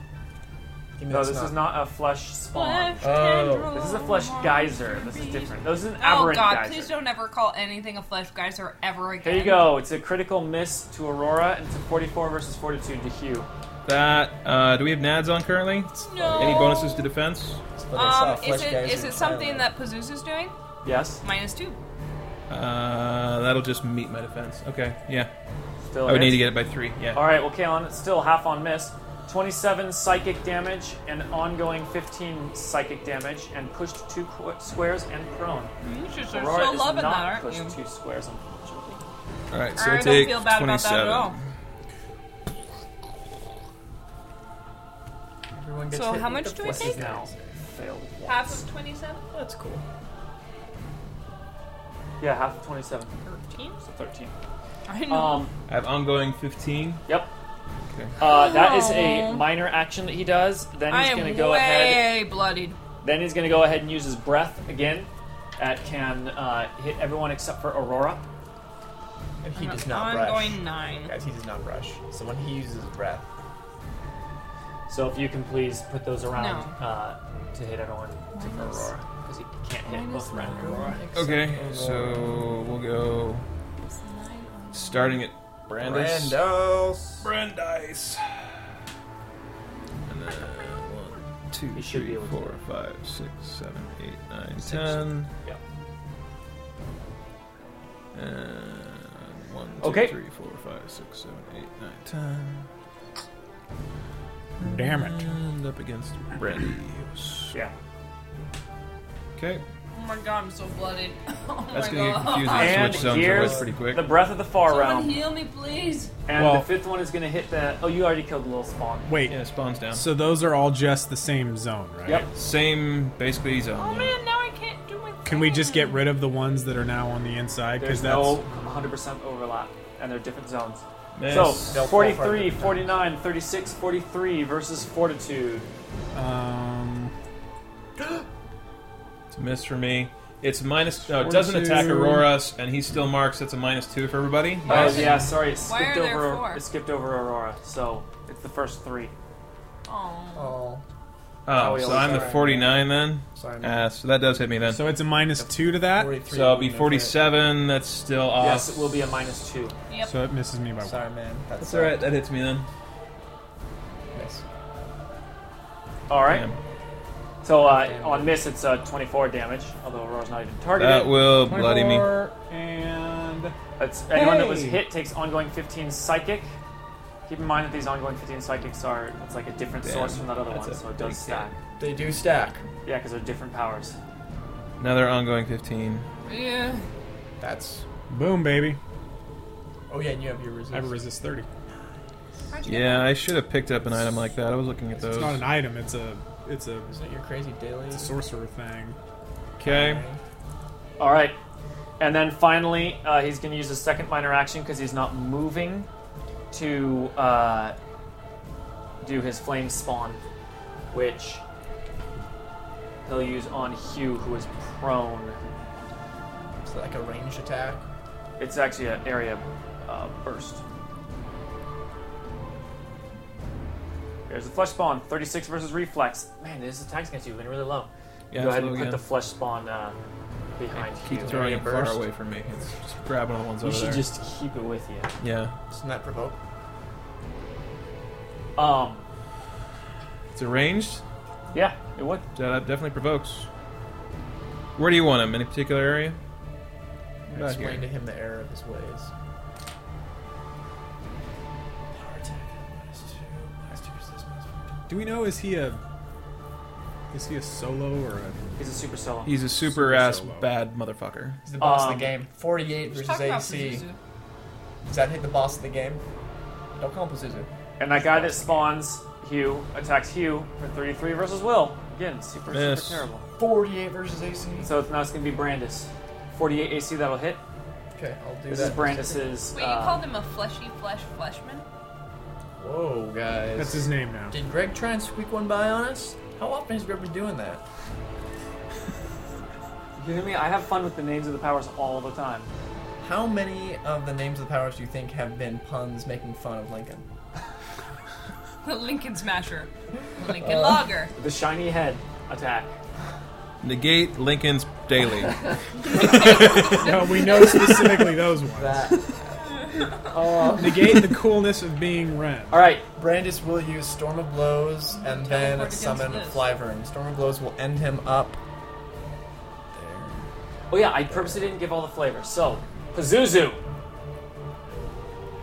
S6: Give me
S2: No,
S6: that
S2: this
S6: snot.
S2: is not a flesh spawn.
S4: Flesh
S6: Oh.
S4: tendril.
S2: This is a flesh geyser. This is different. This is an
S4: Oh
S2: aberrant
S4: god,
S2: geyser.
S4: please don't ever call anything a flesh geyser ever again.
S2: There you go. It's a critical miss to Aurora, and it's a 44 versus 42 to Hugh.
S3: That uh, do we have nads on currently?
S4: No.
S3: Any bonuses to defense?
S6: It's what I saw,
S4: Um,
S6: flesh
S4: is it
S6: guys
S4: is
S6: in
S4: it something
S6: Thailand.
S4: that Pazuzu's doing?
S2: Yes.
S4: Minus two.
S3: Uh, that'll just meet my defense. Okay. Yeah.
S2: Still.
S3: I would need
S2: hits.
S3: to get it by three. Yeah.
S2: All right. Well, Kalen, it's still half on miss. 27 psychic damage and ongoing 15 psychic damage, and pushed two qu- squares and prone.
S4: You just are
S2: Aurora
S4: so
S2: is
S4: loving that,
S2: not
S4: aren't
S2: pushed
S4: you?
S2: two squares, unfortunately.
S3: All right. So
S4: I
S3: take
S4: don't feel bad about that
S3: 27.
S4: at all.
S6: Everyone gets
S4: So
S6: hit
S4: how
S6: with
S4: much
S6: the
S4: do I
S6: fleshy
S4: take?
S6: now.
S2: Now failed. once.
S4: Half of 27?
S6: That's cool.
S2: Yeah, half of 27.
S4: 13?
S2: 13.
S4: I know.
S2: Um,
S3: I have ongoing 15.
S2: yep.
S3: Okay.
S2: Uh, that is a
S4: Aww.
S2: minor action that he does. Then
S4: I
S2: he's
S4: am
S2: going to go
S4: way
S2: ahead
S4: bloodied.
S2: Then he's going to go ahead and use his breath again. That can uh, hit everyone except for Aurora.
S6: And he
S4: I'm
S6: does not rush.
S4: ongoing nine.
S6: Guys, he does not rush. So when he uses his breath,
S2: So if you can please put those around
S4: No.
S2: uh, to hit everyone except for Aurora. Because he can't hit both Ren and Aurora.
S3: Okay. So we'll go starting at Brandis.
S6: Brandos.
S3: Brandeis. And then one, two,
S2: You should be
S3: three,
S2: able to.
S3: four, five, six, seven, eight, nine, ten.
S2: Yeah.
S3: And one, two,
S2: Okay.
S3: three, four, five, six, seven, eight, nine, ten.
S5: Damn it.
S3: And up against Brandeis.
S2: Yeah.
S3: Okay.
S4: Oh my god, I'm so bloodied. [LAUGHS] Oh
S3: That's
S4: my
S3: gonna get
S4: god.
S3: confusing.
S2: [LAUGHS] And
S3: switch zones are
S2: here's
S3: always pretty quick.
S2: the Breath of the Far
S4: Someone
S2: [LAUGHS] round.
S4: heal me, please.
S2: And
S5: Well-
S2: the fifth one is going to hit the. Oh, you already killed Little Spawn.
S5: Wait,
S3: Yeah, spawns down.
S5: so those are all just the same zone, right?
S2: Yep.
S3: Same, basically zone.
S4: Oh
S3: yeah.
S4: man, now I can't do my
S5: Can we just
S4: thing.
S5: get rid of the ones that are now on the inside?
S2: There's
S5: Because that's
S2: no 100% overlap, and they're different zones.
S3: Miss.
S2: So
S6: They'll fall for
S2: 43,
S6: it.
S2: 49, 36, 43 versus Fortitude.
S5: um.
S3: It's a miss for me. It's minus. No, it doesn't attack Aurora, and he still marks. That's a minus two for everybody.
S2: Oh
S4: Why are
S2: yeah, sorry, it
S4: why
S2: skipped
S4: are there
S2: over.
S4: four?
S2: It skipped over Aurora, so it's the first three.
S4: Oh.
S6: Oh,
S3: Oh, so I'm the 49 then.
S6: sorry. man.
S3: Uh, so that does hit me then. So,
S5: So it's a minus two to that.
S6: 43
S3: I'll be
S6: wouldn't have
S3: 47. That's still off.
S2: yes, it will be a minus two.
S4: Yep.
S5: So it misses me by
S6: hit.
S5: one.
S6: Sorry, man. That's,
S3: That's all right. That hits me then.
S6: Miss.
S2: All right.
S3: Damn.
S2: So uh, on miss, it's uh, 24 damage, although Aurora's not even targeted.
S3: That will bloody me.
S5: And
S2: It's- anyone that was
S5: Hey!
S2: hit takes ongoing 15 psychic. Keep in mind that these ongoing 15 psychics are it's like a different
S3: Damn,
S2: source from that other
S3: that's
S2: one,
S3: a
S2: so it
S3: big
S2: does stack.
S6: They do stack.
S2: Yeah, because they're different powers.
S3: Another ongoing 15.
S4: Yeah.
S6: That's.
S5: boom, baby.
S6: Oh yeah, and you have your resist.
S5: I have a resist thirty.
S3: Yeah, I should have picked up an item like that. I was looking at those.
S5: It's not an item. It's a it's a
S6: Is that your crazy daily?
S5: sorcerer thing.
S3: Okay.
S2: All right. And then finally, uh, he's going to use his second minor action because he's not moving to uh, do his flame spawn, which he'll use on Hugh, who is prone.
S6: It's like a ranged attack.
S2: It's actually an area uh, burst. There's the flesh spawn, 36 versus reflex. Man, this attacks against you have been really low.
S3: Yeah,
S2: Go
S3: it's
S2: ahead
S3: low
S2: and put
S3: again.
S2: the flesh spawn uh, behind
S3: Keep
S2: you.
S3: throwing it far
S6: burst.
S3: away from me. It's just grabbing on the ones
S2: You
S3: over
S2: should
S3: there.
S2: just keep it with you.
S3: yeah,
S6: Doesn't that provoke?
S2: Um,
S3: it's arranged.
S2: yeah, it would.
S3: That uh, definitely provokes. Where do you want him? Any particular area?
S6: I
S3: About
S6: explained
S3: here.
S6: to him the error of his ways.
S5: Do we know is he a is he a solo or a
S2: He's a super solo.
S3: He's a super ass bad motherfucker.
S6: He's the boss
S2: Um,
S6: of the game. 48 versus
S4: Just talking about
S6: AC.
S4: Pazuzu.
S6: Does that hit the boss of the game? Don't call him Pazuzu.
S2: And that guy that spawns Hugh attacks Hugh for 33 versus Will. Again, super,
S3: Miss.
S2: super terrible.
S6: 48 versus AC.
S2: So it's, now it's going to be Brandis. 48 AC that'll hit.
S6: Okay, I'll do
S2: This
S6: that.
S2: is Brandis's.
S4: Wait, you
S2: uh,
S4: called him a fleshy flesh fleshman? [LAUGHS]
S6: Whoa, guys.
S5: That's his name now.
S6: Did Greg try and squeak one by on us? How often has Greg been doing that?
S2: You hear me? I have fun with the names of the powers all the time.
S6: How many of the names of the powers do you think have been puns making fun of Lincoln?
S4: The Lincoln Smasher. The Lincoln
S2: Uh.
S4: Logger.
S2: The shiny head attack.
S3: Negate Lincoln's
S5: [LAUGHS]
S3: daily.
S5: No, we know specifically those ones.
S2: Oh.
S5: Negate the coolness of being Ren.
S2: all right.
S6: Brandis will use Storm of Blows and
S4: Teleport
S6: then
S4: against
S6: summon
S4: this.
S6: Flyvern. Storm of Blows will end him up.
S2: Oh yeah, I purposely didn't give all the flavors. So, Pazuzu.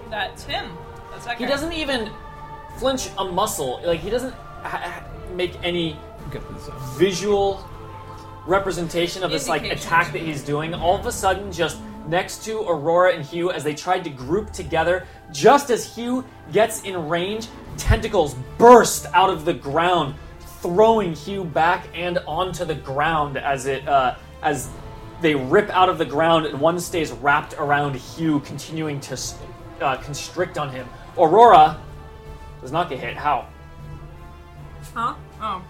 S4: That's him. That's that
S2: He
S4: guy.
S2: doesn't even flinch a muscle. Like he doesn't ha- ha- make any visual representation of this like
S4: Indications.
S2: attack that he's doing. All of a sudden, just next to Aurora and Hugh, as they tried to group together, just as Hugh gets in range, tentacles burst out of the ground, throwing Hugh back and onto the ground as it uh, as they rip out of the ground and one stays wrapped around Hugh, continuing to s- uh, constrict on him. Aurora does not get hit. How?
S4: Huh? Oh.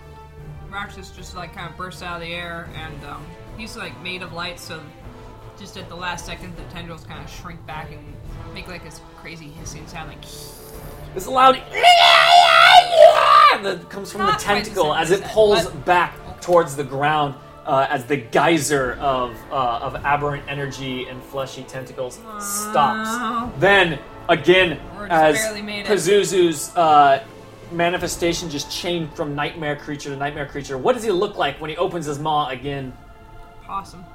S4: Raxus just like kind of bursts out of the air and um, he's like made of light, so just at the last second the tendrils kind of shrink back and make like this crazy hissing sound like [SNIFFS]
S2: This loud that comes from
S4: Not
S2: the
S4: quite the
S2: tentacle
S4: same
S2: as
S4: as
S2: it
S4: that,
S2: pulls
S4: but-
S2: back towards the ground uh, as the geyser of, uh, of aberrant energy and fleshy tentacles
S4: Wow.
S2: stops. Then, again,
S4: Or just
S2: as
S4: barely made it.
S2: Pazuzu's uh, manifestation just changed from nightmare creature to nightmare creature, what does he look like when he opens his maw again?
S4: awesome.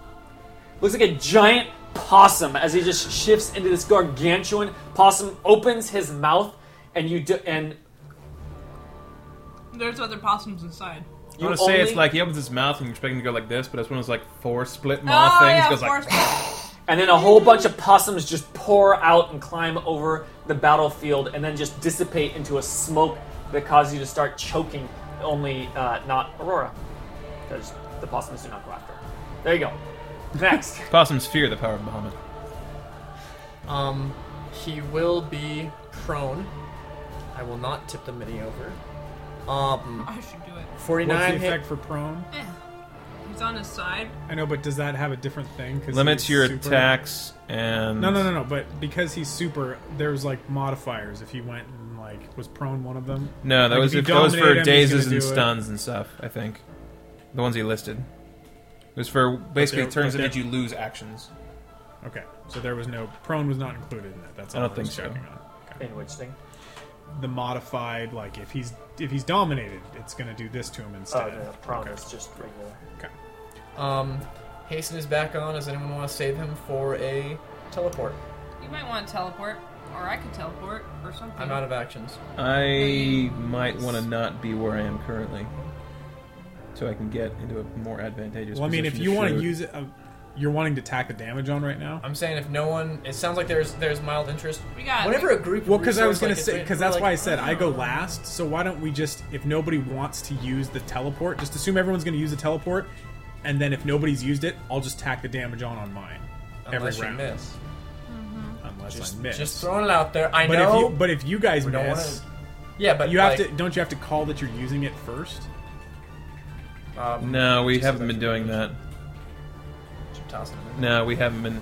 S2: looks like a giant possum as he just shifts into this gargantuan possum opens his mouth and you do, and
S4: There's other possums inside.
S3: You want to
S2: only-
S3: say it's like he opens his mouth and you're expecting to go like this, but it's one of those like four split maw things.
S4: Oh, yeah,
S3: goes
S4: of course.
S3: like,
S2: and then a whole bunch of possums just pour out and climb over the battlefield and then just dissipate into a smoke that causes you to start choking only uh, not aurora because the possums do not go after her. there you go
S6: [LAUGHS]
S2: next
S3: possums fear the power of Muhammad.
S6: Um, he will be prone. I will not tip the mini over. Um,
S4: I should do it.
S5: What's
S6: 49
S5: the
S6: hit.
S5: effect for prone?
S4: Eh. He's on his side.
S5: I know, but does that have a different thing? 'Cause
S3: Limits
S5: he's
S3: your
S5: super-
S3: attacks and
S5: No, no, no, no. But because he's super, there's like modifiers. If he went and like was prone, one of them.
S3: No, that
S5: Like,
S3: was
S5: if you
S3: if that was for
S5: dominate him, he's
S3: dazes
S5: gonna
S3: and
S5: do it.
S3: stuns and stuff. I think the ones he listed. It was for basically
S5: they're-
S3: turns
S5: but
S3: that made
S5: they're-
S3: you lose actions.
S5: Okay, so there was no prone was not included in that. That's
S3: I
S5: all
S3: don't
S5: was
S3: think so.
S5: checking on. Okay.
S2: in which thing
S5: The modified, like if he's if he's dominated, it's gonna do this to him
S2: oh
S5: instead.
S2: no, no, prone
S5: Okay.
S2: is just regular
S5: okay.
S6: Um, Hasten is back on. Does anyone want to save him for a teleport?
S4: You might want to teleport, or I could teleport, or something.
S6: I'm out of actions.
S3: I might want to not be where I am currently, so I can get into a more advantageous.
S5: Well, I mean, if
S3: position
S5: you want to
S3: shoot.
S5: use it, uh, you're wanting to tack the damage on right now.
S6: I'm saying if no one, it sounds like there's there's mild interest.
S4: We got-
S6: Whenever a group.
S5: Well, because I was
S6: resorts,
S5: gonna
S6: like,
S5: say,
S6: it's-
S5: because
S6: we're
S5: that's
S6: like,
S5: why I said I go last. So why don't we just, if nobody wants to use the teleport, just assume everyone's gonna use the teleport, and then if nobody's used it, I'll just tack the damage on on mine
S6: Unless
S5: every
S6: you
S5: round,
S6: miss.
S5: unless
S6: Just,
S5: I miss.
S6: just throwing it out there. I
S5: but
S6: know.
S5: if you, but if you guys
S6: we don't want
S5: miss,
S6: to. Yeah, but
S5: you have
S6: like,
S5: to. Don't you have to call that you're using it first?
S6: Um,
S3: No, we
S6: Just
S3: haven't
S6: so
S3: been
S6: that-
S3: doing that.
S6: should toss it in.
S3: No, we haven't been.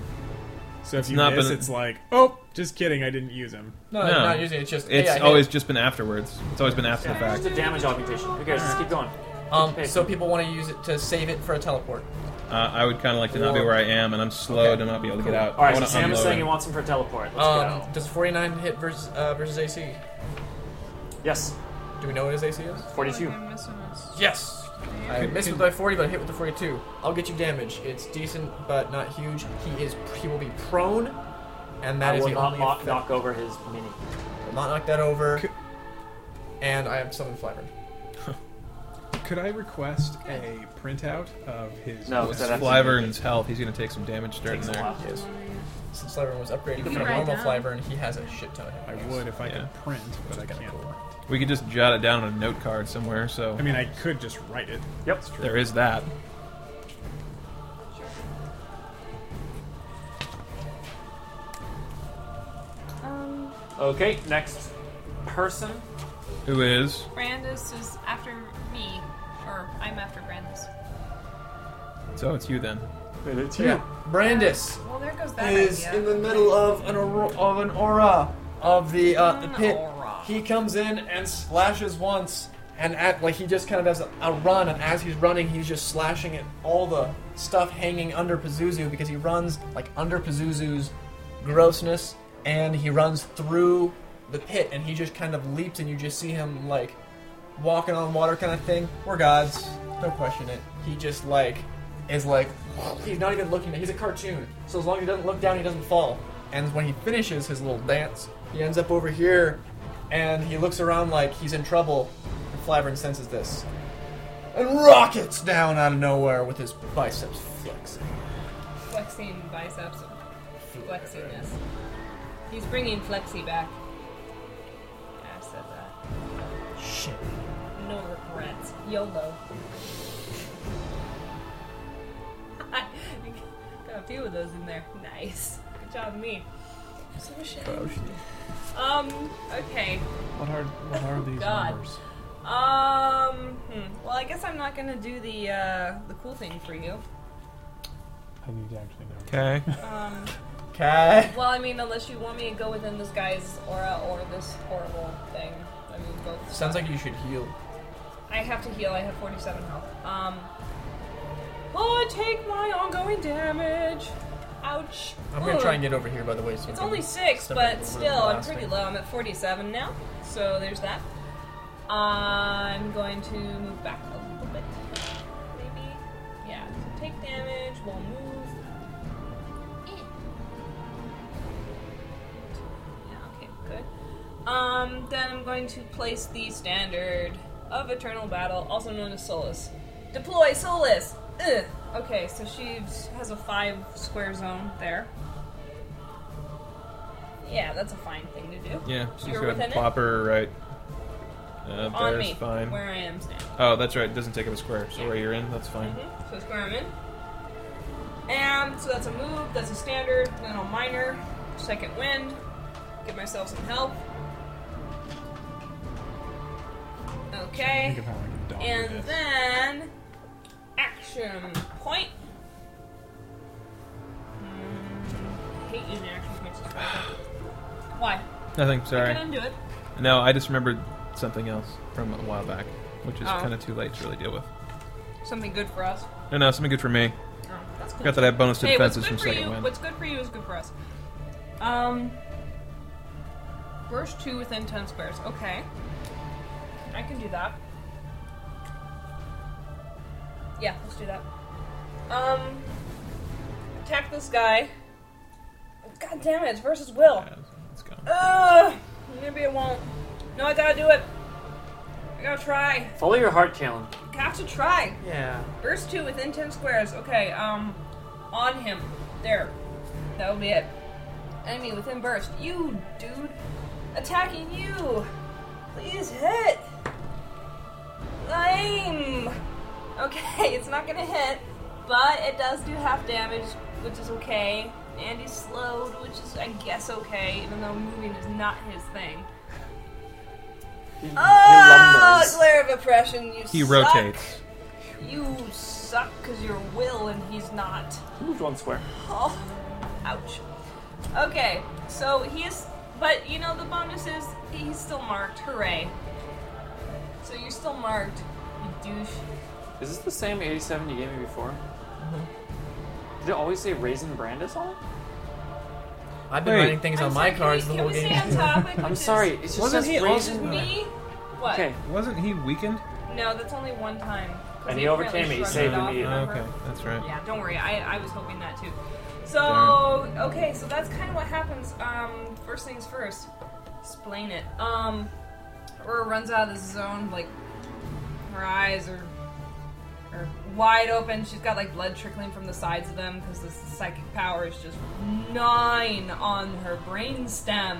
S5: So if you
S3: not
S5: miss,
S3: been-
S5: it's like, oh, just kidding, I didn't use him.
S6: No,
S3: No.
S6: not usually. It's just.
S3: It's
S6: hey, I hit.
S3: always just been afterwards. It's always been after the
S2: it's
S3: fact.
S2: a damage augmentation who cares just keep going
S6: Um, so people want to use it to save it for a teleport.
S3: Uh, I would kind of like to not be where I am, and I'm slow
S6: Okay.
S3: to not be able to get out.
S2: All right,
S3: I
S2: so
S3: wanna
S2: Sam is
S3: unload
S2: saying he
S3: it.
S2: wants him for teleport. Let's
S6: Um,
S2: go.
S6: does 49 hit versus uh, versus AC?
S2: Yes,
S6: Do we know what his AC is?
S2: 42.
S6: Yes. I missed with by 40, but I hit with the 42. I'll get you damage. It's decent, but not huge. He is he will be prone, and that
S2: I
S6: is
S2: will
S6: the
S2: not
S6: only
S2: knock,
S6: effect.
S2: knock over his mini.
S6: Will not knock that over. And I am summon flattered.
S7: Could I request a printout of his?
S2: No, because
S3: It's Flyvern's health. He's going to take some damage starting
S2: Takes a
S3: there.
S2: while.
S6: Yes. Since Flyvern was upgraded
S4: can
S6: from a
S4: write
S6: normal
S4: down.
S6: Flyvern, he has a shit ton of
S7: I
S6: hit.
S7: would if I
S3: Yeah.
S7: could print, but I can't.
S3: We could just jot it down on a note card somewhere. So
S7: I mean, I could just write it.
S2: Yep.
S3: there is that.
S2: Okay, next person.
S3: Who is?
S4: Brandis is after me, or I'm after Brandis.
S3: So it's you then.
S6: Yeah. Brandis
S4: Well, there goes that
S6: is
S4: idea.
S6: in the middle of an aurora, of an aura of the uh, the
S4: An
S6: pit.
S4: aura.
S6: He comes in and slashes once, and at like he just kind of does a, a run, and as he's running, he's just slashing at all the stuff hanging under Pazuzu because he runs like under Pazuzu's grossness, and he runs through the pit, and he just kind of leaps, and you just see him like walking on water kind of thing. We're gods, don't question it. He just like is like he's not even looking. He's a cartoon, so as long as he doesn't look down, he doesn't fall. And when he finishes his little dance, he ends up over here, and he looks around like he's in trouble. And Flavern senses this, and rockets down out of nowhere with his biceps flexing.
S4: Flexing biceps, flexiness. He's bringing flexi back. I said that.
S6: Shit.
S4: No regrets. YOLO. [LAUGHS] I got a few of those in there. Nice. Good job, me. So ashamed. Um. Okay.
S7: What are what are these
S4: God.
S7: numbers?
S4: Um. Hmm. Well, I guess I'm not gonna do the uh, the cool thing for you.
S7: I need to actually know.
S3: Okay.
S4: Um.
S6: Okay.
S4: Well, I mean, unless you want me to go within this guy's aura or this horrible thing. I mean, both.
S6: Sounds like you should heal.
S4: I have to heal. I have 47 health. Um. Oh, take my ongoing damage. Ouch.
S6: I'm gonna try and get over here, by the way. So we
S4: It's
S6: can
S4: only six,
S6: step
S4: but
S6: over
S4: still,
S6: the
S4: I'm
S6: last
S4: pretty
S6: thing.
S4: low. I'm at 47 now, so there's that. I'm going to move back a little bit. Maybe. Yeah, so take damage, we'll move. Eh. Yeah, okay, good. Um, then I'm going to place the standard of Eternal Battle, also known as Solus. Deploy Solus! Ugh. Okay, so she has a five square zone there. Yeah, that's a fine thing to do.
S3: Yeah. She's
S4: You're
S3: going to
S4: within it?
S3: plop her right. Uh,
S4: On
S3: there's
S4: me,
S3: fine.
S4: where I am standing.
S3: Oh, that's right. It doesn't take up a square. So where you're in, that's fine.
S4: Mhm, So square I'm in. And so that's a move, that's a standard, then I'll minor, second wind, give myself some help. Okay.
S7: Think of how I can dodge
S4: And
S7: this.
S4: then action point. Mm, I hate using action points. It's ridiculous. Why?
S3: Nothing. Sorry.
S4: I Mm-hmm. can undo it.
S3: No, I just remembered something else from a while back, which is
S4: Oh.
S3: kind of too late to really deal with.
S4: Something good for us.
S3: No, no, something good for me.
S4: Oh, that's cool.
S3: Got that I have bonus to
S4: Hey, what's
S3: defenses
S4: good
S3: from
S4: for
S3: second
S4: you?
S3: wind.
S4: What's good for you is good for us. Um, burst two within ten squares. Okay, I can do that. Yeah, let's do that. Um, attack this guy. God damn it! It's versus will.
S3: Yeah, it's gone.
S4: Ugh, maybe it won't. No, I gotta do it. I gotta try.
S2: Follow your heart, Kalen.
S4: Got to try.
S6: Yeah.
S4: Burst two within ten squares. Okay, um, on him. There. That'll be it. Enemy within burst. You, dude. Attacking you. Please hit. Lame. Okay, [LAUGHS] it's not gonna hit, but it does do half damage, which is okay. And he's slowed, which is, I guess, okay, even though moving is not his thing.
S2: He, he
S4: Oh,
S2: lumbers.
S4: glare of oppression! You
S3: He
S4: suck.
S3: rotates.
S4: You suck because you're Will and he's not.
S2: Moved one square.
S4: Oh, ouch. Okay, so he is. But you know, the bonus is he's still marked. Hooray. So you're still marked, you douche.
S2: Is this the same 87 you gave me before? Did it always say Raisin Brandis on it?
S6: I've been
S3: Wait.
S6: writing things on
S4: I'm
S6: my
S4: sorry,
S6: cards the
S4: can
S6: whole
S4: we- can we
S6: game. [LAUGHS]
S4: stay on topic,
S2: I'm
S4: which is-
S2: sorry, it just
S3: Wasn't
S2: says
S3: he also-
S2: Raisin.
S4: Me? What?
S2: Okay,
S3: Wasn't he weakened?
S4: No, that's only one time. 'cause
S2: And he overcame
S4: apparently
S2: it, he
S4: shrugged
S2: saved
S4: off,
S2: immediately.
S4: remember?
S3: Oh, okay, that's right.
S4: Yeah, don't worry. I, I was hoping that too. So okay, so that's kind of what happens. Um, first things first, explain it. Um, Aurora runs out of the zone like her eyes are are wide open. She's got like blood trickling from the sides of them because this psychic power is just gnawing on her brain stem.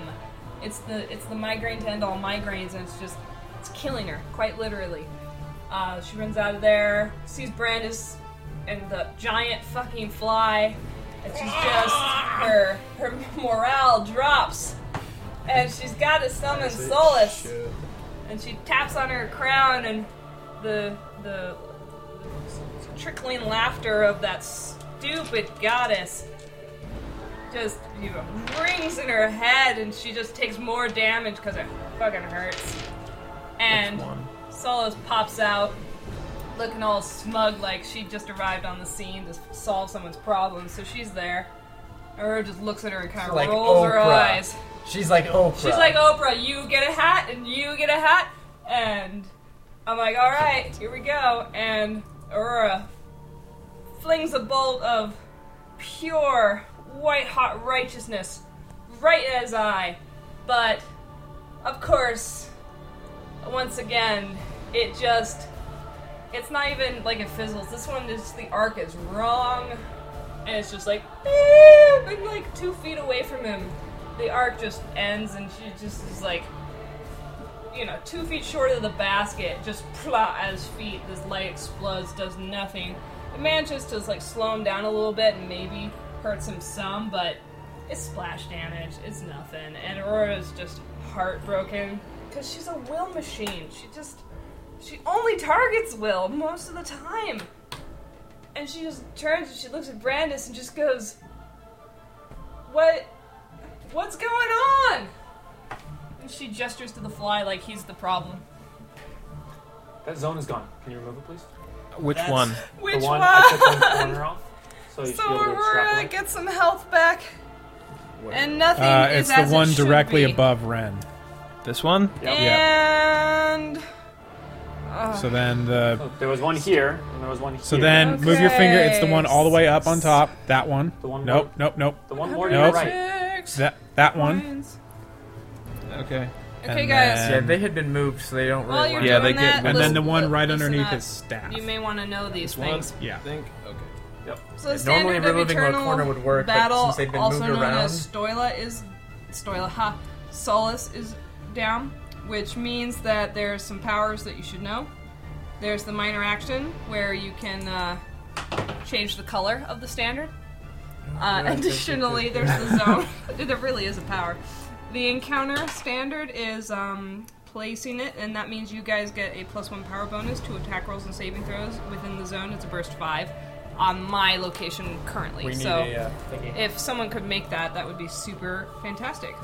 S4: It's the it's the migraine to end all migraines, and it's just it's killing her quite literally. Uh, she runs out of there, sees Brandis and the giant fucking fly, and she's just her her morale drops, and she's got to summon Solus and she taps on her crown and the the trickling laughter of that stupid goddess just you know, rings in her head and she just takes more damage because it fucking hurts and Solos pops out looking all smug like she just arrived on the scene to solve someone's problem so she's there Aurora just looks at her and kind of
S6: Like
S4: rolls her
S6: Oprah.
S4: eyes
S6: She's like oh, Oprah.
S4: She's like, Oprah, you get a hat and you get a hat. And I'm like, all right, here we go. And Aurora flings a bolt of pure, white hot righteousness right at his eye. But, of course, once again, it just. It's not even like it fizzles. This one is the arc is wrong, and it's just like, beep, and like two feet away from him, the arc just ends and she just is like you know two feet short of the basket just plop at his feet this light explodes does nothing the man just does like slow him down a little bit and maybe hurts him some but it's splash damage it's nothing and aurora is just heartbroken because she's a will machine she just she only targets will most of the time and she just turns and she looks at brandis and just goes what What's going on? And she gestures to the fly like he's the problem.
S2: that zone is gone. Can you remove it, please?
S3: Which one?
S4: Which
S2: the
S4: one?
S2: one, I took one corner off, so you should be
S4: [LAUGHS] so
S2: able to
S4: Aurora
S2: extrapolate.
S4: gets some health back, and nothing
S5: Uh, it's
S4: is
S5: the
S4: as it
S5: one
S4: should
S5: directly
S4: be.
S5: above Ren.
S3: This one?
S4: And Oh.
S5: So then the
S2: There was one here, and there was one here.
S5: so then move your finger. It's the one
S4: Okay.
S5: all the way up on top. That one.
S2: The one
S5: nope,
S2: right-
S5: nope, nope.
S2: the one more to your
S5: Nope.
S2: right.
S5: That that one.
S4: Points.
S3: Okay.
S4: Okay,
S5: And
S4: guys.
S5: then-
S6: yeah, they had been moved, so they don't
S4: While
S6: really.
S4: you're
S6: want
S3: Yeah,
S4: doing
S3: they
S4: that,
S3: get-
S5: And then the
S4: listen-
S5: one right
S4: listen
S5: underneath
S4: up.
S5: his staff.
S4: You may want to know these things.
S5: Yeah.
S3: Think. Okay.
S4: So the
S6: normally
S4: standard of
S6: removing a
S4: eternal
S6: corner would work, but
S4: battle,
S6: since they've been
S4: also
S6: moved
S4: known
S6: around-
S4: as Stoila, is Stoila. Ha, Solus is down, which means that there's some powers that you should know. There's the minor action where you can uh, change the color of the standard. Uh, additionally, there's
S6: [LAUGHS]
S4: the zone. [LAUGHS] there really is a power. The encounter standard is um, placing it, and that means you guys get a plus one power bonus to attack rolls and saving throws within the zone. It's a burst five on my location currently.
S6: We need
S4: so
S6: a uh, thingy.
S4: if someone could make that, that would be super fantastic.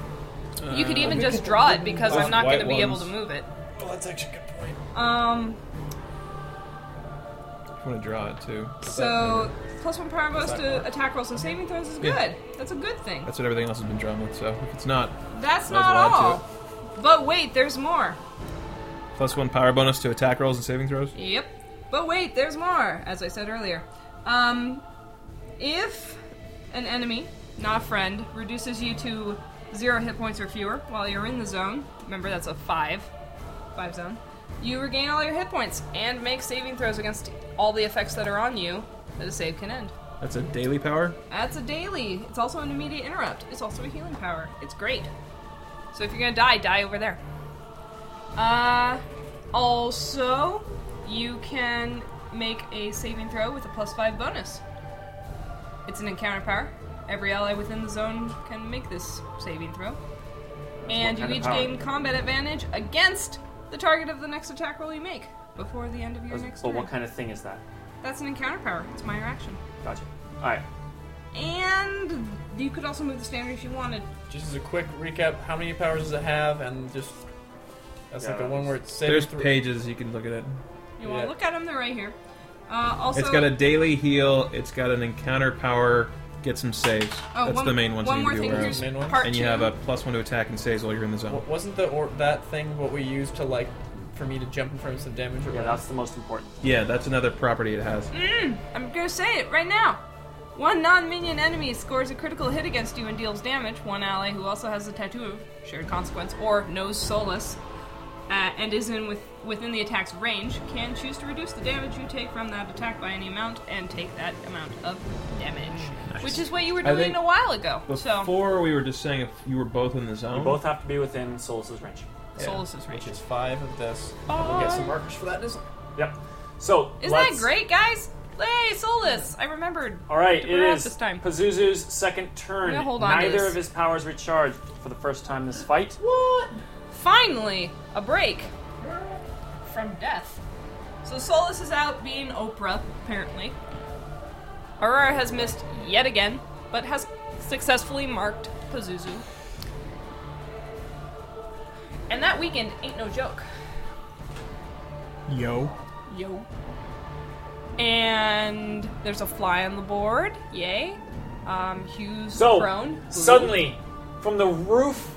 S4: you
S6: Uh,
S4: could even just draw it because I'm not going to
S3: white
S4: be able
S3: ones.
S4: to move it.
S6: Well, that's actually a good point.
S4: Um,
S3: I want to draw it too.
S4: so plus one power bonus to attack rolls and saving throws is good.
S3: Yeah.
S4: That's a good thing.
S3: That's what everything else has been drawn with. So if it's not
S4: That's
S3: Might as well
S4: not
S3: add
S4: all. But wait, there's more.
S3: plus one power bonus to attack rolls and saving throws.
S4: Yep. But wait, there's more, as I said earlier. Um, if an enemy, not a friend, reduces you to zero hit points or fewer while you're in the zone, remember that's a five, five zone, you regain all your hit points and make saving throws against all the effects that are on you that a save can end.
S3: That's a daily power.
S4: That's a daily. It's also an immediate interrupt. It's also a healing power. It's great. So if you're gonna die, die over there. Uh, also, you can make a saving throw with a plus five bonus. It's an encounter power. Every ally within the zone can make this saving throw. And you
S2: kind of
S4: each
S2: power?
S4: gain combat advantage against the target of the next attack roll you make before the end of your next
S2: But
S4: turn.
S2: what kind of thing is that?
S4: That's an encounter power. It's minor action.
S2: Gotcha. All right.
S4: And you could also move the standard if you wanted.
S6: Just as a quick recap, how many powers does it have? And just that's
S2: Yeah,
S6: like the
S2: that
S6: one
S2: was-
S6: where it's saving
S3: There's
S6: thro-
S3: pages you can look at it.
S4: You want
S6: Yeah.
S4: to look at them? They're right here. Uh, also,
S3: It's got a daily heal. It's got an encounter power. Get some saves.
S4: Oh,
S3: That's
S4: one-
S3: the main ones
S4: one
S3: you
S4: more
S3: need to be
S4: thing.
S3: aware
S4: Here's
S3: of.
S6: Main one?
S4: part
S3: And
S4: two.
S3: you have a plus one to attack and saves while you're in the zone.
S6: W- Wasn't the or that thing what we used to like for me to jump in front of some damage or
S2: Yeah,
S6: whatever?
S2: that's the most important.
S3: Yeah, that's another property it has.
S4: Mm-hmm. I'm gonna say it right now. One non-minion enemy scores a critical hit against you and deals damage. One ally who also has a tattoo of shared consequence or knows solace uh, and is in with, within the attack's range can choose to reduce the damage you take from that attack by any amount and take that amount of damage, which is what you were
S3: I
S4: doing
S3: think
S4: a while ago. so
S3: Before we were just saying if you were both in the zone.
S2: You both have to be within Solus' range.
S4: solace is range.
S6: Which is five of this.
S3: Oh.
S6: And we'll get some markers for that. Isn't
S2: Yep. So
S4: Isn't
S2: let's-
S4: that great, guys? Hey, solace! I remembered.
S2: All right,
S4: We're
S2: it
S4: out
S2: is
S4: this time.
S2: Pazuzu's second turn.
S4: I'm gonna hold on to
S2: Neither
S4: this.
S2: of his powers recharged for the first time this fight.
S4: Finally, a break from death. So Solus is out being Oprah, apparently. Aurora has missed yet again, but has successfully marked Pazuzu. And that weekend ain't no joke.
S5: Yo.
S4: Yo. And there's a fly on the board. Yay. Um, Hughes
S2: So
S4: prone.
S2: suddenly, from the roof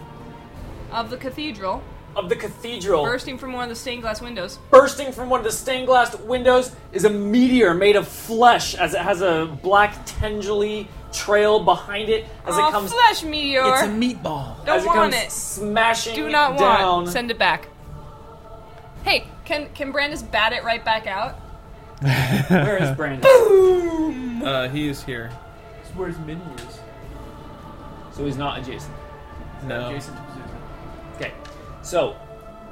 S4: Of the cathedral,
S2: of the cathedral,
S4: bursting from one of the stained glass windows.
S2: bursting from one of the stained glass windows, is a meteor made of flesh as it has a black tangely trail behind it as
S4: Aw,
S2: it comes
S4: Oh, flesh meteor.
S5: meatball.
S4: Don't
S2: as it
S4: want
S2: comes
S4: it.
S2: smashing
S4: Do not
S2: down.
S4: want. Send it back. Hey, can can Brandis bat it right back out?
S2: Where is Brandon?
S3: Uh, he is here.
S6: That's where his minion is.
S2: so he's not adjacent. Um,
S3: No.
S6: Jason to Pazuzu.
S2: Okay, so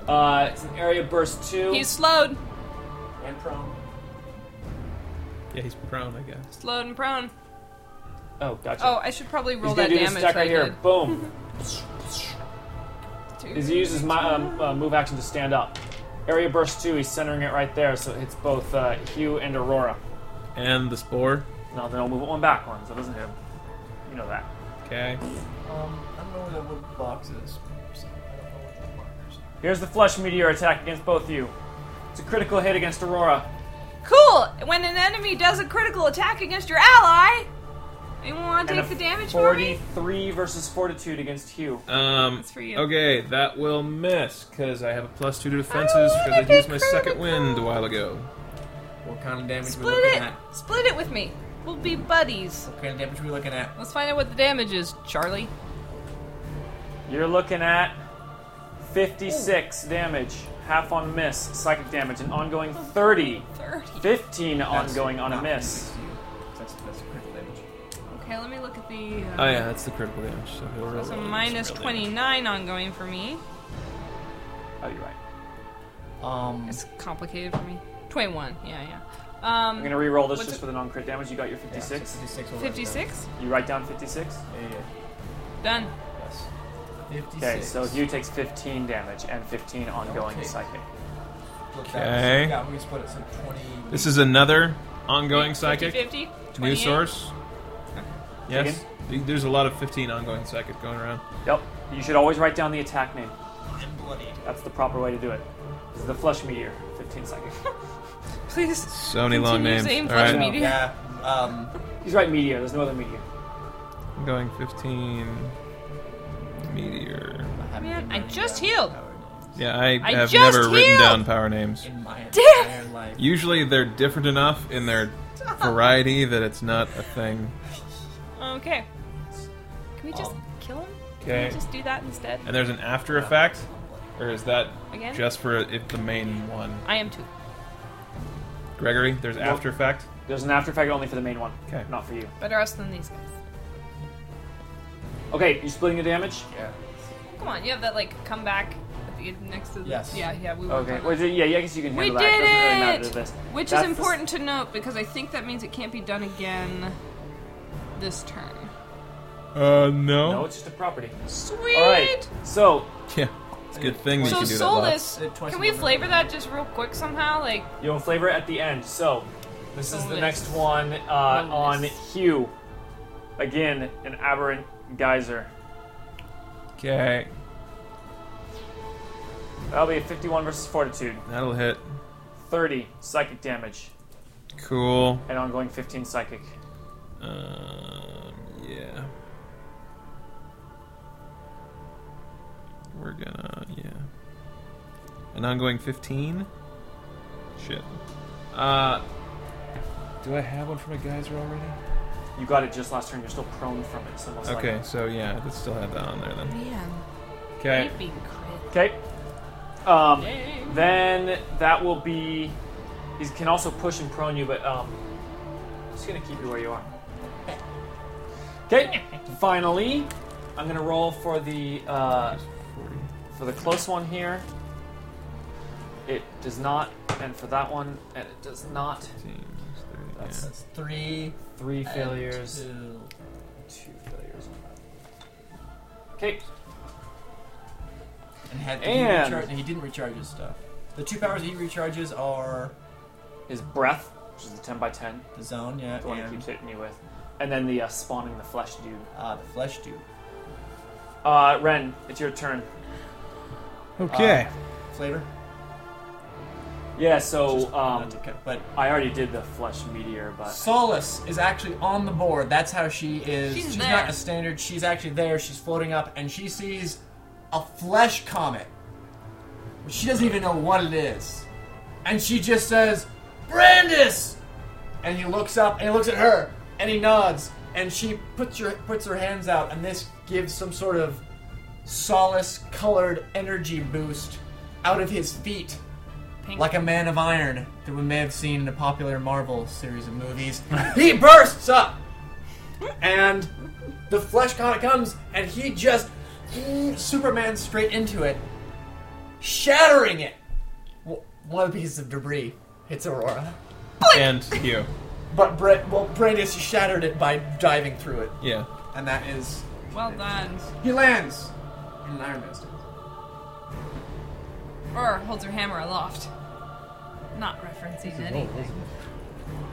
S2: uh, it's an area burst two.
S4: He's slowed,
S6: And prone.
S3: Yeah, he's prone, I guess.
S4: slowed and prone.
S2: oh, gotcha.
S4: Oh, I should probably roll
S2: He's
S4: that
S2: gonna do this
S4: damage.
S2: attack
S4: I
S2: right here.
S4: did.
S2: Boom.
S4: Two.
S2: Is he uses my um, uh, move action to stand up. Area burst two. He's centering it right there, so it hits both uh, Hugh and Aurora.
S3: And the spore.
S2: No, then I'll move it one back one, so it doesn't hit him. You know that.
S3: Okay.
S6: Um, I don't know where that wood box is. So I don't know where the markers are.
S2: Here's the flesh meteor attack against both of you. It's a critical hit against Aurora.
S4: Cool. When an enemy does a critical attack against your ally, you want to
S2: And
S4: take
S2: a
S4: the damage for me?
S2: Forty-three versus fortitude against Hugh.
S3: Um,
S4: That's for you. Oh,
S3: Okay, that will miss because I have a plus two to defenses
S4: I
S3: because I
S4: wanna
S3: used
S4: be
S3: my second
S4: critical.
S3: wind a while ago.
S6: What kind of damage we
S4: Split
S6: looking
S4: it.
S6: at?
S4: Split it with me. We'll be buddies.
S6: What kind of damage we looking at?
S4: Let's find out what the damage is, Charlie.
S2: You're looking at 56 damage, half on miss, psychic damage, an ongoing 30,
S4: Thirty.
S2: 15 ongoing on a miss.
S6: not gonna miss you. That's, that's critical damage.
S4: Okay, let me look at the. Uh,
S3: Oh yeah, that's the critical damage. So he'll
S2: Uh,
S3: roll
S4: That's a
S3: it.
S4: minus
S3: It's real damage.
S4: twenty-nine ongoing for me.
S2: Oh, you're right.
S6: Um,
S4: It's complicated for me. 21, yeah, yeah.
S2: I'm
S4: Um,
S2: gonna re-roll this
S4: What's
S2: just
S4: it-
S2: for the non-crit damage. You got your
S6: yeah,
S2: 56.
S6: 56 over
S4: 56?
S2: You write down 56.
S6: Yeah, yeah,
S4: Done.
S6: yeah. Yes. 56.
S2: Okay, so Hugh takes 15 damage and 15 ongoing
S6: Okay.
S2: psychic.
S6: Look, that was-
S3: Okay.
S6: Yeah, we can split it. So 20.
S3: This is another ongoing psychic
S4: 50, 50,
S3: new
S4: 28.
S3: source. Yes, Th- there's a lot of 15 ongoing psychic going around.
S2: Yep. You should always write down the attack name.
S6: I'm bloodied.
S2: That's the proper way to do it. This is the flesh meteor. 15 psychic. [LAUGHS]
S4: Please.
S3: So many long
S4: Continue
S3: names.
S4: saying
S3: All
S4: flesh
S3: right,
S4: meat.
S6: Yeah. Um.
S2: He's right meteor. There's no other meteor.
S3: ongoing 15 meteor.
S4: Man, I just healed.
S3: Yeah, I,
S4: I
S3: have
S4: just
S3: never written
S4: healed!
S3: down power names.
S6: In my
S4: Damn.
S6: entire
S2: [LAUGHS]
S6: life.
S3: Usually they're different enough in their variety that it's not a thing.
S4: Okay. Can we just
S6: Um,
S4: kill him? Can
S3: Oh. Okay.
S4: we just do that instead?
S3: And there's an after effect, or is that
S4: Again?
S3: just for if the main one?
S4: I am too.
S3: Gregory, there's after effect.
S2: There's an after effect only for the main one.
S3: Okay.
S2: Not for you.
S4: Better us than these guys.
S2: Okay, you splitting the damage?
S6: Yeah.
S4: Come on, you have that, like, come back at the end next to the.
S6: Yes.
S4: Yeah, yeah, we were.
S2: Okay. Well, yeah, yeah, I guess you can
S4: We
S2: handle
S4: did
S2: that. it doesn't really matter
S4: it!
S2: to this.
S4: Which
S2: That's
S4: is
S2: the-
S4: important to note because I think that means it can't be done again this turn.
S3: Uh, no.
S2: No, it's just a property.
S4: Sweet!
S2: All right. So
S3: Yeah, it's a good thing we
S4: So
S3: can do that. Solus.
S4: soulless.
S6: Uh, twice
S4: Can
S6: a
S4: we
S6: month.
S4: flavor that just real quick somehow? Like
S2: You'll flavor it at the end. So, this is the
S4: Bonus.
S2: next one uh, on
S4: Bonus.
S2: Hugh. Again, an aberrant geyser.
S3: Okay,
S2: That'll be a 51 versus Fortitude.
S3: that'll hit.
S2: 30 psychic damage.
S3: Cool.
S2: and ongoing 15 psychic.
S3: Um, yeah. We're gonna, yeah. An ongoing 15? Shit. Uh, do I have one for my geyser already?
S2: You got it just last turn. You're still prone from it. So most
S3: Okay,
S2: likely.
S3: so yeah, let's still have that on there then.
S4: Man,
S3: Okay.
S4: being crit.
S2: Okay. Um,
S4: Dang.
S2: then that will be. He can also push and prone you, but um, just gonna keep you where you are. Okay. Finally, I'm gonna roll for the uh, for the close one here. It does not, and for that one, and it does not. That's
S3: That's
S6: That's three.
S2: three
S6: and
S2: failures,
S6: two.
S2: two failures. Okay.
S6: And, had,
S2: And-
S6: He, recharge, he didn't recharge his stuff. The two powers that he recharges are
S2: His breath, which is the ten by ten,
S6: the zone, yeah,
S2: the one he
S6: and
S2: keeps hitting you with, and then the uh, spawning the flesh dude.
S6: uh, the flesh dude.
S2: Uh, Ren, it's your turn.
S5: Okay.
S6: Flavor.
S2: Yeah, so um,
S6: Not to cut, but
S2: I already did the flesh meteor, but
S6: Solus is actually on the board. That's how she is.
S4: She's there.
S6: not a standard. She's actually there. She's floating up, and she sees a flesh comet. She doesn't even know what it is, and she just says, "Brandis." And he looks up, and he looks at her, and he nods, and she puts her puts her hands out, and this gives some sort of solace colored energy boost out of his feet
S4: Pink.
S6: like a man of iron that we may have seen in a popular Marvel series of movies. [LAUGHS] he bursts up, and the flesh comet comes, and he just mm, Superman straight into it, shattering it. W- One of the pieces of debris hits Aurora,
S3: And you.
S6: but Brett, well, Brandis shattered it by diving through it,
S3: Yeah.
S6: and that is
S4: Well done.
S6: he lands in an Iron Man suit.
S4: Or holds her hammer aloft. Not referencing anything.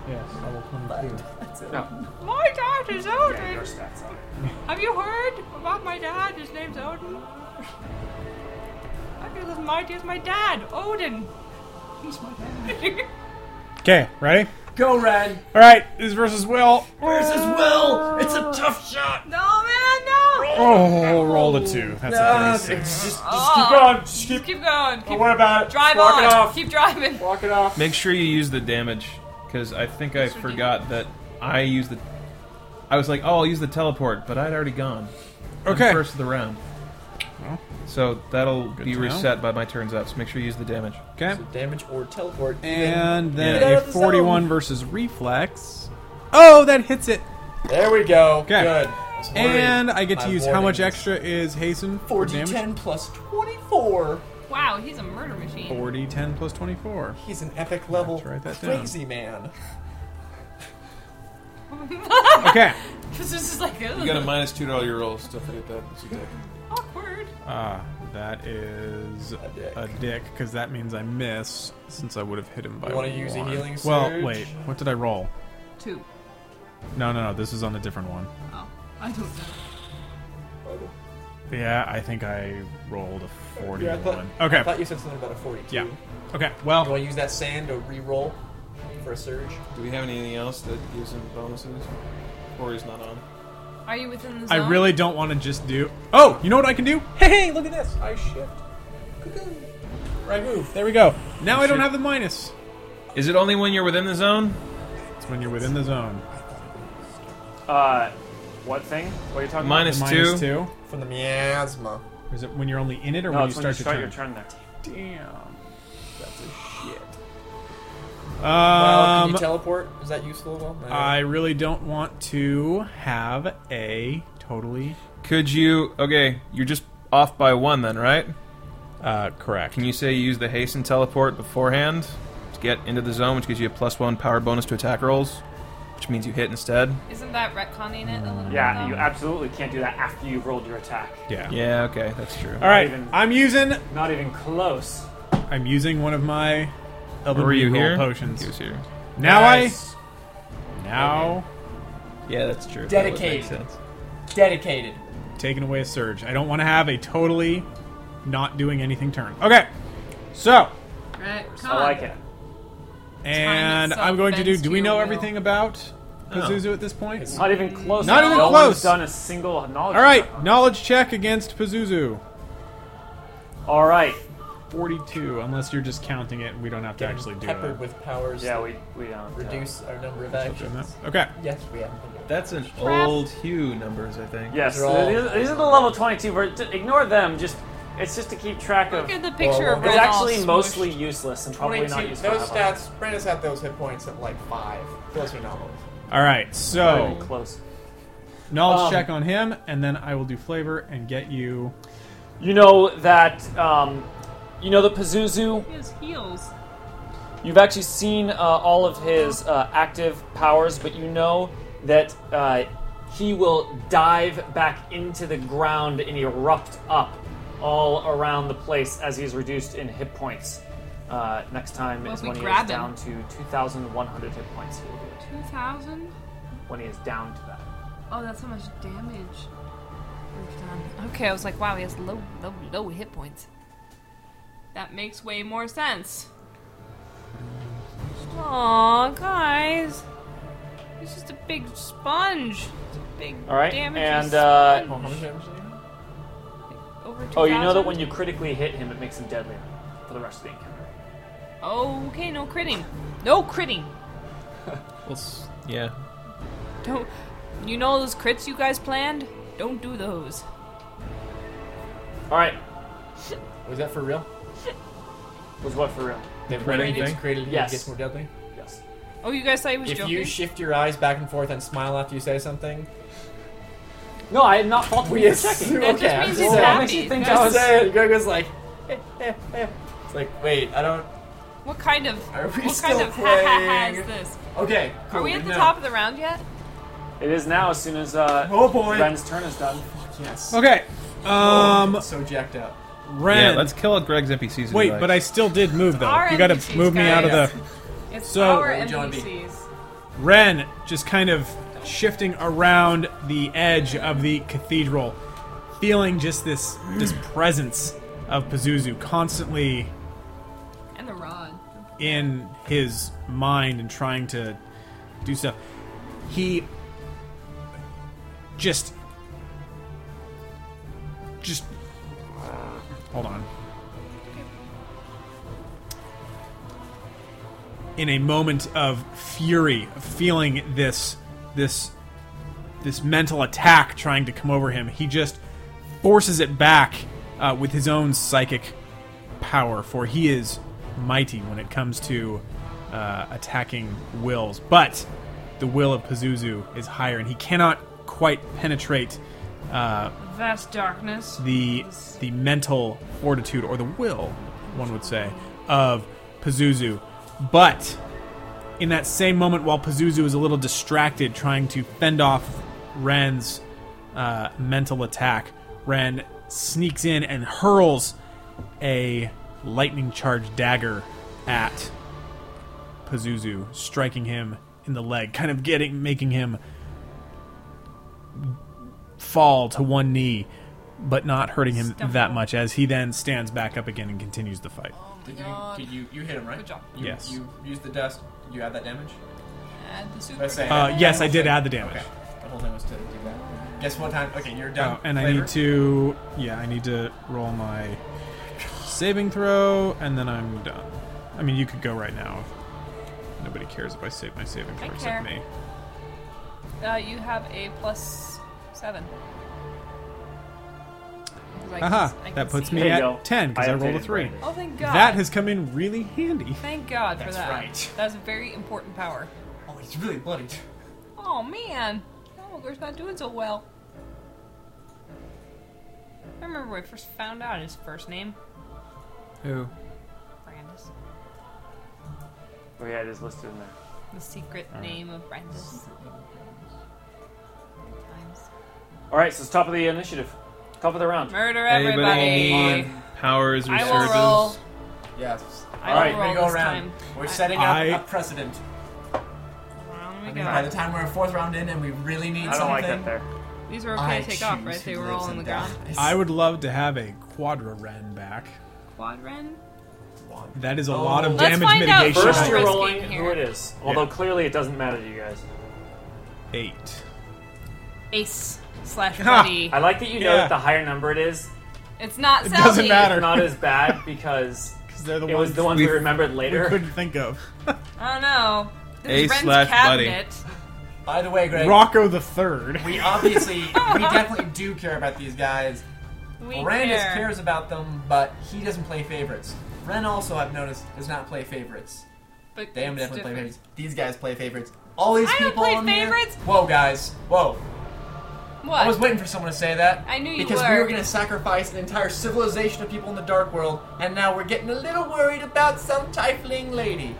S5: Yes, level 22.
S2: no,
S4: My dad is
S2: yeah, your
S4: Odin.
S2: stats on it.
S4: Have you heard about my dad? His name's Odin. I feel as mighty as my dad, Odin. He's my dad.
S5: Okay, ready?
S6: Go Red
S5: All right, this is versus Will.
S6: versus Will. It's a tough shot.
S4: [LAUGHS] no, man, no.
S5: Oh, roll the two. That's
S6: Uh,
S5: a 36.
S6: it's just-
S4: Oh, just keep going. Keep
S6: what about it?
S4: drive
S6: Walk
S4: on.
S6: it off.
S4: Keep driving.
S6: Walk it off.
S3: Make sure you use the damage, because I think I
S4: we do.
S3: forgot that I used the. I was like, oh, I'll use the teleport, but I'd already gone. on the
S5: Okay.
S3: First of the round. So that'll be
S5: to know.
S3: reset by my turns up. So make sure you use the damage.
S5: Okay.
S6: Damage or teleport.
S5: And then
S3: Get out
S5: a
S6: of the
S5: 41 versus reflex. Oh, that hits it.
S6: There we go.
S5: Okay.
S6: Good.
S5: And I get to use how much extra is hasten for
S6: 40,
S5: damage?
S6: 10 plus 24.
S4: Wow, he's a murder machine.
S5: 40, 10 plus [LAUGHS] 24.
S6: He's an epic level
S5: Let's write that down.
S6: crazy man.
S5: Okay.
S6: Oh.
S4: [LAUGHS] This is just like ugh,
S3: minus two to all your rolls. Don't forget that. It's a dick.
S4: awkward.
S5: Ah, that is
S6: dick.
S5: a dick because that means I miss since I would have hit him by.
S6: You
S5: want
S6: wanna
S5: to
S6: use a healing
S5: Well,
S6: surge?
S5: wait. What did I roll?
S4: Two.
S5: No, no, no. This is on a different one.
S4: Oh, I don't know.
S5: Yeah, I think I rolled a forty-one.
S6: Yeah, I thought- I
S5: okay.
S6: thought you said something about a 42.
S5: Yeah.
S6: You
S5: Okay. Well,
S6: want to use that sand to re-roll for a surge?
S3: Do we have anything else that gives him bonuses? Corey's not on.
S4: Are you within the
S5: I
S4: zone?
S5: really don't want to just do. Oh, you know what I can do? Hey, hey, look at this.
S6: I shift. Cuckoo. Right move.
S5: There we go. Now I don't
S3: Shit.
S5: have the minus.
S3: Is it only when you're within the zone?
S5: It's when you're within the zone.
S2: Uh, what thing? What are you talking
S3: Minus
S5: The
S3: two.
S5: minus two.
S6: From the miasma.
S5: Or Is it when you're only in it, or
S2: about? No,
S5: when you
S2: it's when you
S5: start
S2: start
S5: your
S2: your
S5: turn?
S2: turn there.
S5: Damn.
S6: That's a shit. well, can
S5: Um,
S6: you teleport? Is that useful at all?
S5: I really don't want to have a totally
S3: Could you? Okay, you're just off by one then, right?
S5: uh, correct.
S3: Can you say you use the haste and teleport beforehand to get into the zone, which gives you a plus one power bonus to attack rolls, which means you hit instead?
S4: Isn't that retconning it a little
S2: Yeah,
S4: bit?
S2: you
S4: though?
S2: absolutely can't do that after you've rolled your attack.
S5: yeah.
S3: Yeah, okay, that's true.
S5: All right.
S2: Even-
S5: I'm using.
S2: Not even close.
S5: I'm using one of my. Elven
S3: Were you
S5: Reroll
S3: here?
S5: Potions.
S3: He was here.
S5: Now
S6: Nice.
S5: I. Now
S3: Yeah, that's true.
S6: Dedicated.
S3: That would make sense.
S6: Dedicated.
S5: taking away a surge. I don't want to have a totally not doing anything turn. Okay. So
S4: Right. Come
S2: I like it.
S5: And
S4: itself
S5: I'm going to do.
S4: bends
S5: Do
S4: to
S5: we
S4: your
S5: know
S4: will.
S5: everything about Pazuzu at this point?
S2: Not even close.
S5: Not even
S2: no
S5: close.
S2: One's done a single knowledge.
S5: All right, knowledge check against Pazuzu.
S2: All right.
S5: 42, unless you're just counting it and we don't have to actually do
S6: Peppered
S5: it.
S6: with powers
S2: Yeah,
S6: that
S2: we we don't uh,
S6: reduce our number of actions.
S5: Okay.
S6: Yes, we haven't been doing
S3: That's an old Hugh numbers, I think.
S2: Yes,
S6: These are all-
S2: these these are the level 22. ver- t- Ignore them. Just it's just to keep track of.
S4: Look at the picture of
S2: It's
S4: Ren all
S2: actually
S4: smooshed.
S2: mostly useless and probably
S6: Twenty-two.
S2: not useful. to
S6: those
S2: have on.
S6: stats. Brandon's had those hit points at like five. Those are not ones.
S5: All right,
S2: Not
S5: so
S2: even close.
S5: knowledge
S2: Um,
S5: check on him, and then I will do flavor and get you.
S2: You know that. Um, you know the Pazuzu.
S4: His heels.
S2: You've actually seen uh, all of his uh, active powers, but you know that uh, he will dive back into the ground and erupt up all around the place as he is reduced in hit points. Uh, next time
S4: Well,
S2: is
S4: if we
S2: when he is
S4: grab him.
S2: down to 2,100 hit points. He will do it.
S4: 2,000?
S2: when he is down to that.
S4: Oh, that's how much damage we've done. Okay, I was like, wow, he has low, low, low hit points. That makes way more sense. Aw, guys. He's just a big sponge. It's a big
S2: All right,
S4: damage.
S2: and uh,
S6: How much damage do you have?
S4: Over
S2: oh, you know that when
S4: 2,000?
S2: you critically hit him, it makes him deadlier for the rest of the encounter.
S4: Okay, no critting. No critting.
S3: Well, s- yeah.
S4: Don't. You know those crits you guys planned? Don't do those.
S2: All right,
S6: Was that for real?
S2: was what for real?
S6: That
S3: Ready
S6: when it's
S3: thing?
S6: created,
S2: Yes.
S6: it gets more deadly.
S2: Yes.
S4: Oh, you guys thought he was
S6: If
S4: joking?
S6: you shift your eyes back and forth and smile after you say something,
S2: No, I am not faulting you
S6: Yes.
S2: for checking.
S6: That
S4: That
S6: Okay,
S4: just
S6: I'm
S4: means
S6: just
S4: he's
S6: saying.
S4: happy.
S2: Makes you think
S4: That's-
S2: I was-
S6: saying, Gogo's like, [LAUGHS] eh, eh, eh. it's like, wait, I don't.
S4: What kind of
S6: Are we
S4: what kind
S6: still
S4: of ha ha ha
S6: playing?
S4: is this?
S6: Okay, cool.
S4: Are we at the
S6: know.
S4: top of the round yet?
S2: It is now as soon as uh,
S6: Oh boy.
S2: Ren's turn is done.
S6: Yes.
S5: Okay. Um,
S6: so jacked up.
S5: Ren.
S3: Yeah, let's kill all Greg's NPCs. if he
S5: wait,
S3: likes.
S5: but I still did move though.
S4: Our
S5: you got
S4: NPCs,
S5: to move me out of
S4: guys.
S5: the.
S4: It's
S5: So-
S4: our
S6: would John be?
S4: NPCs.
S5: Ren just kind of shifting around the edge of the cathedral, feeling just this this presence of Pazuzu constantly
S4: And the rod.
S5: in his mind and trying to do stuff. He just just hold on. In a moment of fury, of feeling this this this mental attack trying to come over him, he just forces it back uh, with his own psychic power, for he is mighty when it comes to uh, attacking wills. But the will of Pazuzu is higher, and he cannot quite penetrate uh,
S4: Vast darkness.
S5: the the mental fortitude or the will, one would say, of Pazuzu. But in that same moment, while Pazuzu is a little distracted, trying to fend off Ren's uh, mental attack, Ren sneaks in and hurls a lightning charged dagger at Pazuzu, striking him in the leg, kind of getting making him fall to one knee, but not hurting him that much as he then stands back up again and continues the fight.
S6: Did you, did you you hit him right?
S4: Good job.
S6: You,
S5: Yes.
S6: You used the dust. Did you add that damage?
S4: And the super.
S6: Let's say-
S5: Uh, yes, I did add the damage.
S6: Okay. The whole thing was to do that. Guess what time? Okay, you're done.
S5: Oh, and I
S6: Flavor?
S5: need to yeah, I need to roll my saving throw and then I'm done. I mean, you could go right now. if Nobody cares if I save my saving
S4: I
S5: throw
S4: care.
S5: except me.
S4: Uh, you have a plus seven. 'Cause I can-
S5: Haha,
S4: I can
S5: that puts
S4: see
S5: me
S4: it.
S2: There you
S5: at
S2: go.
S5: 10 'cause I rolled a
S2: updated
S5: three.
S2: Brandon.
S4: Oh, thank God.
S5: That has come in really handy.
S4: Thank God for
S6: That's
S4: that.
S6: right.
S4: That was a very important power.
S6: Oh, he's really [LAUGHS] bloodied.
S4: Oh man, Elmer's not doing so well. I remember when I first found out his first name,
S5: Who?
S4: Brandis.
S2: Oh yeah, it is listed in there.
S4: The secret name of Brandis. Times.
S2: All right, so it's top of the initiative, top of the round.
S4: Murder
S3: Anybody
S4: everybody.
S3: powers
S4: I
S3: reserves.
S4: will roll.
S6: Yes.
S4: I
S2: All right,
S4: will
S6: We're gonna
S4: roll
S6: go
S4: this
S6: around.
S4: time.
S6: We're setting up
S5: I-
S6: a precedent.
S4: Round we
S6: I mean, by
S4: go.
S6: the time we're a fourth round in and we really need
S2: I don't
S6: something,
S2: like that there.
S4: These were okay
S6: I
S4: to take off,
S6: choose
S4: right? They
S6: who
S4: were
S6: lives
S4: all on the
S6: and
S4: ground.
S6: dies.
S5: I would love to have a quadra ren back.
S4: Quadren?
S6: one.
S5: That is a lot of
S4: Oh. Let's
S5: damage
S4: find out
S5: mitigation.
S4: first.
S2: First,
S4: Sure.
S2: you're
S4: Risking
S2: rolling who
S4: here.
S2: it is. Although clearly it doesn't matter to you guys.
S5: Eight.
S4: Ace slash
S5: Ha!
S4: buddy.
S2: I like that you know
S5: Yeah.
S2: that the higher number it [LAUGHS] is,
S4: It's not Sally.
S5: doesn't matter.
S2: it's not as bad because
S5: They're the
S2: it
S5: ones
S2: was the ones we remembered later.
S5: couldn't think
S2: [LAUGHS]
S5: of.
S4: Oh no.
S3: Ace slash buddy.
S6: By the way, Greg,
S5: Rocco the Third.
S6: we obviously, we definitely do care about these guys.
S4: buddy. [LAUGHS] We
S6: Randis
S4: care.
S6: cares about them, but he doesn't play favorites. Ren also, I've noticed, does not play favorites.
S4: But
S6: They
S4: it's
S6: definitely play
S4: different.
S6: favorites. These guys play favorites. All these
S4: I don't
S6: people
S4: play
S6: on here-
S4: favorites.
S6: Whoa, guys. Whoa.
S4: What?
S6: I was waiting for someone to say that.
S4: I knew you
S6: because
S4: were.
S6: we were going to sacrifice an entire civilization of people in the dark world, and now we're getting a little worried about some tiefling lady.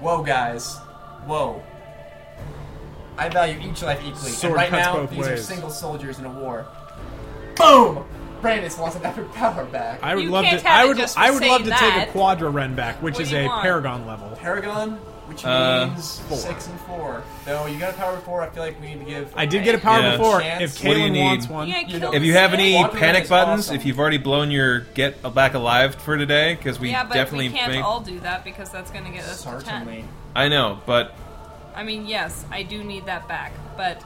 S6: Whoa, guys. Whoa. I value each life equally.
S5: Sword
S6: and right
S5: cuts
S6: now,
S5: both
S6: these are
S5: ways.
S6: single soldiers in a war. Boom! Brandis wants an epic [LAUGHS] power back.
S5: I would
S4: You
S5: love
S4: can't
S5: to.
S4: have
S5: I
S4: it
S5: would.
S4: just for
S5: I would love to
S4: saying
S5: take
S4: that.
S5: a Quadra Ren back, which
S4: What
S5: is
S4: do you
S5: a
S4: want?
S5: Paragon level.
S6: Paragon, which
S3: Uh,
S6: means six and four. No, you got a power four. I feel like we need to give.
S5: I did get a power
S3: Yeah.
S5: before.
S6: Chance.
S5: If
S3: What do you
S5: Kaylin
S3: need?
S5: wants one,
S4: Yeah,
S6: You
S4: kill
S6: know-
S4: the
S3: If you have
S4: snake.
S3: any
S6: Watermelon
S3: panic
S6: is
S3: buttons,
S6: awesome.
S3: if you've already blown your get back alive for today, because we
S4: yeah, but
S3: definitely
S4: we can't
S3: think-
S4: all do that because that's going to get us to
S6: certainly.
S4: ten.
S3: I know, but
S4: I mean, yes, I do need that back, but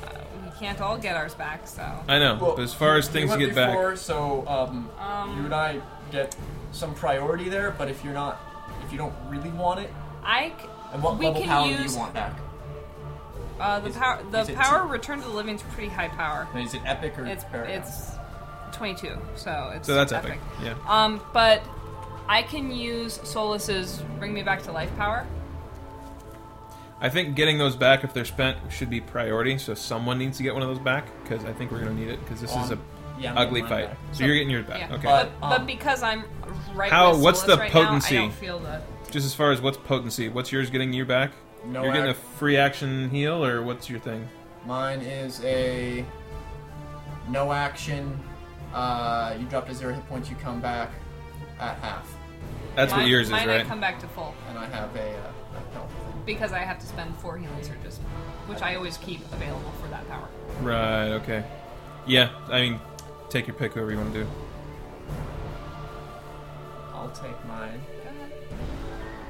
S4: uh, we can't all get ours back. So
S3: I know. but as far as
S6: you
S3: things to
S6: went
S3: get
S6: before,
S3: back,
S6: So um,
S4: Um,
S6: you and I get some priority there, but if you're not, if you don't really want it,
S4: I c-
S6: and what
S4: we
S6: level
S4: can
S6: power do
S4: use
S6: you want back?
S4: uh, the
S6: Is it-
S4: power. The
S6: is it
S4: power
S6: two?
S4: return to the living is pretty high power.
S6: And is it epic or
S4: It's
S6: paragon?
S4: it's twenty two, so it's
S3: so that's epic. Yeah.
S4: Um, but I can use Solus's bring me back to life power.
S3: I think getting those back if they're spent should be priority. So someone needs to get one of those back because I think we're gonna need it because this is a
S6: Um, yeah, I'm
S3: ugly
S6: getting mine
S3: fight.
S6: back.
S3: So you're getting yours back.
S4: Yeah.
S3: Okay.
S4: But,
S6: But,
S4: but
S6: um,
S4: because I'm right
S3: how-
S4: with
S3: what's
S4: Solus
S3: the
S4: right
S3: potency?
S4: Now, I don't feel the.
S3: Just as far as what's potency, what's yours getting you back?
S6: No
S3: you're getting
S6: act-
S3: a free action heal or what's your thing?
S6: Mine is a no action. Uh, you drop to zero hit points, you come back at half,
S3: That's what
S4: mine-
S3: yours is,
S4: mine I
S3: right?
S4: come back to full
S6: and I have a. Uh, a health thing.
S4: because I have to spend four healing surges, which I always keep available for that power.
S3: Right. Okay. Yeah. I mean, take your pick. Whoever you want to do.
S6: I'll take mine.
S4: Go ahead.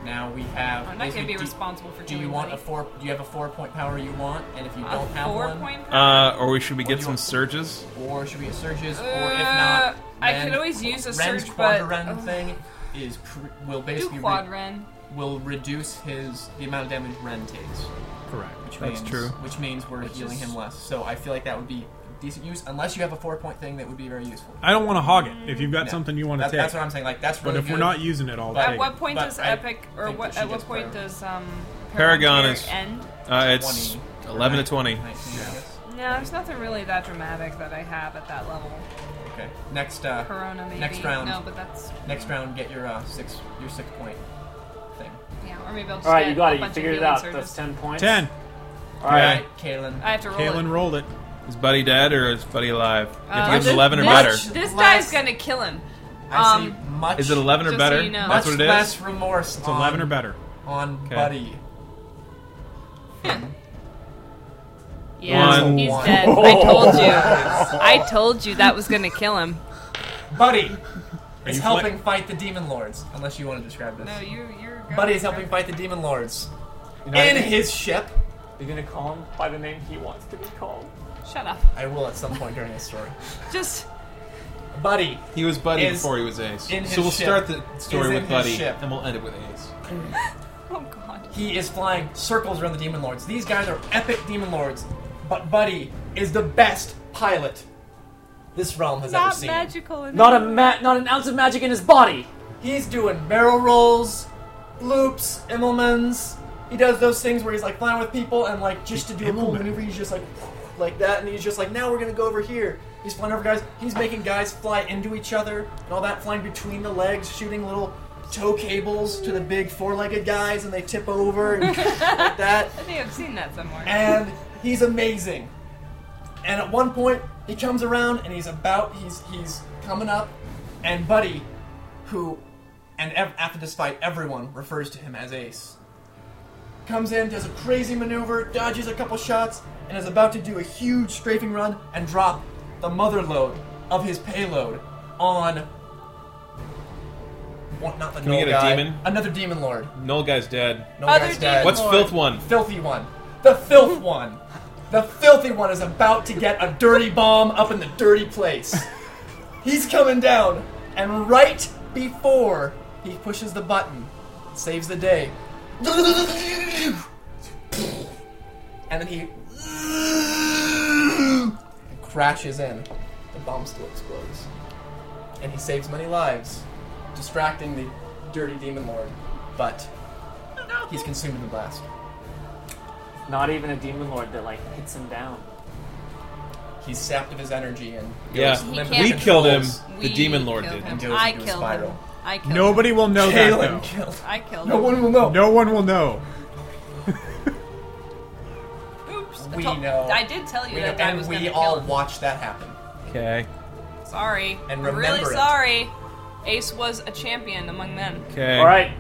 S6: Now we have.
S4: I'm not
S6: if
S4: going to
S6: you
S4: be
S6: do-
S4: responsible for
S6: Do
S4: doing
S6: you want
S4: money.
S6: a four? Do you have a four-point power you want? And if you
S4: A
S6: don't have
S4: four
S6: one,
S4: point.
S3: Uh, or we should we
S6: Or
S3: get
S6: do you
S3: some
S6: want-
S3: surges?
S6: or should we get surges,
S4: Uh,
S6: or if not,
S4: I
S6: Ren-
S4: could always use a
S6: Ren's
S4: surge, but
S6: quadren
S4: oh,
S6: thing is pr- will
S4: do
S6: basically re-
S4: quadren.
S6: will reduce his the amount of damage Ren takes.
S5: correct.
S6: Which
S3: That's
S6: means,
S3: true.
S6: Which means we're healing
S4: is-
S6: him less. So I feel like that would be decent use, unless you have a four-point thing that would be very useful.
S5: I don't want to hog it. If you've got
S6: No.
S5: something you want to
S6: That-
S5: take,
S6: That's what I'm saying. Like that's
S5: but
S6: really
S5: if we're
S6: good.
S5: not using it, I'll
S6: But-
S5: take
S4: At
S5: it.
S4: what point
S6: But
S4: does
S6: I
S4: epic, or
S6: think
S4: what?
S6: that she
S4: At what
S6: gets
S4: point
S6: priority.
S4: does um
S3: Paragon
S4: here
S3: is-
S4: end?
S3: Uh, it's
S6: 20, or
S3: eleven to
S6: 19,
S3: twenty.
S6: 19, I guess.
S4: No, there's nothing really that dramatic that I have at that level.
S6: Okay. Next. Uh,
S4: Corona maybe.
S6: Next round.
S4: No, but that's
S6: Next round, get your uh, six your six-point thing.
S4: yeah. Or maybe I'll just
S2: All right,
S4: get
S2: you got
S4: a
S2: it. You
S4: bunch of
S2: figured it
S4: healing
S2: out.
S4: surges.
S2: That's ten points.
S5: Ten.
S2: All right.
S6: Kaylin.
S4: I have to roll
S5: Kaylin
S4: it.
S5: rolled it.
S3: Is Buddy dead or is Buddy alive?
S4: Uh,
S3: if it was
S4: this-
S3: eleven or
S4: this-
S3: better,
S6: much-
S4: This
S6: Less-
S4: guy's gonna kill him.
S6: I see
S4: Um,
S6: much.
S3: is it eleven or
S4: Just so
S3: better?
S4: you know.
S3: That's
S6: much
S3: what it
S6: less
S3: is.
S6: remorse
S4: Um,
S5: It's eleven or better.
S6: on
S3: Okay.
S6: Buddy.
S4: Yeah,
S3: One.
S4: he's dead. I told you.
S2: [LAUGHS]
S4: I told you that was gonna kill
S6: [LAUGHS]
S4: him.
S6: Buddy is
S5: you
S6: helping fight the demon lords, unless you want to describe this.
S4: No, you, you're.
S6: Buddy is helping fight the demon lords
S2: You
S6: in
S2: know,
S6: his ship.
S2: you're gonna call him by the name he wants to be called.
S4: Shut up.
S6: I will at some point during this story.
S4: Just
S6: Buddy,
S3: He was Buddy
S6: Is
S3: before he was Ace.
S6: in his
S3: So we'll
S6: ship.
S3: start the story
S6: Is in
S3: with
S6: his
S3: Buddy,
S6: ship.
S3: and we'll end it with Ace.
S4: oh god.
S6: he is flying circles around the demon lords. These guys are epic demon lords, but Buddy is the best pilot this realm has ever
S4: Not
S6: seen.
S4: magical. Enough.
S2: Not a ma- not an ounce of magic in his body.
S6: He's doing barrel rolls, loops, Immelmans. He does those things where he's like flying with people and like just to do a cool
S5: Immelman.
S6: maneuver, he's just like like that, and he's just like, now we're gonna go over here. He's flying over guys. He's making guys fly into each other and all that, flying between the legs, shooting little toe cables to the big four-legged guys, and they tip over and [LAUGHS] like that
S4: I think I've seen that somewhere.
S6: and he's amazing. And at one point, he comes around and he's about he's he's coming up, and Buddy, who, and ev- after this fight, everyone refers to him as Ace. Comes in, does a crazy maneuver, dodges a couple shots, and is about to do a huge strafing run and drop the mother load of his payload on one, not the
S3: we
S6: null
S3: get a
S6: guy.
S3: demon?
S6: Another demon lord.
S3: Null guy's dead.
S6: No
S4: Other
S6: guy's dead.
S4: demon
S3: What's
S4: Lord.
S3: filth one?
S6: Filthy one. The filth one. The filthy one is about to get a dirty bomb up in the dirty place. He's coming down, and right before he pushes the button, saves the day. And then he crashes in. The bomb still explodes. And he saves many lives, distracting the dirty demon lord. But he's consumed in the blast.
S2: Not even a demon lord that like hits him down.
S6: He's sapped of his energy and
S3: Yeah.
S6: goes
S4: He
S6: limp
S4: can't
S3: We
S6: and
S3: killed him.
S6: controls.
S3: The
S4: We
S3: demon lord
S4: killed
S3: did.
S4: him.
S6: And goes
S4: I
S6: into a
S4: killed him.
S6: spiral.
S4: I killed him.
S5: Nobody will know that.
S6: Kalen
S5: though.
S6: killed.
S4: I killed
S6: No
S4: him.
S6: one will know.
S5: No one will know.
S4: Oops. I
S6: We
S4: told-
S6: know.
S4: I did tell you
S6: We know,
S4: that guy
S6: and
S4: was
S6: we
S4: gonna
S6: all
S4: kill him.
S6: watched that happen.
S3: Okay.
S4: Sorry.
S6: and
S4: I'm really
S6: remember it.
S4: sorry. Ace was a champion among men.
S3: Okay.
S2: All right,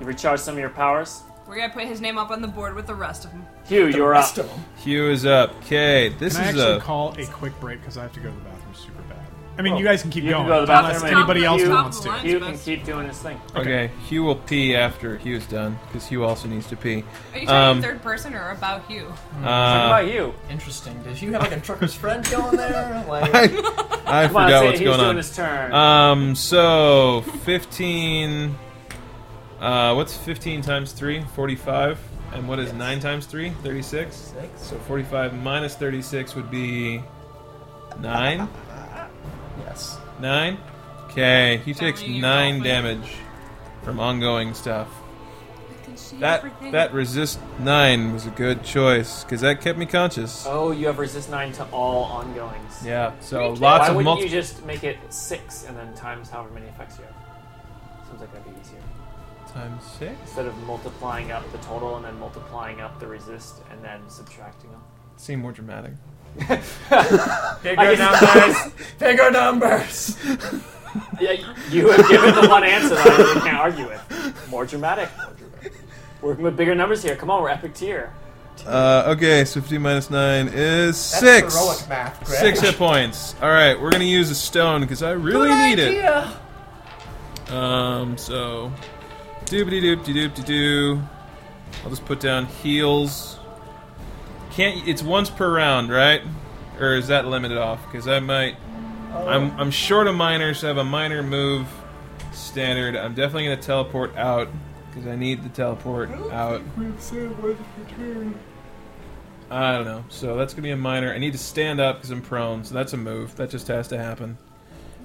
S2: you recharge some of your powers.
S4: We're gonna put his name up on the board with the rest of them.
S2: Hugh, you're up.
S6: Rest of 'em.
S3: Hugh is up. Okay. This
S5: Can I
S3: is
S5: actually
S3: a.
S5: call a quick break because I have to go to the bathroom super bad. I mean, you guys can keep
S2: You
S5: going
S2: can go to the
S5: unless
S2: bathroom and-
S5: anybody else
S2: You-
S5: wants to.
S4: That's
S2: Hugh
S4: the
S2: can
S4: best.
S2: keep doing his thing.
S3: Okay. Hugh will pee after Hugh's done because Hugh also needs
S2: [LAUGHS]
S3: to pee.
S4: Are you talking
S3: Um,
S4: third person or about you?
S2: What
S3: Uh,
S2: about you?
S6: Interesting. Did you have like a trucker's friend going there? [LAUGHS] Like,
S3: I, I
S2: Come on, say
S3: forgot
S2: it.
S3: what's
S2: he's
S3: going
S2: doing
S3: on.
S2: his turn.
S3: Um. So fifteen. Uh, what's 15 times 3? 45. And what is 9 times 3? 36.
S6: six?
S3: So 45 minus 36 would be 9?
S6: Yes.
S3: 9? Okay, he takes
S4: many you
S3: 9
S4: roll for?
S3: damage from ongoing stuff. That that resist 9 was a good choice cuz that kept me conscious.
S2: oh, you have resist nine to all ongoings.
S3: Yeah, so
S2: Why
S3: lots of
S2: wouldn't
S3: multi
S2: you just make it six and then times however many effects you have? Seems like that'd be easier.
S3: times 6.
S2: Instead of multiplying up the total and then multiplying up the resist and then subtracting them.
S3: Seem more dramatic.
S2: I
S6: Bigger
S2: guess it's-
S6: numbers. Bigger numbers.
S2: Yeah, y- you have given the one answer that I really can't argue with. More dramatic. Working with bigger numbers here. Come on, we're epic tier.
S3: Uh, okay, so 15 minus 9 is
S6: That's
S3: 6.
S6: heroic math. Greg.
S3: Six hit points. All right, we're gonna use a stone because I really need it. Um, so doobity doop de doop de doo. I'll just put down heals. Can't it's once per round, right? Or is that limited off? Because I might. I'm I'm short a minor, so I have a minor move standard. I'm definitely gonna teleport out because I need the teleport out. I don't know. So that's gonna be a minor. I need to stand up because I'm prone. So that's a move. That just has to happen.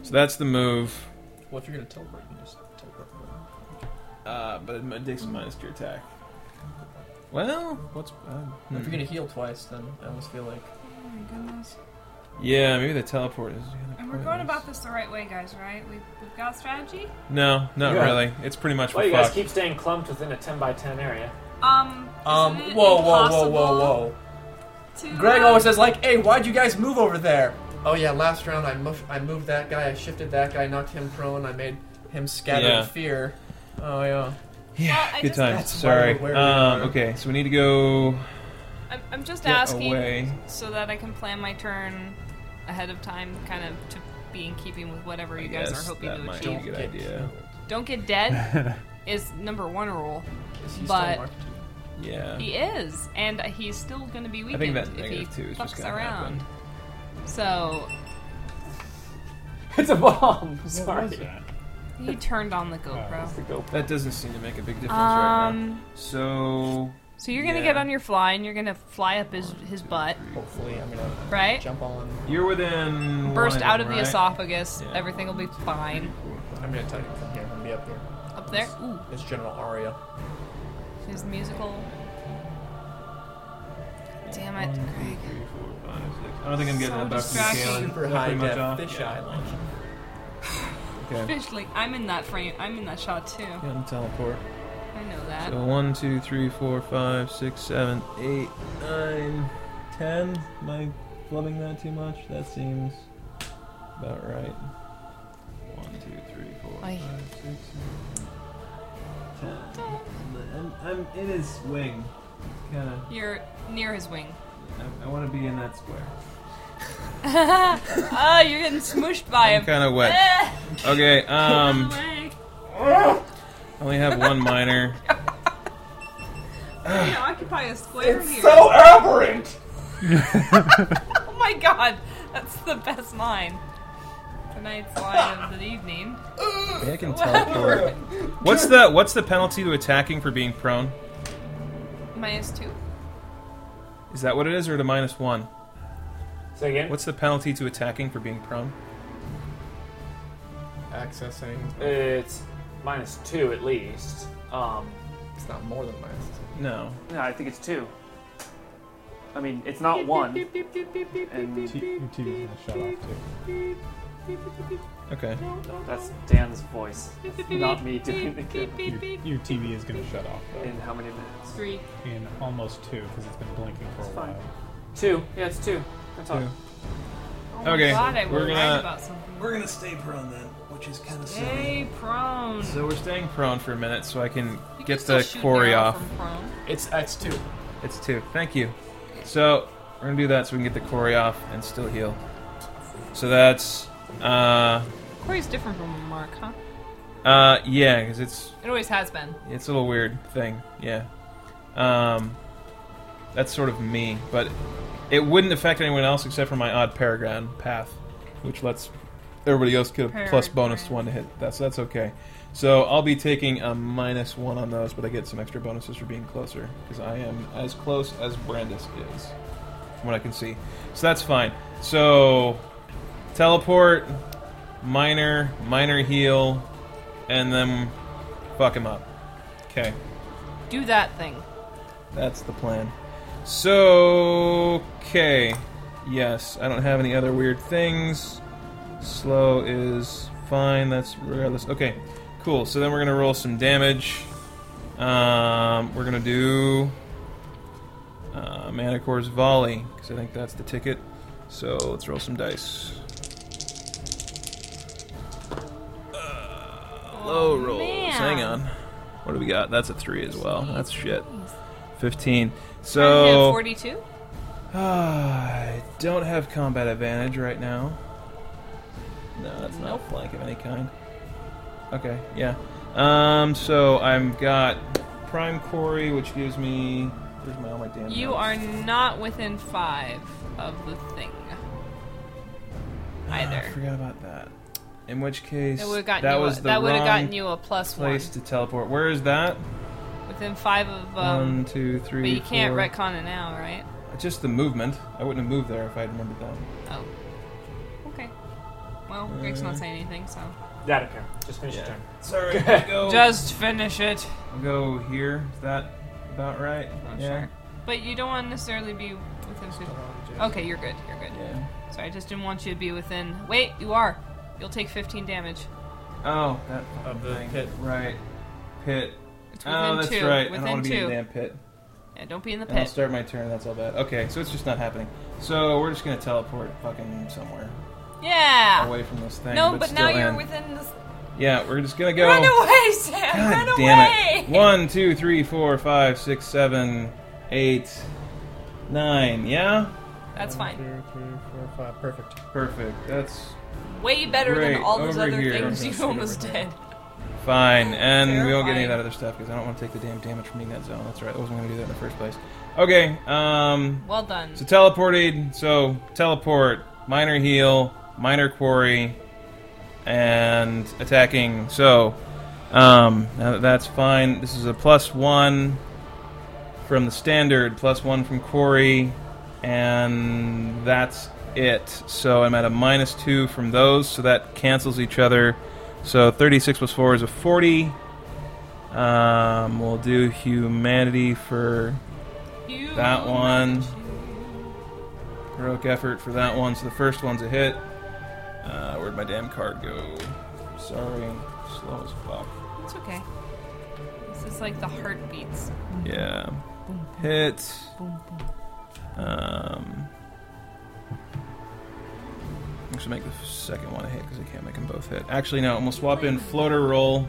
S3: So that's the move.
S6: Well, if you're gonna teleport, you can just teleport.
S3: Uh, but it takes a minus to your attack. Well, what's uh, hmm.
S6: If you're gonna heal twice, then I almost feel like
S3: yeah? Maybe the teleport is.
S4: And we're going about this the right way, guys, right? We've, we've got strategy.
S3: No, not
S2: Yeah.
S3: really. It's pretty much
S2: Well,
S3: we're
S2: you guys
S3: fucked.
S2: keep staying clumped within a 10 by 10 area.
S4: Um.
S6: Um.
S4: isn't it
S6: Whoa, whoa, whoa, whoa,
S4: impossible
S6: whoa.
S4: to-
S6: Greg always says like, "Hey, why'd you guys move over there?" Oh yeah, last round I moved, I moved that guy, I shifted that guy, knocked him prone, I made him scatter
S3: Yeah.
S6: in fear. Oh yeah.
S3: yeah,
S4: Well, I
S3: good
S4: just-
S3: time.
S6: That's why
S3: Sorry.
S6: we're where we
S3: Um,
S6: are.
S3: okay, so we need to go.
S4: I'm, I'm just
S3: Get
S4: asking
S3: away.
S4: so that I can plan my turn ahead of time, kind of to be in keeping with whatever you guys
S3: Yes,
S4: are hoping
S3: that
S4: to
S3: might
S4: achieve.
S3: be a good
S6: Get
S3: idea.
S4: Don't
S3: [LAUGHS]
S4: get dead is number one rule.
S6: Is he
S4: But-
S6: still marked?
S3: Yeah.
S4: He is, and he's still going to be
S3: I
S4: weakened
S3: think that
S4: if he
S3: negative two is just
S4: fucks
S3: gonna
S4: around.
S3: happen.
S4: So
S2: It's a bomb. I'm sorry.
S4: he turned on the
S3: Uh,
S4: GoPro.
S2: It's the GoPro.
S3: That doesn't seem to make a big difference right now.
S4: Um.
S3: So
S4: So you're gonna
S3: Yeah.
S4: get on your fly and you're gonna fly up his his butt,
S6: Hopefully, I'm gonna
S4: right?
S6: jump on.
S3: you're within
S4: Burst
S3: one,
S4: out of the
S3: right?
S4: esophagus.
S3: Yeah.
S4: Everything will be fine.
S6: I'm gonna tell you from here. I'm gonna be up here.
S4: Up there. Ooh,
S6: It's General Aria.
S4: his musical. Damn it,
S3: Um,
S4: Greg.
S3: I don't think I'm getting
S4: So
S3: that back from
S4: distracting.
S3: Kalen.
S6: Super
S3: That's
S6: high
S3: pretty much
S6: def
S3: off.
S6: fish
S3: yeah.
S6: eye launch.
S3: Okay.
S4: Fish, like I'm in that frame. I'm in that shot too.
S3: Yeah, I'm teleport.
S4: I know that.
S3: So one, two, three, four, five, six, seven, eight, nine, ten. Am I flubbing that too much? That seems about right. One, two, three, four,
S4: Aye.
S3: five, six, seven, eight, ten. I'm, I'm in his wing. Kind of.
S4: You're near his wing.
S3: I, I want to be in that square.
S4: Ah, you're getting smooshed by
S3: I'm
S4: him. [LAUGHS]
S3: kind of wet.
S4: Ah,
S3: Okay. Um.
S4: away.
S3: I only have one minor.
S4: You know, occupy a square here.
S6: aberrant.
S4: [LAUGHS] oh my god, that's the best line. Tonight's line of the evening.
S3: I can teleport. What's the what's the penalty to attacking for being prone?
S4: Minus two.
S3: Is that what it is, or the minus one?
S2: Say again.
S3: What's the penalty to attacking for being prone?
S6: Accessing.
S2: It's minus two at least. Um,
S6: It's not more than minus.
S3: No.
S2: no, I think it's two. I mean, it's not one. And
S7: Your TV's gonna shut off too.
S3: Okay.
S2: that's Dan's voice. It's not me doing the
S4: [LAUGHS]
S2: good.
S7: Your, your TV is gonna shut off though
S2: In how many minutes?
S4: Three.
S7: in almost two because it's been blinking for a
S2: fine.
S7: while.
S2: Two. Yeah, it's two. That's all.
S3: Two.
S4: Oh my
S3: Okay,
S4: god, I
S3: we're
S4: was
S3: gonna-
S4: right about something.
S11: We're gonna stay prone then, which is kind of sad.
S4: Yay, prone.
S3: So we're staying prone for a minute, so I can
S4: You can
S3: get
S4: still
S3: the
S4: shoot an
S3: quarry
S4: arrow
S3: off.
S4: from prone.
S6: It's it's two.
S3: It's two. Thank you. So we're gonna do that so we can get the quarry off and still heal. So that's uh
S4: Quarry's different from a mark, huh?
S3: uh yeah, because it's
S4: It always has been.
S3: it's a little weird thing. Yeah. Um that's sort of me, but it wouldn't affect anyone else except for my odd paragon path, which lets everybody else get a plus
S4: Paragon.
S3: bonus one to hit. That's that's okay. So I'll be taking a minus one on those, but I get some extra bonuses for being closer because I am as close as Brandis is, from what I can see. So that's fine. So teleport, minor, minor heal, and then fuck him up. Okay.
S4: Do that thing.
S3: That's the plan. So, okay. Yes, I don't have any other weird things. Slow is fine. That's regardless. Okay, cool. So then we're going to roll some damage. Um, we're going to do uh, Manicore's Volley, because I think that's the ticket. So let's roll some dice. Uh, low rolls.
S4: man.
S3: Hang on. What do we got? That's a three as well. That's shit.
S4: Jeez.
S3: 15.
S4: I hit a
S3: So
S4: 42?
S3: [SIGHS] I don't have combat advantage right now. No, that's not a flank of any kind. Okay, yeah. Um, so I've got prime quarry, which gives me. Where's my all my damage?
S4: You are not within five of the thing.
S3: I
S4: Either.
S3: forgot about that. In which case,
S4: It would have gotten
S3: that
S4: you.
S3: was
S4: a,
S3: the
S4: that would have
S3: wrong
S4: gotten you a plus
S3: place to teleport. Where is that?
S4: one within five of. Um,
S3: One, two, three.
S4: but you can't
S3: four.
S4: retcon it now, right?
S3: Just the movement. I wouldn't have moved there if I had remembered that.
S4: Oh. Okay. Well, Greg's
S3: Uh,
S4: not saying anything, so.
S2: Yeah, I don't care. Just finish your
S3: Yeah.
S2: turn.
S3: Sorry. [LAUGHS] I go.
S4: Just finish it.
S3: I'll go here. Is that about right?
S4: Not
S3: yeah.
S4: sure. But you don't want to necessarily be within 50. Okay, you're good. You're good.
S3: Yeah.
S4: Sorry, I just didn't want you to be within. Wait, you are. You'll take 15 damage.
S3: Oh, that
S6: Of the
S3: thing.
S6: pit.
S3: Right. Pit.
S4: It's within
S3: Oh, that's
S4: two.
S3: right. I
S4: Within
S3: don't want to
S4: two.
S3: be in the damn pit.
S4: Yeah, don't be in the
S3: And I'll
S4: pit.
S3: start my turn. That's all bad. Okay, so it's just not happening. So we're just gonna teleport fucking somewhere
S4: yeah.
S3: away from this thing.
S4: Ah. No,
S3: but,
S4: but,
S3: still
S4: now you're
S3: in.
S4: within this.
S3: Yeah, we're just gonna go.
S4: Run away, Sam!
S3: God
S4: Run
S3: damn
S4: away!
S3: it! One, two, three, four, five, six, seven, eight, nine. Yeah.
S4: That's fine.
S6: Two, three, four, five. Perfect.
S3: Perfect. That's
S4: Way better
S3: Great,
S4: than all those
S3: over
S4: other
S3: here.
S4: things
S3: Okay,
S4: you
S3: so
S4: almost
S3: over
S4: did.
S3: Fine, and we won't get any of
S4: Terrifying.
S3: that other stuff because I don't want to take the damn damage from being in that zone. That's right, I wasn't going to do that in the first place. Okay, um,
S4: Well done.
S3: so teleported, so teleport, minor heal, minor quarry, and attacking. So, um, now that that's fine. This is a plus one from the standard, plus one from quarry, and that's it. So I'm at a minus two from those, so that cancels each other. So 36 plus 4 is a 40. Um, we'll do humanity for
S4: You
S3: that one.
S4: managed.
S3: heroic effort for that one. So the first one's a hit. Uh, where'd my damn card go? Sorry, slow as fuck.
S4: It's okay. This is like the heartbeats.
S3: Yeah, hit. Um, I should make the second one a hit because I can't make them both hit. Actually, no. We'll swap in floater roll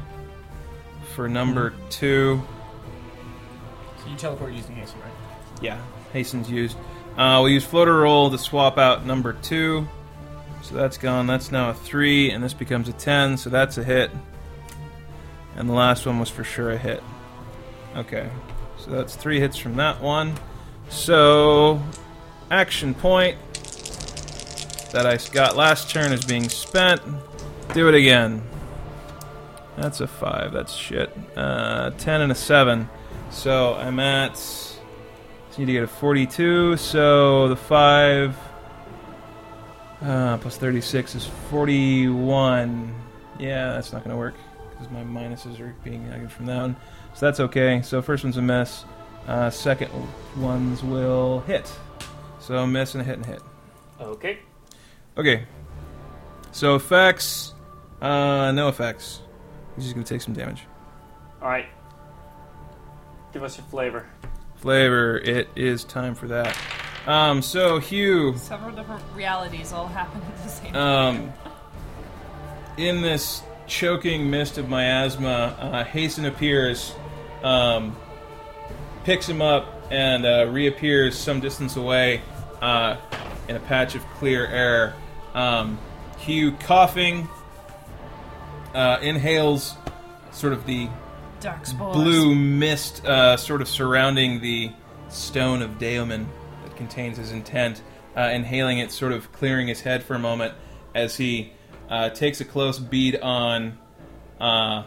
S3: for number two.
S6: So you teleport using haste, right?
S3: Yeah, Hasten's used. Uh, we'll use floater roll to swap out number two. So that's gone. That's now a three, and this becomes a ten. So that's a hit. And the last one was for sure a hit. Okay. So that's three hits from that one. So, action point that I got last turn is being spent. Do it again. That's a five. That's shit. Uh, ten and a seven. So I'm at. Just need to get a 42. So the five uh, plus 36 is 41. Yeah, that's not gonna work because my minuses are being negative from that one. So that's okay. So first one's a miss. Uh, second ones will hit. So miss and hit and hit.
S2: Okay.
S3: Okay. So effects. Uh, no effects. He's just gonna take some damage.
S2: All right. Give us your flavor.
S3: Flavor. It is time for that. Um. So Hugh.
S4: Several different realities all happen at the same time.
S3: Um. In this choking mist of miasma, uh, Hasten appears, um, picks him up, and uh, reappears some distance away uh, in a patch of clear air. Um, Hugh coughing, uh, inhales sort of the
S4: Dark spores.
S3: blue mist uh, sort of surrounding the stone of Daemon that contains his intent, uh, inhaling it, sort of clearing his head for a moment as he uh, takes a close bead on uh,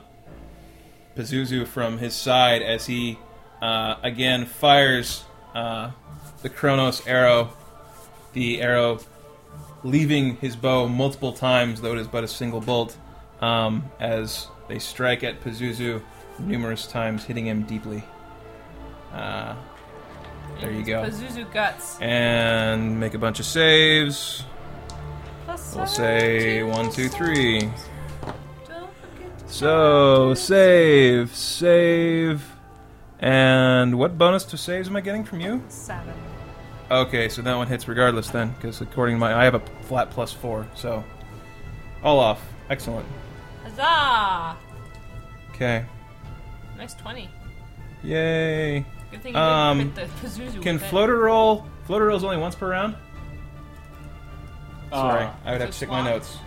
S3: Pazuzu from his side as he uh, again fires uh, the Kronos arrow, the arrow leaving his bow multiple times, though it is but a single bolt, um, as they strike at Pazuzu numerous times, hitting him deeply. Uh, there you go.
S4: Pazuzu guts.
S3: And make a bunch of saves.
S4: Plus
S3: We'll
S4: seven,
S3: say
S4: two,
S3: one, two,
S4: seven.
S3: three.
S4: Don't forget to-
S3: So save, save, and what bonus to saves am I getting from you?
S4: Seven.
S3: Okay, so that one hits regardless then, because according to my, I have a flat plus four, so all off. Excellent.
S4: Huzzah!
S3: Okay,
S4: Nice 20.
S3: yay.
S4: Good thing you
S3: Um,
S4: didn't hit the Pazuzu
S3: Can
S4: with it.
S3: floater roll? Floater rolls only once per round. Sorry, I would
S4: so
S3: have to check my
S4: swap.
S3: notes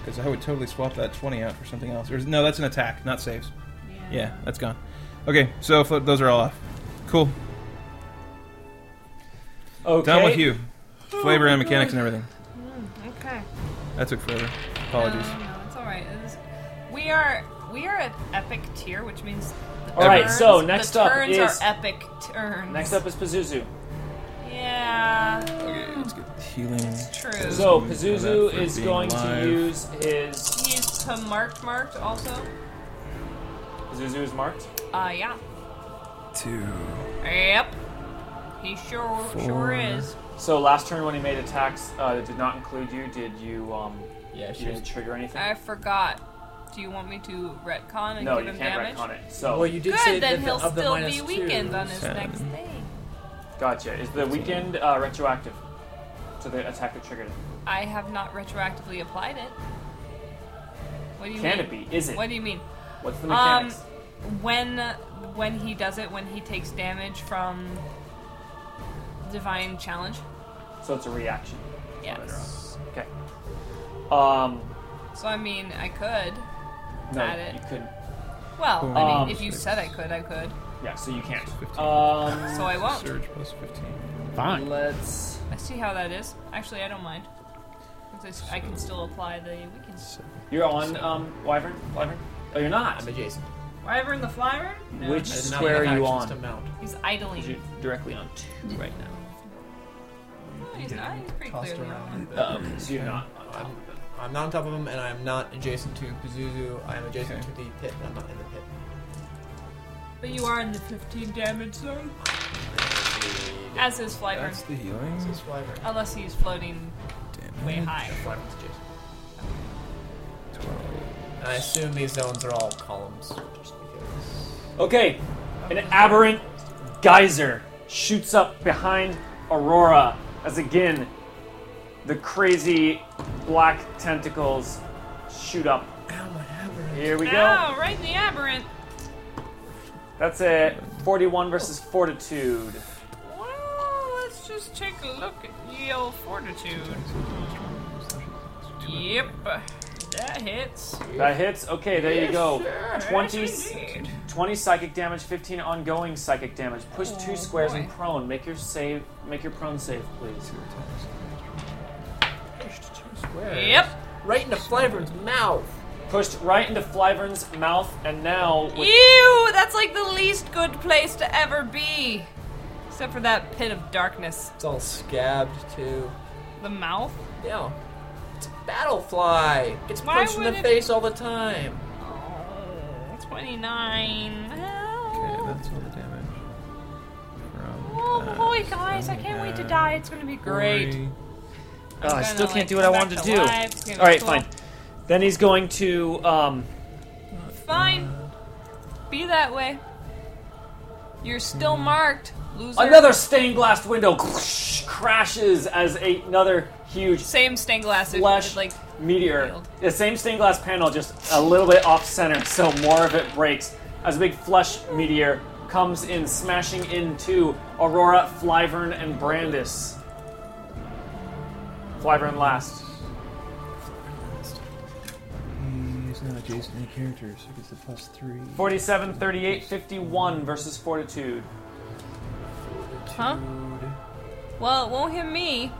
S3: because I would totally swap that twenty out for something else. Or is- no, that's an attack, not saves. Yeah, that's gone. Okay, so flo- those are all off. Cool.
S2: Okay.
S3: Done with you. Flavor and mechanics and everything.
S4: Okay.
S3: That took forever. Apologies.
S4: No, no, it's all right. It is- we are we are at epic tier, which means the
S2: All right,
S4: turns-
S2: so next
S4: the
S2: up
S4: turns
S2: is-
S4: are epic turns.
S2: Next up is Pazuzu.
S4: yeah,
S3: Okay, let's get healing.
S4: true.
S2: So
S3: Pazuzu
S2: Pazuzu
S3: for that, for
S2: is
S3: being
S2: going
S3: alive.
S2: to use his.
S4: he's to marked marked also.
S2: Pazuzu is marked.
S4: Uh, yeah.
S3: Two.
S4: Yep. He sure
S3: Four.
S4: sure is.
S2: So last turn when he made attacks uh, that did not include you, did you um
S8: Yeah,
S2: you
S8: she
S2: didn't
S8: was.
S2: trigger anything?
S4: I forgot. Do you want me to retcon and
S2: no,
S4: give
S2: you
S4: him
S2: can't
S4: damage?
S2: retcon it. So
S6: Well, you did say
S4: Good,
S6: that
S4: then
S6: the-
S4: he'll
S6: of the
S4: still
S6: minus
S4: be weakened
S6: two,
S4: on his
S3: Seven.
S4: next thing.
S2: gotcha. Is the weekend uh, retroactive to the attack that triggered it?
S4: I have not retroactively applied it. What do you
S2: Can
S4: mean?
S2: it be? Is it?
S4: What do you mean?
S2: What's the
S4: Um,
S2: mechanics?
S4: when when he does it, when he takes damage from divine challenge.
S2: so it's a reaction.
S4: Yes.
S2: Okay. Um,
S4: So I mean, I could.
S2: no,
S4: Add it.
S2: you couldn't.
S4: Well, I
S2: Um,
S4: mean, if you said I could, I could.
S2: Yeah, so you can't.
S3: 15.
S2: Um,
S4: So I won't.
S3: Surge plus 15.
S5: Fine.
S2: let's.
S4: I see how that is. Actually, I don't mind. 'Cause I s- I can still apply the weekend.
S2: You're on um, Wyvern. Wyvern. Oh, you're not.
S6: I'm adjacent.
S4: Wyvern the Flyer? No,
S2: Which
S6: I did not
S2: square
S6: have
S2: are you
S6: actions
S2: on?
S6: To mount.
S4: he's
S2: You're
S4: idling.
S2: directly on two right now.
S4: No, he's not. He's pretty
S6: Tossed
S4: clearly on.
S2: [LAUGHS]
S6: around.
S2: Um, so you're not. on top
S6: I'm,
S2: of it.
S6: I'm not on top of him, and I am not adjacent to Pazuzu. I am adjacent
S3: Okay.
S6: to the pit, and I'm not in the pit.
S4: But you are in the 15 damage zone. As is Flyburn.
S3: That's the healing.
S6: This is why we're
S4: Unless he's floating way high.
S6: Wyvern's adjacent.
S3: 12.
S6: And I assume these zones are all columns, just because.
S2: Okay, an aberrant geyser shoots up behind Aurora as again the crazy black tentacles shoot up.
S6: Ow, what happened?
S2: Here we go.
S4: Ow, right in the aberrant.
S2: That's it. 41 versus Fortitude.
S4: Well, let's just take a look at Yale Fortitude. Yep. That hits.
S2: That hits. Okay, there you go.
S4: Yes,
S2: 20,
S4: indeed.
S2: 20 psychic damage, 15 ongoing psychic damage. Push two
S4: Oh,
S2: squares
S4: boy.
S2: and prone. Make your save. Make your prone save, please.
S4: Yep.
S6: Right in the Flavern's mouth.
S2: Pushed right into Flyvern's mouth, and now with
S4: Ew, that's like the least good place to ever be. Except for that pit of darkness.
S6: It's all scabbed too.
S4: The mouth?
S6: Yeah. It's a battlefly. Gets
S4: Why
S6: punched in the
S4: would it-
S6: face all the time.
S4: Oh, 29.
S3: Okay,
S4: Oh,
S3: that's all the damage. From
S4: oh
S3: that.
S4: boy, guys, I can't wait to die. It's gonna be great.
S3: Glory.
S2: Oh, I
S4: gonna,
S2: still can't
S4: like,
S2: do what I
S4: come back
S2: wanted to
S4: to
S2: do.
S4: life. It's gonna
S2: All right,
S4: be
S2: fine. Then he's going to. Um,
S4: Fine. Be that way. You're still marked, loser.
S2: Hmm. another stained glass window [LAUGHS] crashes as a- another huge
S4: Same stained glass. it-
S2: flesh
S4: it, like,
S2: meteor.
S4: field.
S2: The same stained glass panel, just a little bit off center, so more of it breaks as a big flesh meteor comes in, smashing into Aurora, Flyvern, and Brandis. Flyvern last.
S11: He's Mm, not adjacent to any characters, so he gets the plus three.
S2: 47, 38, 51 versus Fortitude.
S4: Huh? Well, it won't hit me.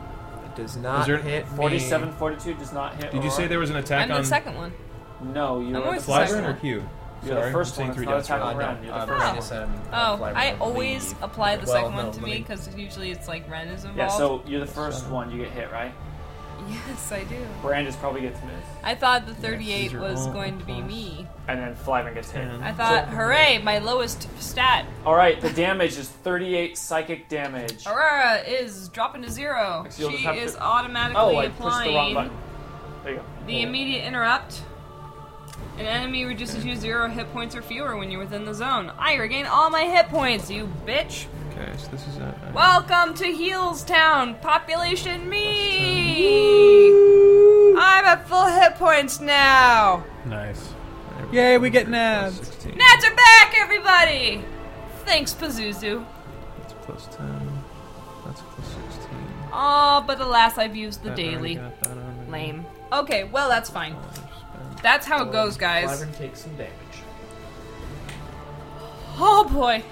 S6: It does not
S3: Is there-
S6: hit me.
S2: 47, Fortitude does not hit.
S3: Did you say there was an attack
S4: I'm the
S3: on
S4: second one.
S2: No, you
S4: I'm
S2: were the
S4: always the
S2: first
S4: second
S3: Flyburn or
S2: one.
S3: Q?
S2: You're
S3: Sorry,
S2: the first
S3: I'm
S2: one.
S3: saying
S2: It's not
S3: three
S2: attack
S6: Uh,
S2: on
S6: no,
S2: round. You're the
S6: uh,
S2: first one.
S6: Brandis and, uh,
S4: Oh,
S6: Flavor
S4: I
S6: and
S4: always
S6: Lee.
S4: apply the
S6: Well,
S4: second
S6: no,
S4: one to
S6: let
S4: me
S6: me-
S4: because usually it's like Ren is involved.
S2: Yeah, so you're the first one. You get hit, right?
S4: [LAUGHS] yes, I do.
S2: Brandis probably gets missed,
S4: I thought the 38
S3: these are
S4: was
S3: all
S4: going to be
S3: plus.
S4: me.
S2: and then Flyvern gets hit.
S4: I
S2: [LAUGHS]
S4: thought, hooray, my lowest stat.
S2: All right, the damage is 38 psychic damage.
S4: Aurora is dropping to zero.
S2: So you'll
S4: She
S2: just have
S4: is
S2: to-
S4: automatically
S2: Oh, I pushed the wrong
S4: applying
S2: button. There you go.
S4: the immediate interrupt. An enemy reduces you to zero hit points or fewer when you're within the zone. I regain all my hit points, you bitch.
S3: Okay, so this is a.
S4: Welcome to Heels Town, population me. I'm at full hit points now.
S5: Nice.
S3: Yay, we get nabbed. 16.
S4: Nats are back, everybody. Thanks, Pazuzu.
S3: That's plus 10. That's plus 16.
S4: Oh, but alas, I've used the
S3: That already
S4: daily.
S3: got that already.
S4: Lame. Okay, well that's fine.
S3: Spend-
S4: That's how it goes, guys.
S6: Flavern takes some damage.
S4: Oh boy.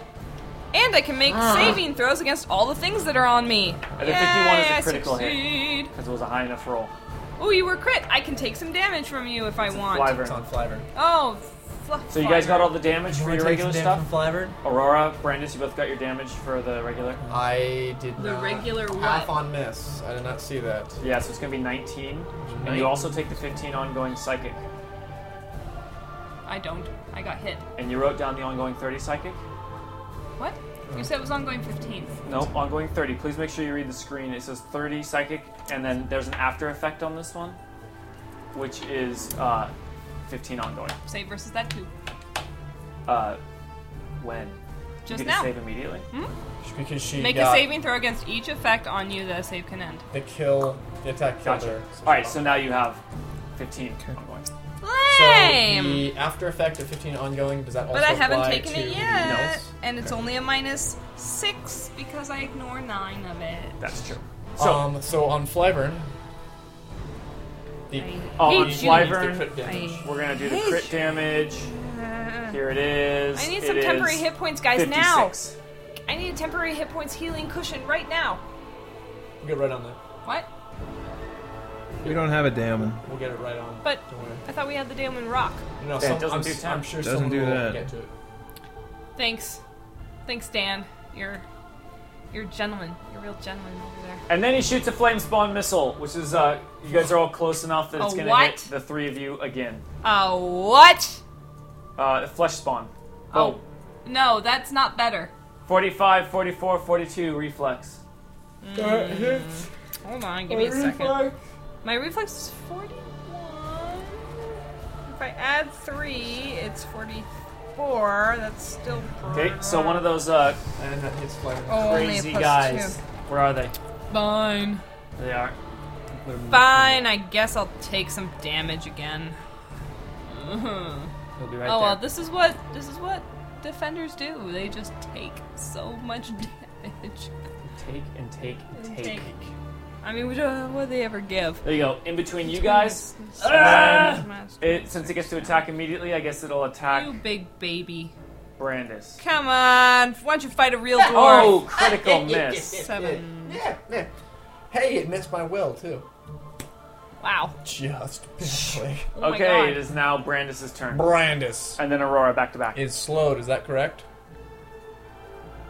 S4: And I can make saving throws against all the things that are on me.
S2: And the 51 is
S4: Yay,
S2: a
S4: I
S2: critical hit
S4: succeed.
S2: because it was a high enough roll.
S4: Oh, you were crit. I can take some damage from you if I want.
S6: It's on
S2: Flyvern.
S6: Flavor.
S4: Oh, fluff.
S2: So you guys got all the damage for your regular stuff.
S6: Flavor?
S2: Aurora, Brandis, you both got your damage for the regular.
S6: I did
S4: The
S6: not.
S4: regular what?
S6: half on miss. I did not see that.
S2: Yeah, so it's gonna be 19, and you also take the 15 ongoing psychic.
S4: I don't. I got hit.
S2: And you wrote down the ongoing 30 psychic.
S4: What?
S2: Mm.
S4: You said it was ongoing 15.
S2: No, ongoing 30. Please make sure you read the screen. It says 30 psychic, and then there's an after effect on this one, which is uh, 15 ongoing.
S4: Save versus that too.
S2: Uh, when?
S4: Just
S2: you get
S4: now.
S2: to save immediately?
S6: Because she
S4: Make
S6: got
S4: a saving throw against each effect on you that a save can end.
S6: the kill, the attack killed
S2: Gotcha.
S6: her.
S2: All right, so now you have 15 ongoing.
S6: So
S4: Lame!
S6: the after effect of 15 ongoing, does that also
S4: but I haven't
S6: apply
S4: taken
S6: to
S4: it
S6: the
S4: yet.
S6: notes?
S4: And it's only a minus six because I ignore nine of it.
S2: That's true. So
S6: um, so on Flavern, the
S2: on
S4: hate you.
S2: Flyvern,
S4: I-
S2: we're gonna do the
S4: hate
S2: crit damage. Here it is.
S4: I need some
S2: It
S4: temporary
S2: is
S4: hit points, guys,
S2: 56.
S4: now. I need a temporary hit points healing cushion right now.
S6: We'll get right on that.
S4: What?
S3: We don't have a damn.
S6: We'll get it right on.
S4: But
S6: Don't worry.
S4: I thought we had the Damon Rock.
S6: No,
S2: Yeah, it
S6: some-
S2: doesn't
S6: I'm,
S2: do
S6: s-
S2: ten.
S6: I'm sure
S3: Doesn't
S6: someone
S3: do
S6: will
S3: that.
S6: get to it.
S4: Thanks. Thanks, Dan. You're you're a gentleman. You're a real gentleman over there.
S2: And then he shoots a flame spawn missile, which is uh, you guys are all close enough that it's
S4: A
S2: gonna
S4: what?
S2: hit the three of you again.
S4: Uh what?
S2: Uh, flesh spawn.
S4: Oh. No, that's not better.
S2: 45, 44, 42 reflex.
S4: Hold on, give me a second. My reflex is 41. If I add 3, it's 44. That's still
S2: Okay, so one of those uh,
S6: And that hits Flavern.
S4: oh,
S2: crazy guys. Where are they?
S4: Fine.
S2: There They are.
S4: Fine, I guess I'll take some damage again. [LAUGHS]
S2: They'll be right
S4: oh
S2: there.
S4: well, this is what this is what defenders do. They just take so much [LAUGHS] damage.
S2: take and take and take.
S4: Take.
S12: I mean, we don't, what do they ever give?
S2: There you go. In between you guys.
S12: Smash,
S2: Ah!
S12: smash,
S2: It, since it gets to attack immediately, I guess it'll
S4: You
S2: attack
S4: big baby.
S2: Brandis.
S12: Come on, why don't you fight a real dwarf?
S2: Oh, [LAUGHS] critical miss.
S12: Seven.
S6: Yeah, yeah. Hey, it missed my will too.
S4: Wow.
S6: Just [LAUGHS] barely.
S4: Oh my
S2: Okay,
S4: God.
S2: it is now Brandis's turn.
S6: Brandis
S2: And then Aurora back to back.
S6: is slowed. Is that correct?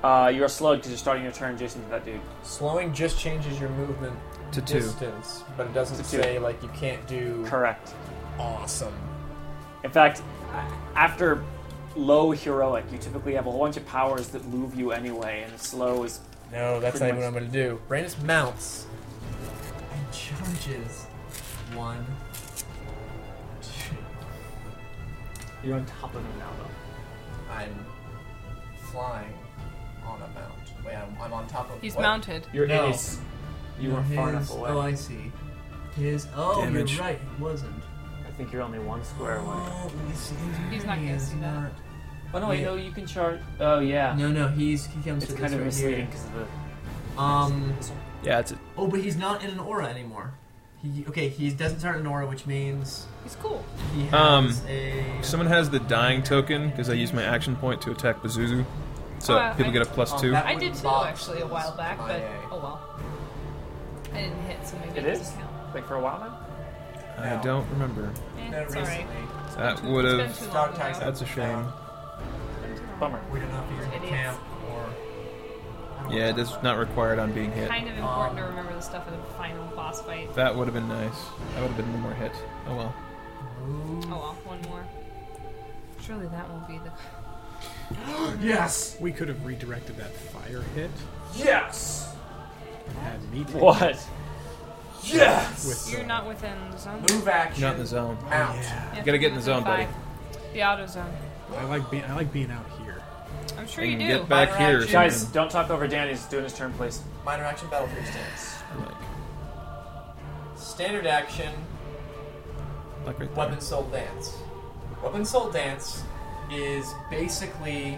S2: Uh, you are slowed because you're starting your turn adjacent to that dude.
S6: Slowing just changes your movement
S11: To two.
S6: distance, but it
S2: To
S6: doesn't
S2: two.
S6: say like you can't do
S2: Correct.
S6: awesome.
S2: In fact, a- after low heroic, you typically have a whole bunch of powers that move you anyway, and slow is
S6: No, that's
S2: Pretty
S6: not even what I'm
S2: much.
S6: gonna do. Brandis mounts and charges one. two.
S2: you're on top of him now though.
S6: I'm flying on a mount. Wait, I'm, I'm on top of.
S4: He's
S6: what?
S4: mounted.
S2: You're
S6: No.
S2: in his. You
S6: No,
S2: weren't far
S6: his-
S2: enough away.
S6: Oh, I see. His. Oh,
S11: Damage.
S6: you're right. He wasn't.
S2: I think you're only one square away.
S6: Oh, let me see.
S4: He's not gonna
S6: He's
S4: see that.
S6: not-
S2: Oh no, wait,
S6: Yeah.
S2: no, you can charge. Oh yeah.
S6: No, no, he's he comes
S2: it's
S6: to
S2: kind
S6: this
S2: of
S6: right
S2: misleading
S6: here.
S2: because of the.
S6: Um.
S11: Yeah, it's
S6: Oh, but he's not in an aura anymore. He okay. He doesn't start an aura, which means
S4: He's cool.
S6: he has
S3: Um,
S6: a.
S3: Someone has the dying token because I used my action point to attack Pazuzu. So
S4: Oh, I-
S3: people
S4: I-
S3: get a plus
S6: Oh,
S3: two.
S6: that-
S4: I did too,
S6: box
S4: actually, a while
S6: is
S4: back, but
S6: MIA.
S4: oh well. I didn't hit, so maybe
S2: It
S4: it
S2: is
S4: doesn't count.
S2: like for a while now.
S3: I don't remember.
S4: Eh,
S6: No,
S4: it's alright.
S6: recently,
S3: That would
S4: It's been
S3: have.
S4: too long.
S6: Dog tags
S4: ago.
S3: That's a shame.
S2: Bummer.
S6: we do not use the
S4: Idiots.
S6: camp or.
S3: Yeah, it does not required on being hit.
S2: Um,
S4: Kind of important to remember the stuff for the final boss fight.
S3: That would have been nice. That would have been one more hit. Oh well.
S4: Oh well, one more. Surely that won't be the.
S6: Yes.
S5: We could have redirected that fire hit.
S2: Yes.
S5: Had me take it
S2: What?
S6: Yes.
S5: with
S12: You're
S5: the-
S12: not within the zone.
S6: Move action. Oh,
S3: Not in the zone.
S6: Out.
S12: Yeah,
S3: Gotta get in the
S4: within
S3: zone, buddy.
S12: five. The auto zone.
S5: I like being I like being out here.
S12: I'm sure
S3: I
S12: you
S3: can
S12: do.
S3: get back
S12: Fire
S3: here.
S12: action.
S2: Guys, don't talk over Dan. He's doing his turn, please.
S6: Minor action battlefield stance.
S3: Like,
S6: Standard action.
S3: like right there.
S6: Weapon Soul Dance. Weapon Soul Dance is basically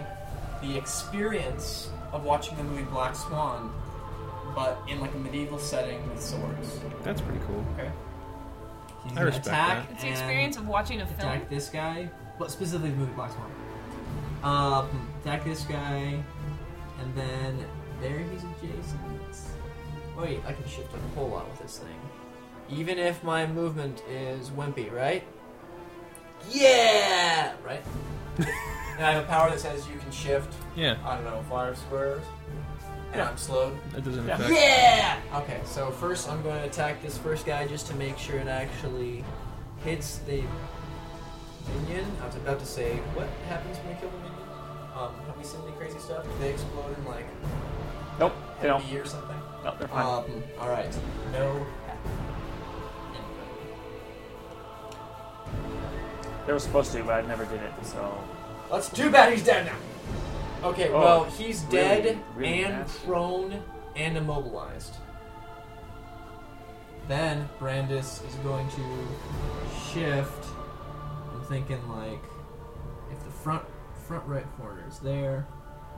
S6: the experience of watching the movie Black Swan, but in like a medieval setting with swords.
S3: That's pretty cool.
S6: Okay. He's
S3: I
S6: gonna
S3: respect
S6: attack
S3: that.
S4: It's the experience of watching a
S6: and
S4: film.
S6: attack this guy. Well, specifically the movie Black Swan. Um, attack this guy, and then there he's adjacent. Wait, I can shift a whole lot with this thing. Even if my movement is wimpy, right? Yeah! [LAUGHS] Right? and I have a power that says you can shift,
S3: Yeah,
S6: I don't know, five squares. And I'm slowed.
S3: that doesn't
S2: Yeah.
S3: affect.
S6: Yeah! Okay, so first I'm going to attack this first guy just to make sure it actually hits the minion. I was about to say, what happens when we kill the minion? Um, have we seen any crazy stuff? Do they explode in like
S2: Nope. They don't.
S6: heavy or something?
S2: No, they're fine.
S6: Um, alright. No.
S2: they were supposed to, but I never did it. So
S6: That's too bad he's dead now! Okay,
S2: Oh,
S6: well, he's
S2: really,
S6: dead
S2: really
S6: and
S2: nasty.
S6: prone and immobilized. Then Brandis is going to shift. I'm thinking like if the front front right corner is there,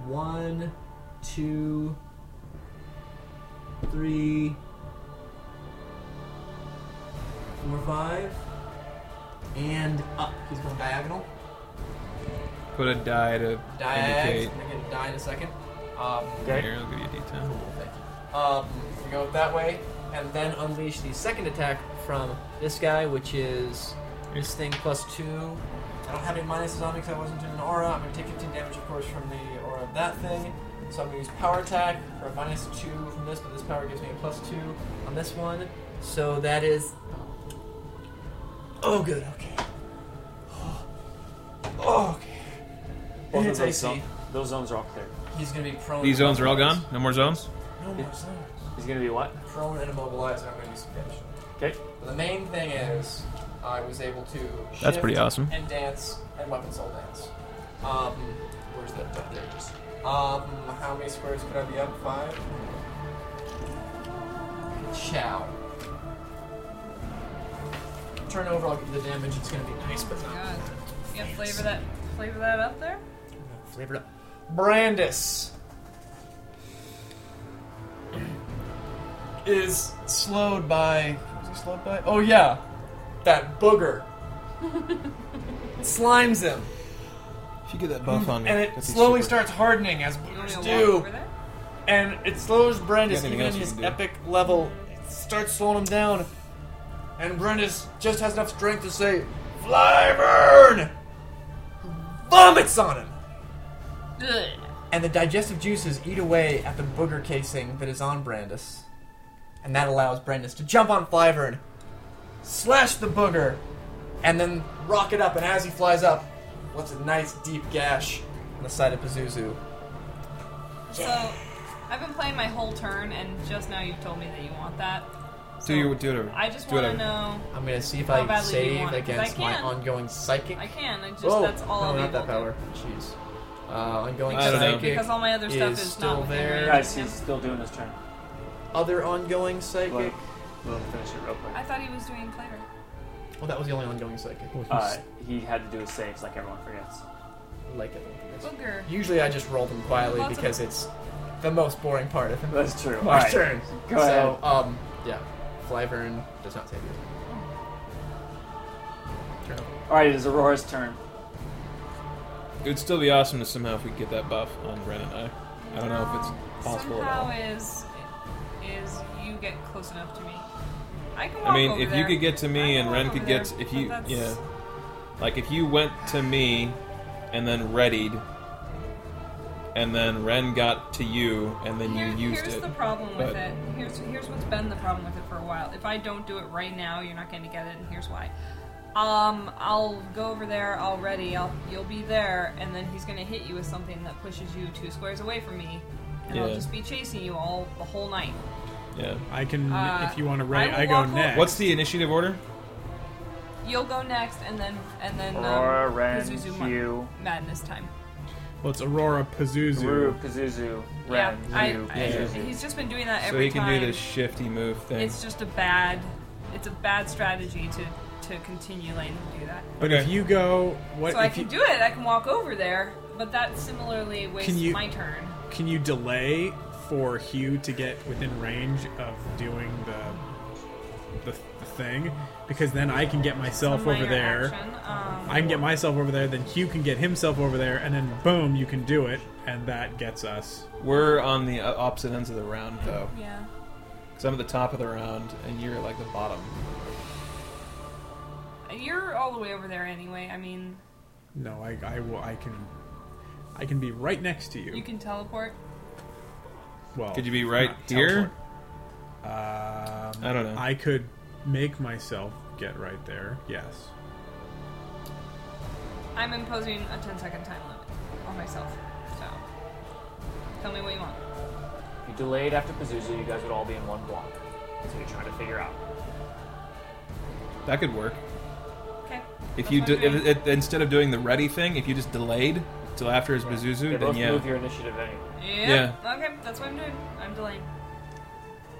S6: one, two, three, four, five, and up. He's going diagonal.
S3: Put a die to
S6: Diag.
S3: indicate.
S6: I'm gonna get a die in a second. Um,
S2: okay.
S3: Here, I'll give you a d10.
S6: um, we go that way, and then unleash the second attack from this guy, which is this thing plus two. I don't have any minuses on it because I wasn't doing an aura. I'm going to take 15 damage, of course, from the aura of that thing. So I'm going to use power attack for a minus two from this, but this power gives me a plus two on this one. So that is. Oh, good. Okay. [GASPS] Oh, okay.
S2: Both of
S6: It's
S2: those,
S6: AC.
S2: zone, those zones are all clear.
S6: He's going to be prone.
S3: These zones are all gone. No more zones.
S6: No more zones.
S2: He's gonna be what?
S6: prone and immobilized, and I'm going to do some damage.
S2: Okay.
S6: But the main thing is, I was able to.
S3: That's
S6: shift
S3: pretty awesome.
S6: And dance and weapon soul dance. Um, where's that? Up there, just. Um, how many squares could I be up? Five. Chow. Turn over. I'll give you the damage. It's going to be nice, but not.
S4: Oh, God. You gotta flavor that, flavor that up there?
S6: Flavor it up. Brandis. is slowed by. Was he slowed by? Oh yeah, that
S4: [LAUGHS]
S6: booger slimes him,
S11: If you get that buff on me,
S6: and it
S11: that'd be
S6: slowly
S11: super.
S6: starts hardening as
S4: You
S6: boogers
S4: want me to walk
S6: do,
S4: over there?
S6: and it slows Brandis
S3: Yeah, anything
S6: even in
S3: else you
S6: his
S3: can do.
S6: epic level. It starts slowing him down, and Brandis just has enough strength to say, "Flyburn!" Vomits on him.
S4: Good.
S6: And the digestive juices eat away at the booger casing that is on Brandis. And that allows Brandis to jump on Flyvern, slash the booger, and then rocket up. And as he flies up, what's a nice deep gash on the side of Pazuzu.
S4: So, I've been playing my whole turn, and just now you've told me that you want that. So
S3: Do your do whatever.
S4: I just
S3: do
S4: want to
S3: whatever.
S4: know.
S6: I'm gonna see if
S4: How
S6: I
S4: badly do you
S6: save
S4: want it? 'Cause I
S6: against my
S4: can.
S6: ongoing psychic.
S4: I can. I just
S6: Whoa,
S4: that's all
S6: no,
S4: I'll be
S6: not
S4: able
S6: that
S4: to-
S6: power. Jeez. Uh, ongoing
S3: I don't know.
S6: psychic
S4: Because all my other stuff is not
S6: still
S4: within
S6: there.
S4: range.
S2: Guys, he's still doing his turn.
S6: Other ongoing
S2: Let
S6: psychic.
S2: him- let him finish it real quick.
S4: I thought he was doing clever.
S6: Well, that was the only ongoing psychic.
S2: Uh, he had to do his saves like everyone forgets.
S6: Like it.
S4: Booger.
S6: Usually I just roll them quietly
S4: Lots of-
S6: because it's the most boring part of [LAUGHS] my
S2: That's true. Alright.
S6: turn.
S2: Go
S6: so,
S2: ahead.
S6: um, yeah. Flyvern does not save you. Turn up.
S2: Alright, it is Aurora's turn.
S3: It would still be awesome to somehow if we could get that buff on Ren and I. I don't know if it's possible at
S4: Somehow
S3: all.
S4: is is you get close enough to me. I can walk
S3: I mean,
S4: over
S3: if
S4: there.
S3: you could get to
S4: I
S3: me
S4: can
S3: and
S4: walk
S3: Ren
S4: over
S3: could
S4: there,
S3: get to, if
S4: but
S3: you
S4: that's-
S3: yeah, like if you went to me and then readied, and then Ren got to you and then
S4: Here-
S3: you used
S4: here's
S3: it.
S4: the problem with
S3: but-
S4: it. Here's here's what's been the problem with it for a while. If I don't do it right now, you're not going to get it, and here's why. Um, I'll go over there already. I'll you'll be there, and then he's going to hit you with something that pushes you two squares away from me, and I'll
S3: Yeah.
S4: just be chasing you all the whole night.
S3: Yeah.
S5: I can,
S4: Uh,
S5: if you want to ready,
S4: I will
S5: I, go
S4: walk over.
S5: next.
S3: What's the initiative order?
S4: You'll go next, and then and then um,
S2: Aurora, Ren,
S4: Pazuzu Ma-
S2: Hugh.
S4: madness time.
S5: Well, it's Aurora Pazuzu.
S2: Ruru, Kazuzu, Ren,
S4: I,
S2: you,
S4: I,
S2: Kazuzu.
S4: he's just been doing that
S3: So
S4: every
S3: he can
S4: time.
S3: do this shifty move thing.
S4: It's just a bad, it's a bad strategy to to continue letting him do that.
S5: But if
S3: Okay.
S5: you go, what
S4: so I
S5: if
S4: can
S5: you,
S4: do it. I can walk over there, but that similarly wastes
S5: Can you-
S4: my turn.
S5: Can you delay for Hugh to get within range of doing the the, the thing? Because then I can get myself
S4: Some
S5: over
S4: minor
S5: there.
S4: action, um,
S5: I can get myself over there. Then Hugh can get himself over there, and then boom, you can do it, and that gets us.
S3: We're on the uh, opposite ends of the round though,
S4: Yeah.
S3: because I'm at the top of the round and you're at like the bottom.
S4: You're all the way over there anyway. I mean,
S5: No, I, I will. I can. I can be right next to you.
S4: you can teleport.
S5: well,
S3: Could you be right
S5: not
S3: here?
S5: teleport. Um,
S3: I don't know.
S5: I could make myself get right there. Yes.
S4: I'm imposing a 10 second time limit on myself. So tell me what you want.
S2: You delayed after Pazuzu, you guys would all be in one block. So you're trying to figure out.
S3: That could work.
S4: Okay.
S3: If
S4: That's
S3: you
S4: what
S3: do,
S4: I'm doing.
S3: if, it, instead of doing the ready thing, if you just delayed till after his Bazuzu,
S2: They
S3: then
S2: both
S3: yeah.
S2: move your initiative anyway.
S4: yeah. Okay, that's what I'm doing. I'm delaying.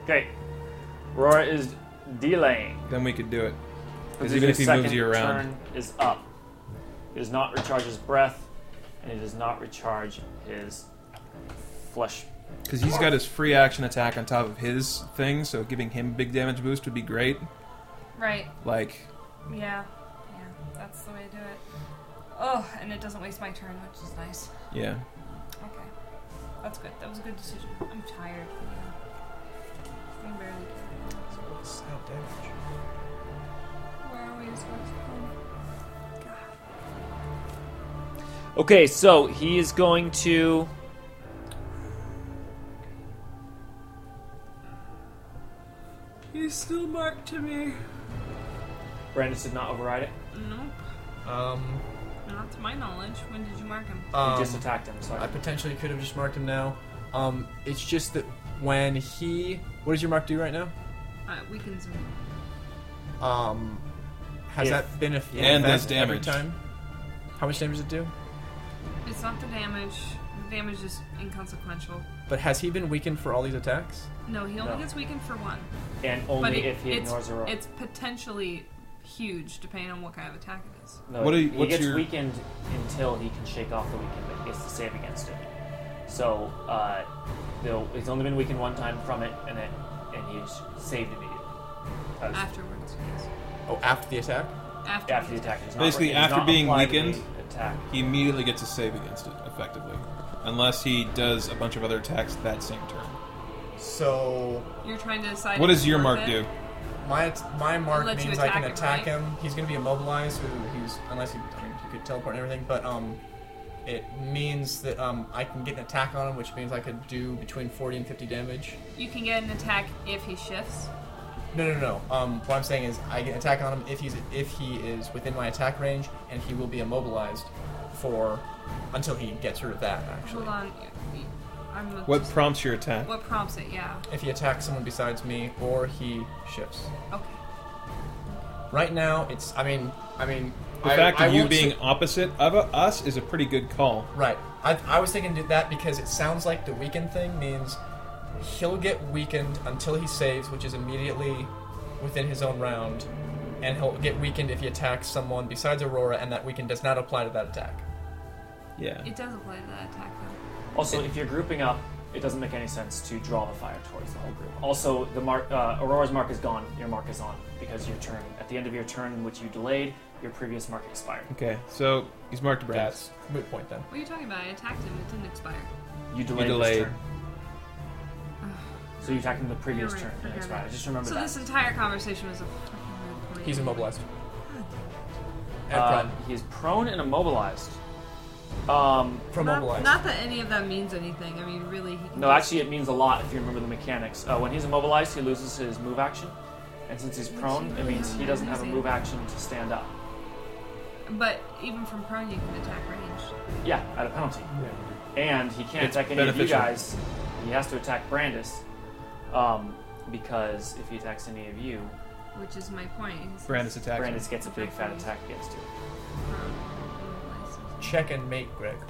S2: Okay. Aurora is delaying.
S3: Then we could do it. Because
S2: Pazuzu's
S3: even if he moves
S2: second
S3: you around,
S2: turn is up. He does not recharge his breath, and he does not recharge his flesh.
S3: because he's got his free action attack on top of his thing, so giving him big damage boost would be great.
S4: Right.
S3: Like,
S4: Yeah. Yeah. That's the way to do it. Oh, and it doesn't waste my turn, which is nice.
S3: yeah,
S4: Okay. That's good. That was a good decision. I'm tired. Yeah. I'm barely tired. Where are we supposed to go? God.
S2: Okay, so he is going to.
S12: He's still marked to me.
S2: Brandis did not override it.
S4: Nope.
S6: Um,
S4: Not to my knowledge. When did you mark him?
S2: He
S6: um,
S2: just attacked him. Sorry.
S6: I potentially could have just marked him now. Um, it's just that when he, what does your mark do right now?
S4: Uh, weakens him.
S6: Um, has
S2: If-
S6: that been a f- in
S3: And does
S6: effect every
S3: damage.
S6: time? How much damage does it do?
S4: It's not the damage. The damage is inconsequential.
S6: But has he been weakened for all these attacks?
S4: No, he only
S2: No.
S4: gets weakened for one.
S2: and
S4: But
S2: only
S4: it-
S2: if he
S4: it's,
S2: ignores Aurora.
S4: it's potentially huge depending on what kind of attack it is.
S2: No,
S3: What do you-
S2: he
S3: what's
S2: gets
S3: your-
S2: weakened until he can shake off the weakened, but he gets to save against it. So uh, they'll- he's only been weakened one time from it, and it and you s- saved immediately. 'Cause
S4: Afterwards, yes.
S6: Oh, after the attack?
S4: After,
S2: after the attack, it does not-
S3: Basically,
S2: it does
S3: after
S2: not
S3: being
S2: apply to the
S3: weakened-
S2: attack.
S3: He immediately gets a save against it, effectively. Unless he does a bunch of other attacks that same turn.
S6: So
S4: You're trying to decide.
S3: What
S4: if
S3: does your
S4: it's worth
S3: mark
S4: it.
S3: do?
S6: my my mark
S4: Unlets you
S6: means I can
S4: attack him,
S6: attack
S4: right?
S6: him. He's gonna be immobilized, so he's unless he, I mean, he could teleport and everything. But um, it means that um, I can get an attack on him, which means I could do between 40 and 50 damage.
S4: You can get an attack if he shifts.
S6: No, no, no. no. Um, what I'm saying is I get an attack on him if he's if he is within my attack range, and he will be immobilized for until he gets rid of that. Actually,
S4: Hold on. I'm
S3: What
S4: just-
S3: prompts your attack?
S4: what prompts it? Yeah.
S6: if he attacks someone besides me or he shifts.
S4: Okay.
S6: Right now, it's I mean I mean
S3: The
S6: I,
S3: fact
S6: I
S3: of you
S6: won't say-
S3: being opposite of a- us is a pretty good call.
S6: Right. I, I was thinking do that because it sounds like the weakened thing means he'll get weakened until he saves, which is immediately within his own round, and he'll get weakened if he attacks someone besides Aurora, and that weaken does not apply to that attack.
S3: Yeah.
S4: It does apply to that attack though.
S2: Also, if you're grouping up, it doesn't make any sense to draw the fire towards the whole group. Also, the mark, uh, Aurora's mark is gone. Your mark is on because your turn at the end of your turn, which you delayed, your previous mark expired.
S3: Okay, so he's marked Brad.
S6: That's moot point then.
S4: What are you talking about? I attacked him. It didn't expire.
S2: You delayed,
S3: delayed.
S2: this turn. So you attacked him the previous
S4: You're right,
S2: turn and
S4: forget
S2: expired. I
S4: it.
S2: just remember
S4: So
S2: that.
S4: this entire conversation was a fucking red point.
S6: He's immobilized. And
S2: Uh,
S6: prone.
S2: he is prone and immobilized. Um,
S6: From
S4: Not,
S6: mobilized.
S4: not that any of that means anything. I mean, really, he can
S2: no,
S4: just-
S2: actually, it means a lot if you remember the mechanics. Uh, when he's immobilized, he loses his move action, and since he's prone, it means he doesn't have a move action to stand up.
S4: But even from prone, you can attack range.
S2: Yeah, at a penalty. And he can't
S3: It's
S2: attack any of you
S3: beneficial.
S2: guys. He has to attack Brandis. Um, because if he attacks any of you,
S4: Which is my point. He's
S3: Brandis attacks. him.
S2: Brandis gets a big fat attack against you.
S4: prone, immobilized.
S6: Check and mate, Greg.
S4: I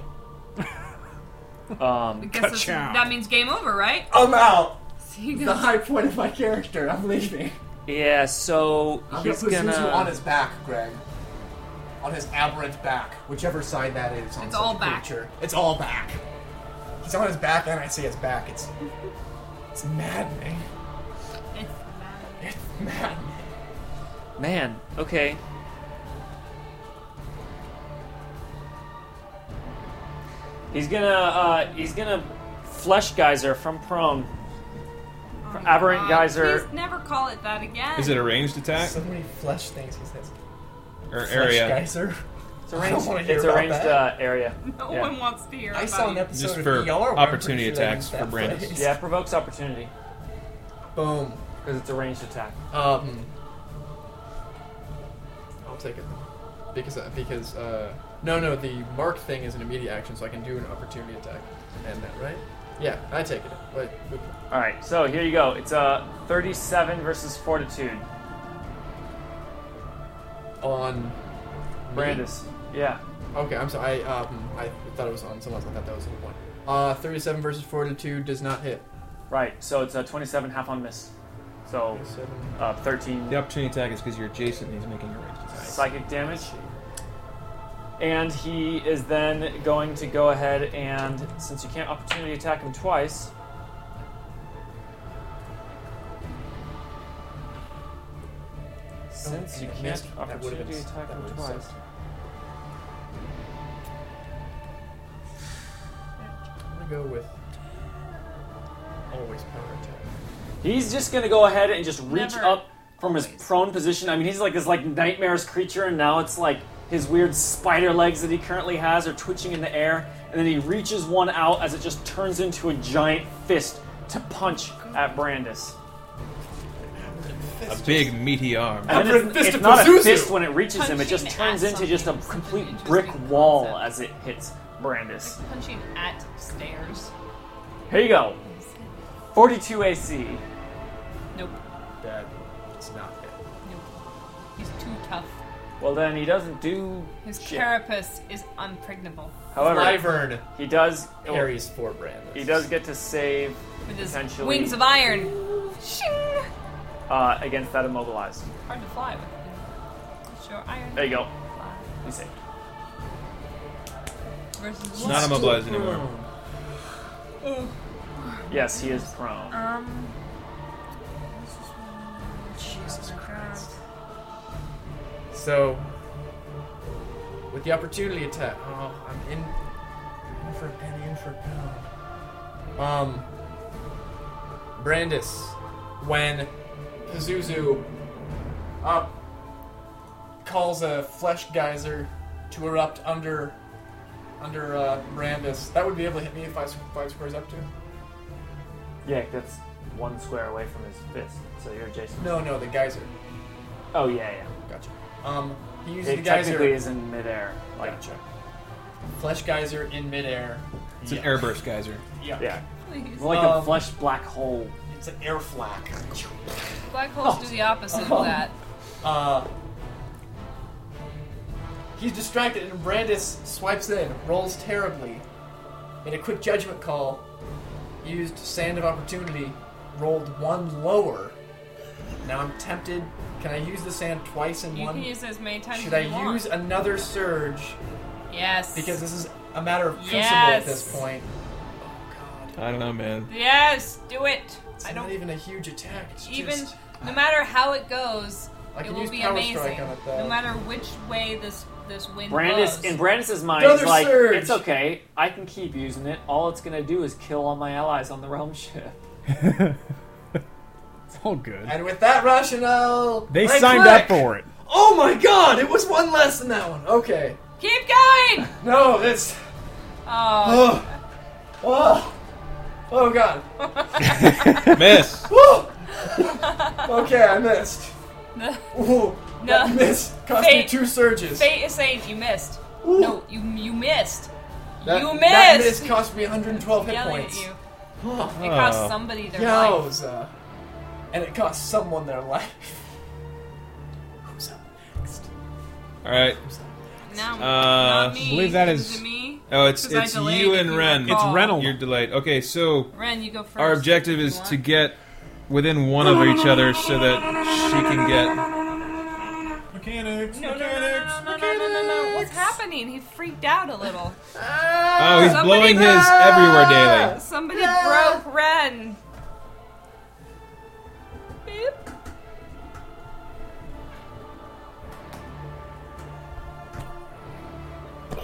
S2: Um,
S4: guess that's- that means game over, right? [LAUGHS]
S6: I'm out.
S4: See,
S6: The high point of my character. I'm leaving.
S2: yeah, so
S6: I'm
S2: he's
S6: gonna put
S2: gonna.
S6: Zuzu on his back, Greg. On his aberrant back, whichever side that is. On
S4: It's
S6: such
S4: all
S6: a
S4: back.
S6: Creature. It's all back. He's on his back, and I see his back. It's it's maddening.
S4: It's
S6: It's maddening.
S2: Man, okay. He's gonna uh, he's gonna flesh geyser from prone.
S4: oh my
S2: aberrant
S4: God,
S2: guys are-
S4: Please never call it that again.
S3: Is it a ranged attack
S6: So many flesh things he says.
S3: or
S6: Flesh
S3: area?
S6: geyser.
S2: It's
S6: [LAUGHS] I don't
S2: arranged.
S6: wanna hear
S2: It's
S6: about
S2: arranged
S6: that.
S2: uh,
S6: [LAUGHS]
S2: area.
S4: No
S2: yeah.
S4: one wants to hear
S6: I
S4: about
S6: saw an
S4: it.
S6: episode
S3: Just
S6: of
S3: for
S6: ER where I'm pretty
S3: opportunity
S6: sure they
S3: attacks
S6: used
S3: for
S6: that
S3: Brandis.
S6: phrase.
S2: Yeah, it provokes opportunity
S6: Boom.
S2: because it's a ranged attack. Hmm.
S6: Um, I'll take it then. because uh, because uh, no no the mark thing is an immediate action, so I can do an opportunity attack and that right? Yeah, I take it. Wait, wait.
S2: All right, so here you go. It's a 37 versus Fortitude.
S6: on
S2: Brandis. Yeah.
S6: Okay, I'm sorry. I um, I thought it was on someone else. I thought that was the point. Uh, 37 versus 42 does not hit.
S2: Right. So it's a 27 half on miss. So
S6: 37.
S2: uh, 13
S3: The opportunity attack is because you're adjacent and he's making a ranged attack.
S2: psychic damage. And he is then going to go ahead and, since you can't opportunity attack him twice, since you
S6: I
S2: can't
S6: missed. That would've
S2: opportunity
S6: been-
S2: attack
S6: that
S2: him
S6: would've
S2: twice,
S6: sucked. I'm gonna go with always power attack.
S2: he's just going to go ahead and just reach
S4: Never.
S2: up from his
S4: Always.
S2: prone position. I mean, he's like this like nightmarish creature, and now it's like his weird spider legs that he currently has are twitching in the air, and then he reaches one out as it just turns into a giant fist to punch at Brandis.
S3: A big meaty arm.
S2: And
S6: Alfred
S2: it's,
S6: Fist
S2: it's
S6: of
S2: not a
S6: Pazuzu.
S2: fist when it reaches him; it just
S4: Punching
S2: turns
S4: at
S2: into just a
S4: something.
S2: complete
S4: Interesting
S2: brick wall
S4: concept.
S2: as it hits Brandis.
S4: Punching at stairs.
S2: Here you go, 42 AC.
S4: Nope.
S6: That it's not hit.
S4: Nope. He's too tough.
S2: Well, then he doesn't do.
S4: His
S2: shit.
S4: carapace is unpregnable
S2: However,
S6: Wyvern
S2: he does.
S6: carries four Brandis.
S2: He does get to save
S4: with his
S2: Potentially-
S4: wings of iron. Shing!
S2: uh, against that immobilized.
S4: Hard to fly with. It's your iron.
S2: There you go.
S4: fly.
S2: He saved.
S4: Versus
S3: It's not immobilized anymore.
S2: Yes, he is prone.
S4: Um,
S6: So, with the opportunity attack, oh, I'm in, in for pen, in for pound. Um, Brandis, when Pazuzu up calls a flesh geyser to erupt under under uh, Brandis, that would be able to hit me if I was five squares up to.
S2: Yeah, that's one square away from his fist, so you're adjacent.
S6: No, no, the geyser.
S2: Oh yeah,
S6: Gotcha. Um, he
S2: yeah.
S6: uses the
S2: It
S6: geyser.
S2: technically is in midair. Like,
S6: Gotcha. Flesh geyser in midair.
S3: It's an airburst geyser.
S6: Yeah.
S2: yeah,
S4: Please.
S2: More like a
S6: Um,
S2: flesh black hole.
S6: It's an air flak.
S4: Black holes do the opposite of that.
S6: Uh, he's distracted, and Brandis swipes in, rolls terribly. Made a quick judgment call, used Sand of Opportunity, rolled one lower. Now I'm tempted. Can I use the sand twice in
S4: You
S6: one?
S4: can use it as many times
S6: Should
S4: as
S6: I
S4: you want.
S6: use another surge?
S4: Yes.
S6: Because this is a matter of principle at this
S4: Yes.
S6: point. Oh,
S3: I don't know, man. [LAUGHS]
S4: Yes, do it.
S6: It's
S4: I
S6: not
S4: don't even.
S6: even a huge attack. It's just,
S4: no matter how it goes,
S6: I
S4: it
S6: can
S4: will
S6: use
S4: be
S6: Power
S4: amazing.
S6: Strike on it, though.
S4: no matter which way this this wind
S2: Brandis
S4: blows.
S2: in Brandis's mind,
S6: Another
S2: he's like
S6: surge!
S2: it's okay. I can keep using it. All it's gonna do is kill all my allies on the realm [LAUGHS] ship.
S5: It's all good.
S6: and with that rationale,
S5: They
S6: right
S5: signed
S6: click!
S5: up for it.
S6: Oh my god! It was one less than that one. Okay. [LAUGHS]
S4: Keep going.
S6: No, this.
S4: Oh,
S6: Oh. Oh. Oh god.
S3: Miss.
S6: Woo! okay, I
S4: [LAUGHS]
S6: missed.
S4: the
S6: Ooh,
S4: No.
S6: that miss cost me
S4: Fate.
S6: two surges.
S4: fate is saying you missed.
S6: Ooh,
S4: No, you you missed.
S6: that,
S4: you
S6: That miss
S4: missed.
S6: cost me 112 hit
S4: Yelling
S6: points.
S4: at you.
S6: Oh,
S4: It cost
S3: Oh.
S4: somebody their life.
S6: yowza. And it cost someone their life. Who's up next?
S3: All right.
S4: Now,
S3: Uh,
S4: not me.
S5: believe that
S4: Is
S5: is-
S4: it me.
S3: Oh, it's
S4: 'Cause I
S3: it's
S4: delayed
S3: you
S4: if
S3: and
S4: you
S3: Ren.
S4: recall.
S5: It's Renal.
S3: You're delayed. Okay, so
S4: Ren, you go first.
S3: our objective
S4: if you
S3: is
S4: want.
S3: to get within one of each other so that she can get.
S5: Mechanics.
S4: No, no, no, no, no, no, no, no, no, no. What's happening? He freaked out a little.
S6: [LAUGHS]
S3: Oh, he's
S4: Somebody
S3: blowing his
S4: go!
S3: everywhere daily.
S4: Somebody broke Ren. Beep.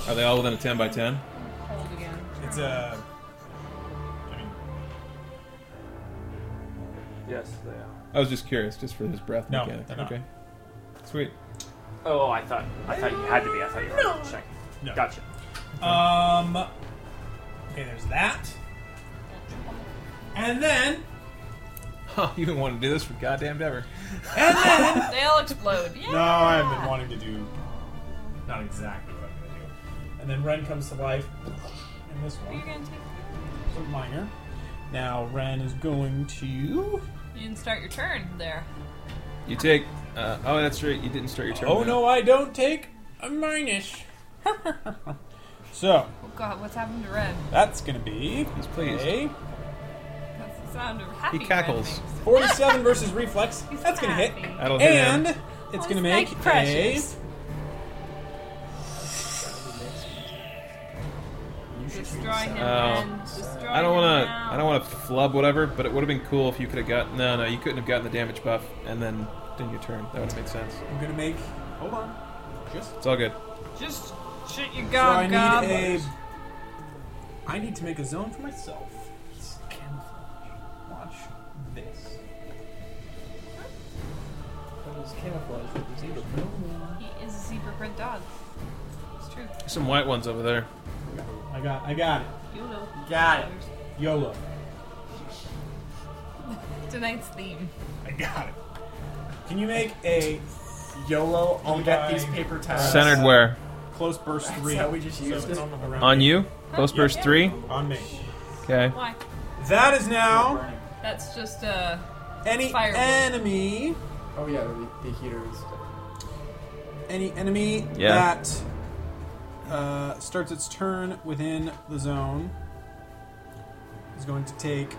S3: Are they all within a ten by ten?
S4: Hold again.
S5: It's uh, a.
S2: Yes, they are.
S3: I was just curious, just for his breath
S5: No,
S3: mechanic.
S5: they're not.
S3: Okay. [LAUGHS] Sweet.
S2: Oh, I thought I thought you had to be. I thought you were no. checking.
S5: No.
S2: Gotcha.
S5: Um. Okay, there's that. And then
S3: Huh, you've been wanting to do this for goddamn ever.
S4: They all explode. Yeah.
S5: No, I've been wanting to do um, not exactly what I'm going to do. And then Ren comes to life in this
S4: Are you
S5: one.
S4: gonna take?
S5: So minor. Now Ren is going to.
S4: You didn't start your turn there.
S3: You take. Uh, oh, that's right. You didn't start your turn.
S5: Oh
S3: then.
S5: no, I don't take a
S4: [LAUGHS]
S5: minus. so
S4: Oh God, what's happened to Ren?
S5: that's going to be
S3: He's pleased.
S5: a
S4: That's the sound of happy.
S3: He cackles.
S4: Ren makes.
S5: 47 versus reflex.
S4: He's
S5: That's going to hit.
S4: happy. Oh,
S3: That'll hit him.
S5: And it's going to
S4: he's
S5: make a
S4: like precious. Destroy him,
S3: Oh.
S4: Ren. Destroy
S3: I don't
S4: want
S3: want to. I don't want to flub whatever, but it would have been cool if you could have got. No, no, you couldn't have gotten the damage buff and then done your turn. That would have made sense.
S5: I'm going to make. Hold on.
S3: It's all good.
S4: Just shit you
S5: So
S4: gob
S5: I
S4: gob.
S5: need a. I need to make a zone for myself. Watch this.
S4: He is a zebra print dog. It's true.
S3: There's some white ones over there.
S5: I got, I got it.
S4: You know.
S6: Got it.
S5: YOLO.
S4: Tonight's theme.
S5: I got it. Can you make a
S6: YOLO, I'll get Oh, these
S5: Guy.
S6: paper towels.
S3: Centered where?
S5: close burst three?
S6: how we just used
S5: it's
S6: it.
S5: around
S3: On
S5: me.
S3: you? Close burst three?
S5: On me.
S3: Okay.
S4: Why?
S5: That is now
S4: That's just uh.
S5: any
S4: Firewood.
S5: enemy,
S6: Oh yeah, the, the heater is.
S5: any enemy
S3: Yeah.
S5: that uh, starts its turn within the zone is going to take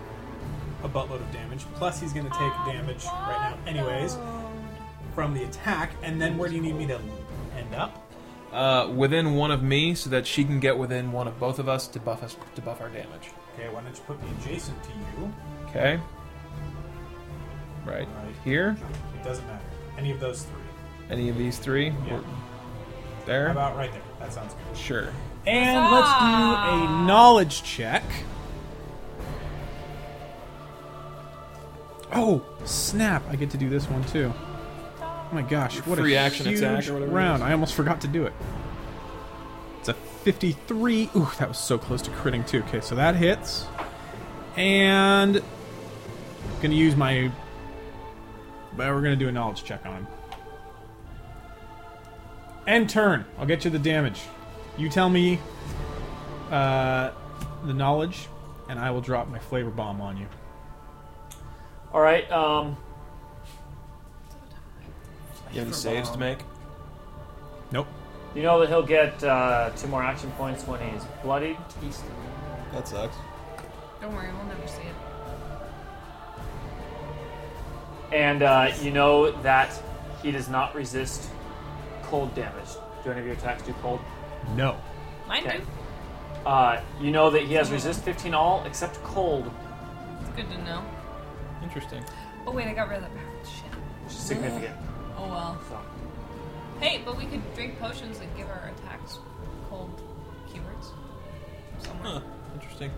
S5: a buttload of damage. Plus, he's going to take damage right now, anyways, from the attack. And then where do you need me to end up?
S3: Uh, within one of me, so that she can get within one of both of us to buff us to buff our damage.
S5: Okay, why don't you put me adjacent to you?
S3: Okay. Right here.
S5: It doesn't matter. Any of those three.
S3: Any of these three? Or- There?
S5: About right there. That sounds good.
S3: sure.
S5: And let's do a knowledge check. Oh, snap. I get to do this one too. Oh my gosh, what
S3: Free
S5: a
S3: action
S5: huge
S3: attack or whatever it
S5: round.
S3: is.
S5: I almost forgot to do it. It's a 53. Ooh, that was so close to critting too. Okay, so that hits. And I'm going to use my but we're going to do a knowledge check on him. End turn. I'll get you the damage. You tell me uh, the knowledge, and I will drop my flavor bomb on you.
S2: All right. Um,
S3: You have any saves to make?
S5: Nope.
S2: you know that he'll get uh, two more action points when he's bloodied.
S11: That sucks.
S4: Don't worry, we'll never see it.
S2: And uh, you know that he does not resist cold damage. Do any of your attacks do cold?
S5: No.
S4: Mine
S2: Okay.
S4: do.
S2: Uh, you know that he has resist 15 all except cold,
S4: It's good to know.
S3: Interesting.
S4: Oh wait, I got rid of that barrel. Shit.
S2: which is significant.
S4: Oh well.
S2: So,
S4: Hey, but we could drink potions and give our attacks cold cures. Somewhere.
S3: Huh. Interesting.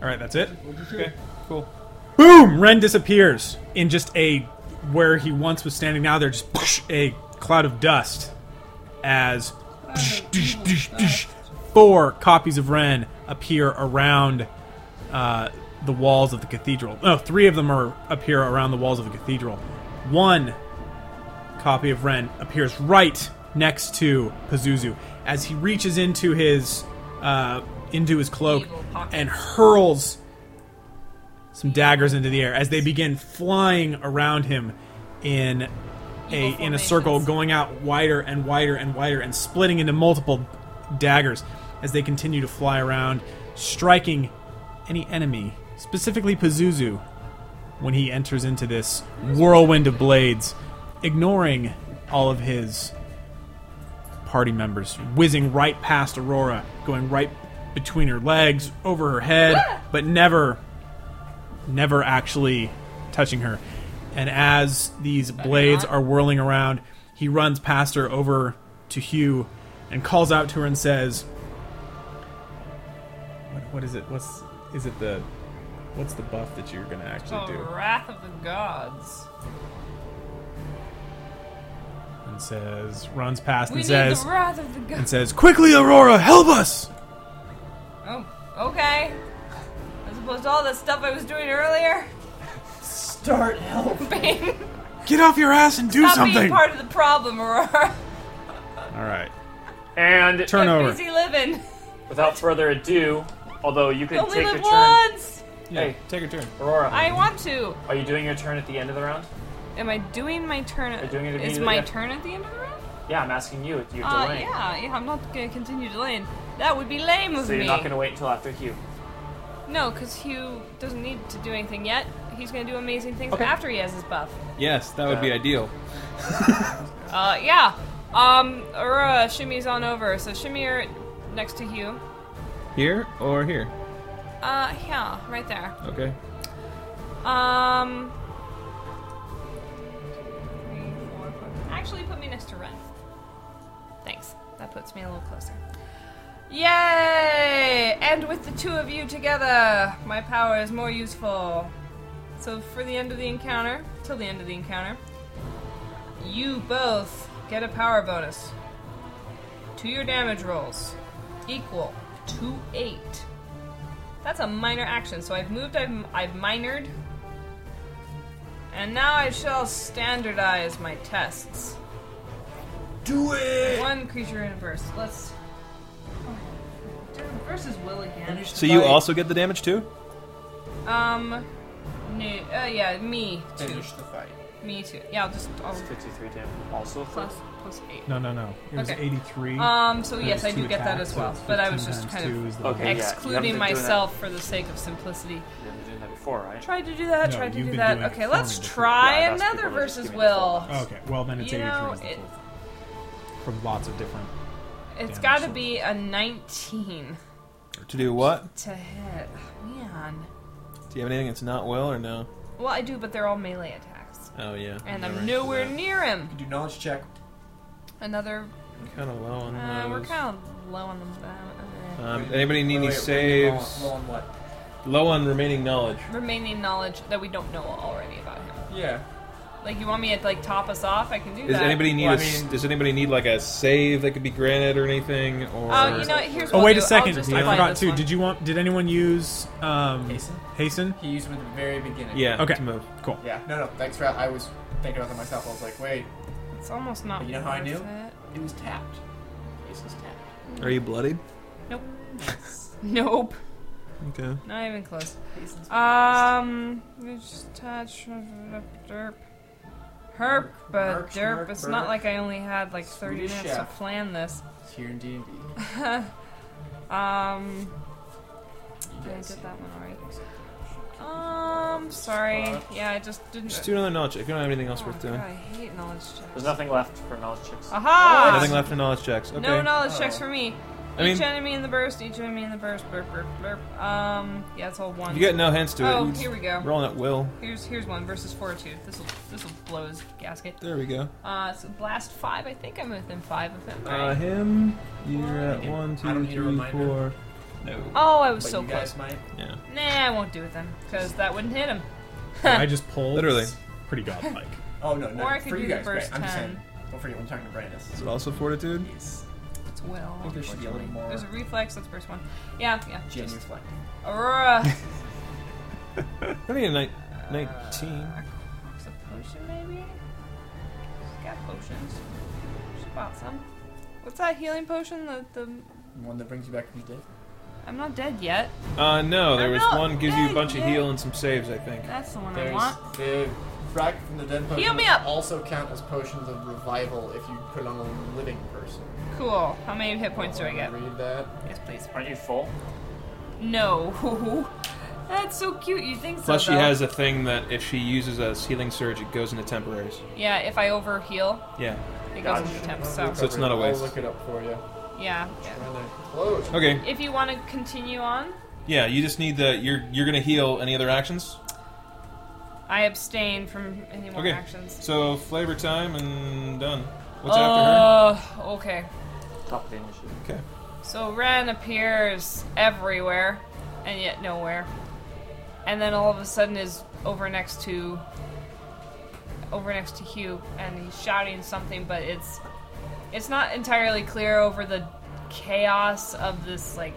S5: All right, that's it.
S3: Okay, cool.
S5: Boom! Ren disappears in just a where he once was standing. Now there's just push, a cloud of dust as four copies of Ren appear around uh, the walls of the cathedral. No, three of them are appear around the walls of the cathedral. One copy of Ren appears right next to Pazuzu as he reaches into his uh, into his cloak
S4: Evil pockets.
S5: and hurls some daggers into the air as they begin flying around him in a
S4: Evil
S5: in a circle
S4: formations.
S5: going out wider and wider and wider and splitting into multiple daggers as they continue to fly around striking any enemy specifically Pazuzu when he enters into this whirlwind of blades ignoring all of his party members whizzing right past Aurora going right between her legs over her
S4: [GASPS]
S5: head but never never actually touching her. And as these blades are whirling around, he runs past her over to Hugh and calls out to her and says, "What, what is it? What's is it the what's the buff that you're going to actually
S4: The
S5: do?"
S4: wrath of the gods.
S5: And says, runs past
S4: We
S5: and
S4: need
S5: says,
S4: the wrath of the
S5: and
S4: gods.
S5: says, "Quickly, Aurora, help us!"
S4: Oh, okay. As opposed to all the stuff I was doing earlier. [LAUGHS]
S8: Start help.
S4: Bing.
S5: Get off your ass and do
S4: Stop
S5: something.
S4: being part of the problem, [LAUGHS] Aurora.
S5: All right,
S2: and
S5: turn
S4: Get
S5: over.
S4: busy living.
S2: without further ado, although you
S4: You
S2: can
S4: only
S2: take your
S4: live
S2: turn,
S4: once.
S3: Yeah,
S2: Hey.
S3: take your turn.
S2: Aurora,
S4: I want to.
S2: are you doing your turn at the end of the round?
S4: Am I doing my turn?
S2: You're
S4: At,
S2: doing it at the
S4: is
S2: end of
S4: my
S2: the-
S4: turn at the end of the round?
S2: Yeah, I'm asking you. You're
S4: Uh,
S2: delaying,
S4: yeah, yeah. I'm not gonna continue delaying. That would be lame of
S2: so you're
S4: me.
S2: not going to wait until after Hugh.
S4: No, because Hugh doesn't need to do anything yet. He's gonna do amazing things
S2: Okay.
S4: after he has his buff.
S3: Yes, that would be
S2: Uh,
S3: ideal.
S4: Uh, yeah. Um, Aurora shimmies on over. So shimmy her next to Hugh.
S3: Here or here?
S4: Uh, yeah, right there.
S3: Okay.
S4: Um. three, four, five- Actually, put me next to Ren. Thanks. That puts me a little closer. Yay! And with the two of you together, my power is more useful. So, for the end of the encounter, till the end of the encounter, you both get a power bonus to your damage rolls equal to 8. That's a minor action. So I've moved, I've, I've minored. And now I shall standardize my tests.
S6: Do it.
S4: One creature in a burst. Let's. Oh, Dude, Versus Will again.
S3: So you also get the damage too?
S4: Um. No, uh, yeah, me too.
S6: Finish the fight.
S4: Me too. Yeah, I'll just. I'll,
S2: It's 53 damage. Also,
S4: plus, plus 8.
S5: No, no, no. It was
S4: Okay.
S5: 83.
S4: Um, so yes, I
S5: There's
S4: do
S5: two
S4: get that
S5: attacks,
S4: as
S5: so
S4: well.
S5: it's
S4: But I was
S5: 15
S4: just
S5: times
S4: kind
S5: two
S4: of
S5: is the
S2: Okay, yeah, you haven't been
S4: excluding
S2: doing that.
S4: myself for the sake of simplicity.
S2: You've been doing that before, right?
S4: Tried to do that,
S5: No,
S4: tried to
S5: you've
S4: do
S5: been
S4: that.
S5: doing it
S4: Okay,
S5: for
S4: let's
S5: me before.
S2: Yeah,
S4: try
S2: I've asked
S4: another
S2: people to just
S4: versus
S2: give me the full
S4: Will.
S5: Okay, well then it's
S4: You
S5: 83
S4: know,
S5: is the
S4: it- Oh,
S5: full. from lots of different.
S4: It's
S5: Damage
S4: got to
S5: rolls.
S4: be a 19
S3: To do what?
S4: to hit. Oh, Man.
S3: Do you have anything that's not will or no?
S4: Well, I do, but they're all melee attacks.
S3: Oh yeah. Uh,
S4: And I'm nowhere near him.
S6: Do knowledge check.
S4: Another.
S3: Kind of low on
S4: Uh, we're
S3: those.
S4: kind of low on the. Uh,
S3: Um, anybody need any
S6: Wait, wait,
S3: saves?
S6: Low on what?
S3: Low on remaining knowledge.
S4: remaining knowledge that we don't know already about him.
S6: Yeah.
S4: Like, you want me to like top us off? I can do
S3: Does
S4: that.
S3: anybody need
S6: Well,
S3: a
S6: I
S3: s-
S6: mean-
S3: Does anybody need like a save that could be granted or anything? Or
S4: Oh, you know, what, here's.
S5: Oh
S4: what
S5: wait a
S4: I'll do. I'll
S5: second!
S4: just
S5: I
S4: find
S5: forgot
S4: this
S5: too.
S4: one.
S5: Did you want? Did anyone use um,
S6: Hasten?
S5: Hasten?
S6: He used it at the very beginning.
S3: yeah.
S5: Okay.
S3: to move.
S5: Cool.
S6: Yeah. No, no. Thanks for that. I was thinking about that myself. I was like, wait,
S4: It's almost not.
S6: You know how I knew?
S4: worth it.
S6: it was tapped. Ace was tapped.
S3: Are you bloodied?
S4: Nope.
S3: Okay.
S4: Not even close. Um, it's just touch derp. Herp, but
S6: Merc,
S4: derp.
S6: merc,
S4: It's not
S6: merc.
S4: like I only had like 30
S6: Swedish
S4: minutes to
S6: chef.
S4: plan this.
S6: It's here in D and D.
S4: [LAUGHS] Um, I did that one already. Um, sorry. Yeah, I just didn't.
S3: Just do another knowledge check. If you don't have anything else
S4: Oh,
S3: worth
S4: God,
S3: doing.
S4: I hate knowledge checks.
S2: There's nothing left for knowledge checks.
S4: Ah. Aha!
S3: Nothing left in knowledge checks. Okay.
S4: Oh, No knowledge checks for me.
S3: I
S4: each
S3: mean-
S4: enemy in the burst, each enemy in the burst. Burp, burp, burp. Um, yeah, it's all one.
S3: You get no hints to it.
S4: Oh,
S3: You just
S4: here we go.
S3: Rolling at will.
S4: Here's here's one versus fortitude. This will this will blow his gasket.
S3: There we go.
S4: Uh, so blast five. I think I'm within five of him.
S3: Uh,
S4: Right?
S3: him. You're at one, two,
S6: I don't need a
S3: three,
S6: reminder.
S3: four. No.
S4: oh, I was
S6: But
S4: so
S6: you
S4: close.
S6: guys might.
S3: Yeah.
S4: Nah, I won't do it then, because that wouldn't hit him.
S5: I just pulled.
S3: Literally.
S5: It's Pretty godlike.
S6: Oh no, no.
S4: Or I could
S6: for
S4: do
S6: you
S4: the
S6: guys,
S4: first
S6: right? I'm just saying.
S4: 10.
S6: Don't forget, I'm talking to Brandis.
S3: Is it also fortitude?
S6: Yes.
S4: It's will.
S6: think there should be a little
S4: unfortunately.
S6: more-
S4: There's a reflex. That's the first one. Yeah, yeah. Just
S6: Genuflect.
S4: Aurora.
S3: I need a nine, nineteen.
S4: It's a potion, maybe. She's got potions. She bought some. What's that healing potion? The the
S6: One that brings you back from the dead.
S4: I'm not dead yet.
S3: Uh, no, there
S4: I'm
S3: was
S4: not
S3: one gives you a
S4: dead
S3: bunch of
S4: yet.
S3: heal and some saves, I think.
S4: That's the one I want.
S6: There's the frag from the dead potion.
S4: Heal me up!
S6: Also count as potions of revival if you put it on a living person.
S4: Cool. How many hit points do I get?
S6: Read that.
S4: Yes, please.
S2: Aren't you full?
S4: No. [LAUGHS] That's so cute. You think so?
S3: Plus, she
S4: though.
S3: has a thing that if she uses a healing surge, it goes into temporaries.
S4: Yeah, if I over heal,
S3: Yeah.
S4: it
S2: Gotcha.
S4: goes into temp. So
S3: So it's not a waste.
S6: I'll look it up for you.
S4: yeah.
S6: Right there. Close.
S3: Okay.
S4: If you want to continue on,
S3: Yeah, you just need the. You're you're gonna heal. Any other actions?
S4: I abstain from any more
S3: Okay.
S4: actions.
S3: So flavor time and done. What's after
S4: Uh, okay.
S2: Top of the initiative.
S4: Uh,
S3: her? Okay.
S4: So Ren appears everywhere, and yet nowhere. And then all of a sudden is over next to over next to Hugh, and he's shouting something, but it's it's not entirely clear over the chaos of this like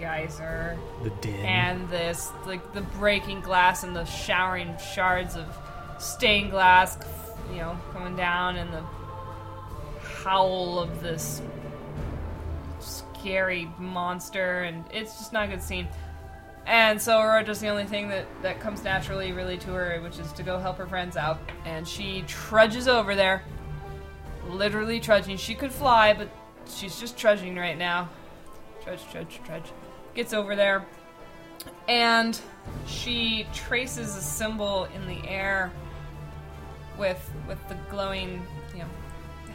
S4: geyser
S5: The din.
S4: and this like the breaking glass and the showering shards of stained glass you know coming down and the howl of this scary monster and it's just not a good scene and so Aurora does the only thing that, that comes naturally really to her, which is to go help her friends out. And she trudges over there. Literally trudging. She could fly, but she's just trudging right now. Trudge, trudge, trudge. Gets over there. And she traces a symbol in the air with with the glowing, you know,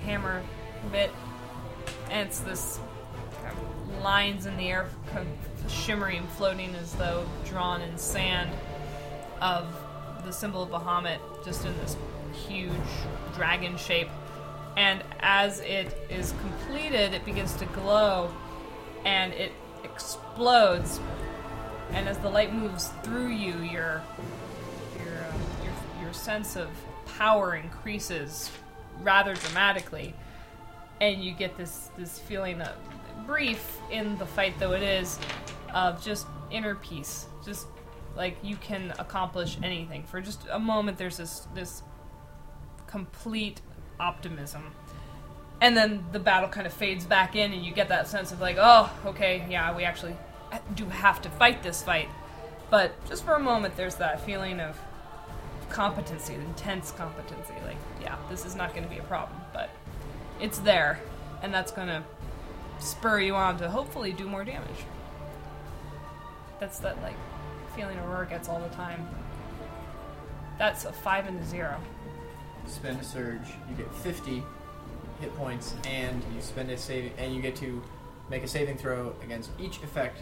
S4: hammer bit. And it's this kind of lines in the air, kind of shimmering, floating as though drawn in sand, of the symbol of Bahamut, just in this huge dragon shape. And as it is completed, it begins to glow and it explodes. And as the light moves through you, your your, um, your, your sense of power increases rather dramatically and you get this this feeling of brief in the fight though it is of just inner peace just like you can accomplish anything for just a moment there's this this complete optimism and then the battle kind of fades back in and you get that sense of like oh okay yeah we actually do have to fight this fight but just for a moment there's that feeling of competency intense competency like yeah this is not going to be a problem but it's there, and that's gonna spur you on to hopefully do more damage. That's that like feeling Aurora gets all the time. That's a five and a zero.
S6: Spend a surge. You get 50 hit points, and you spend a saving, and you get to make a saving throw against each effect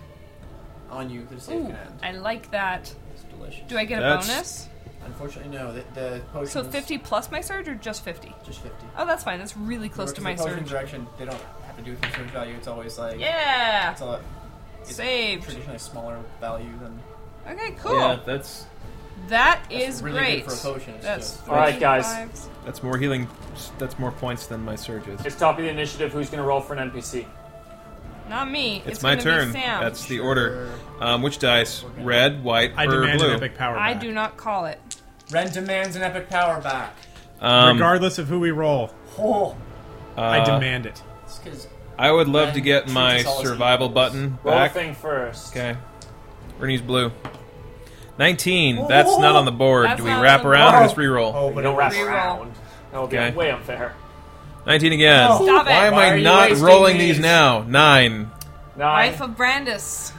S6: on you that a save
S4: Ooh,
S6: can end.
S4: I like that.
S6: It's delicious.
S4: Do I get a
S3: That's-
S4: bonus?
S6: Unfortunately, no. The, the potion.
S4: So 50 plus my surge or just 50?
S6: Just fifty.
S4: Oh, that's fine. That's really close to my
S6: the potion
S4: surge.
S6: Direction. They don't have to do with the surge value. It's always like
S4: Yeah!
S6: It's a it's
S4: Saved.
S6: traditionally a smaller value than.
S4: Okay, cool.
S3: Yeah, that's
S4: That
S6: That's
S4: is
S6: really
S4: great.
S6: good for a potion, it's
S4: That's
S6: just-
S2: All right, guys.
S4: fives.
S3: that's more healing. That's more points than my surges.
S2: It's top of the initiative. Who's going to roll for an NPC?
S4: Not me.
S3: It's, my
S4: gonna
S3: turn.
S4: Be Sam.
S3: That's the order. Um, which dice? Red, white,
S5: I
S3: or
S5: demand
S3: blue?
S5: an epic power.
S4: I
S5: back.
S4: do not call it.
S6: Ren demands an epic power back.
S3: Um,
S5: Regardless of who we roll,
S6: Oh,
S5: I
S3: uh,
S5: demand it.
S6: it's 'cause-
S3: I would love to
S6: Ren
S3: get
S6: treats
S3: my
S6: us all as
S3: survival
S6: equals.
S3: button
S2: Roll
S3: back.
S2: the thing first.
S3: Okay. Ernie's blue. 19. That's not on the board.
S4: That's
S3: Do we
S4: not
S3: wrap
S4: on the
S3: around or
S4: board.
S3: just reroll?
S6: Oh,
S2: We
S6: but
S2: don't
S6: it was-
S2: wrap
S4: Reroll.
S2: around. That would be
S3: Okay.
S2: way unfair.
S3: 19 again.
S4: Oh, Stop it.
S3: Why am
S6: Why are
S3: I
S6: you
S3: not
S6: wasting
S3: rolling these?
S6: these?
S3: now? 9.
S2: Nine.
S4: Wife of Brandis.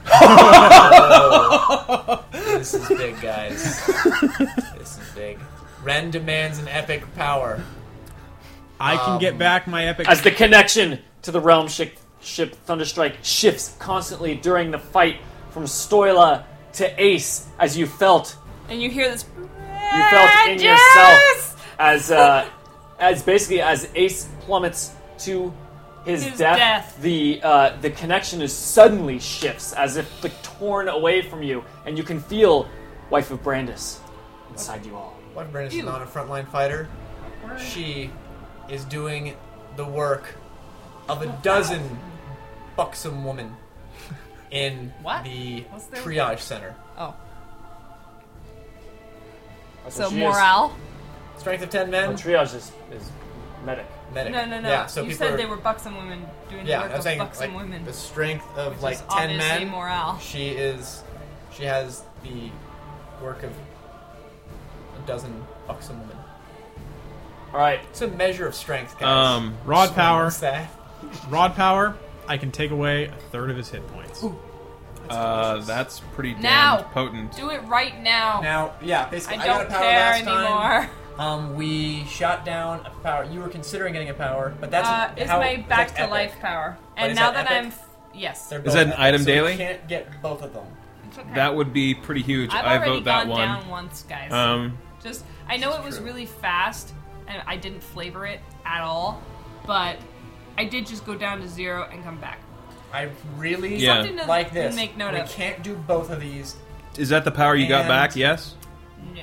S6: This is big, [LAUGHS] guys. this is big. Ren demands an epic power.
S5: I can
S6: Um,
S5: get back my epic.
S2: As the connection to the realm ship, ship Thunderstrike shifts constantly during the fight from Stoila to Ace, as you felt
S4: And you hear this.
S2: you felt in
S4: Yes!
S2: yourself as uh, as basically as Ace plummets to his,
S4: His
S2: death,
S4: death.
S2: The uh, the connection is suddenly shifts as if like torn away from you, and you can feel wife of Brandis inside you all.
S6: What Ren is
S4: Ew.
S6: not a frontline fighter. She is doing the work of a dozen buxom women in
S4: What?
S6: the
S4: What's their-
S6: triage center.
S4: Oh,
S2: That's
S4: so
S2: what she
S4: morale?
S6: Strength of ten
S2: Is.
S6: men.
S2: Well, triage is, is medic.
S6: Medic.
S4: No, no, no.
S6: Yeah, so
S4: you
S6: people
S4: said
S6: are-
S4: they were buxom women doing
S6: Yeah,
S4: the work
S6: I'm
S4: of
S6: saying
S4: buxom
S6: like,
S4: women.
S6: the strength of
S4: which
S6: like
S4: is
S6: ten
S4: obviously
S6: men.
S4: morale.
S6: She is, she has the work of a dozen buxom women.
S2: All right,
S6: It's a measure of strength, guys.
S3: Um,
S5: Rod power.
S6: What's that?
S5: Rod power. I can take away a third of his hit points.
S3: uh, that's pretty damn
S4: Now.
S3: potent.
S4: Do it right now.
S6: Now, yeah, basically,
S4: I
S6: I, got
S4: don't
S6: a power
S4: care
S6: last time.
S4: anymore.
S6: Um, we shot down a power. You were considering getting a power, but that's
S4: [LAUGHS] Uh, is
S6: how,
S4: my
S6: that's
S4: back to
S6: epic.
S4: life power.
S6: But
S4: And
S6: is
S4: now
S6: that
S4: that,
S6: epic?
S4: I'm. F- yes.
S6: They're
S3: Is
S6: both
S3: that an
S6: epic,
S3: item
S6: so we
S3: daily?
S6: can't get both of them.
S4: It's okay.
S3: That would be pretty huge.
S4: I've
S3: I
S4: already
S3: vote that
S4: gone
S3: one.
S4: down once, guys.
S3: Um,
S4: Just I know it was
S6: true.
S4: really fast, and I didn't flavor it at all, but I did just go down to zero and come back.
S6: I really
S3: Yeah.
S4: Something to
S6: like this.
S4: make note
S6: we
S4: of.
S6: can't do both of these.
S3: is that the power you got
S6: And-
S3: back? Yes.
S4: No,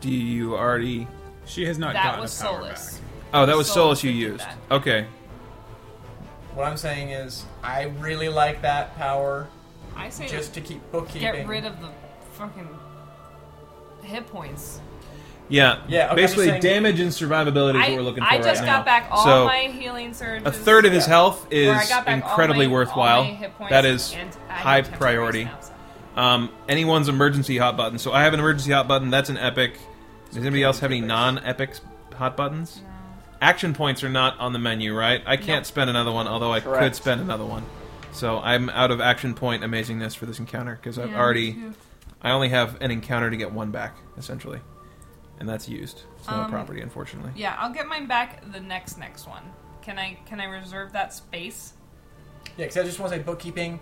S3: Do you already?
S5: She has not
S4: that
S5: gotten
S4: was
S5: a power
S4: soulless.
S5: back.
S3: Oh, that was
S4: Solus
S3: Solus you
S4: did do
S3: used.
S4: that.
S3: Okay.
S6: What I'm saying is, I really like that power
S4: I say
S6: just to keep bookkeeping.
S4: get rid of the fucking hit points.
S3: Yeah.
S6: Yeah, okay, I'm
S3: Basically,
S6: just saying-
S3: damage and survivability is
S4: I,
S3: what we're looking for
S4: I just
S3: right
S4: got
S3: now.
S4: back all
S3: so
S4: my healing surges.
S3: a third of his
S6: Yeah.
S3: health
S4: where I
S3: is
S4: got back all
S3: incredibly
S4: my- all
S3: worthwhile.
S4: my hit points
S3: that is
S4: and I have
S3: high
S4: temporary
S3: priority.
S4: snaps.
S3: Um, anyone's emergency hot button. So I have an emergency hot button. That's an epic. Does anybody else have any non-epic hot buttons? Action points are not on the menu, right? I can't spend another one, although I could
S2: Correct.
S3: spend another one. So I'm out of action point amazingness for this encounter because I've
S4: Yeah, me
S3: already.
S4: too.
S3: I only have an encounter to get one back essentially, and that's used. It's not
S4: Um,
S3: a property, unfortunately.
S4: Yeah, I'll get mine back the next next one. Can I can I reserve that space?
S6: Yeah, because I just want to say bookkeeping.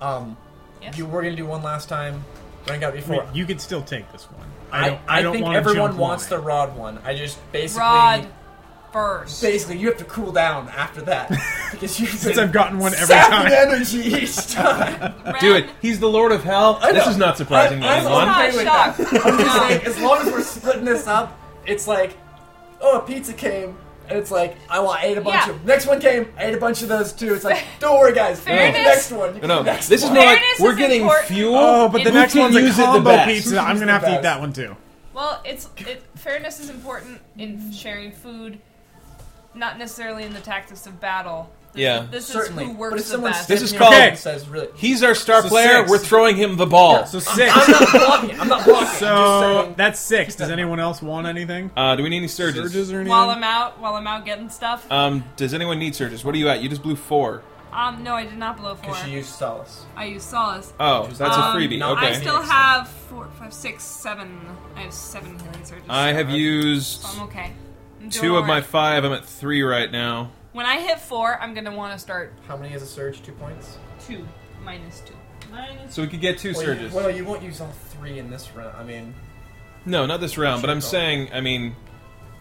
S6: Um,
S4: Yes.
S6: you were gonna do one last time. Ren got it
S5: I mean,
S6: before.
S5: you could still take this one.
S6: I,
S5: I don't. I, don't
S6: think
S5: want
S6: everyone
S5: to
S6: wants the rod one. I just basically
S4: Rod first.
S6: basically you have to cool down
S5: [LAUGHS]
S6: after that because you
S5: Since I've gotten one every
S6: sapping
S5: time.
S6: energy each time.
S4: Ren,
S3: Do it. He's the Lord of Hell. This is not surprising.
S6: I- [LAUGHS] I'm
S3: that one.
S6: not-
S4: I'm
S6: Okay with
S4: shocked.
S6: I'm just like, as long as we're splitting this up, it's like, oh, a pizza came, and it's like, I want, I ate a bunch
S4: Yeah.
S6: of. Next one came, I ate a bunch of those too. It's
S4: [LAUGHS]
S6: like, don't worry, guys, you can do the
S4: Fairness-
S6: next one. You can
S3: No,
S6: do the next
S3: this is
S6: one.
S3: more like
S4: Fairness
S3: we're
S4: is
S3: getting
S4: important.
S3: fuel.
S5: Oh, but the
S4: Who
S5: next
S4: can
S5: one's a
S3: use it the
S5: combo
S3: best?
S5: pizza.
S6: Who
S5: I'm
S6: uses
S5: gonna
S6: the
S5: have to eat
S6: best?
S5: that one too.
S4: Well, it's it, fairness is important in sharing food, not necessarily in the tactics of battle. This,
S3: Yeah.
S4: this
S6: Certainly,
S4: is who
S6: but
S4: works
S6: if
S4: the
S6: someone
S4: best.
S3: This
S6: steps
S3: is
S6: in your
S3: called-
S6: face and says, really,
S3: He's our star
S5: So
S3: player.
S5: six.
S3: We're throwing him the ball.
S5: So six.
S6: I'm not blocking. I'm not blocking. I'm
S5: so
S6: just saying,
S5: that's six. Does anyone else want anything?
S3: Uh, do we need any surges?
S5: Surges or anything?
S4: while I'm out, while I'm out getting stuff.
S3: um, does anyone need surges? What are you at? You just blew four.
S4: um, no, I did not blow four.
S6: because she used solace.
S4: I used solace.
S3: Oh, that's
S4: Um,
S3: a freebie.
S6: no,
S3: okay.
S4: I still
S6: Excellent.
S4: have four, five, six, seven. I have seven healing surges.
S3: I have used
S4: So I'm okay. I'm doing
S3: two of my
S4: alright.
S3: five. I'm at three right now.
S4: When I hit four, I'm gonna want to start
S6: How many is a surge? Two points.
S4: two minus two.
S3: So we could get two
S6: Well, you,
S3: surges.
S6: well, you won't use all three in this round. I mean,
S3: No, not this round, but I'm saying, I mean,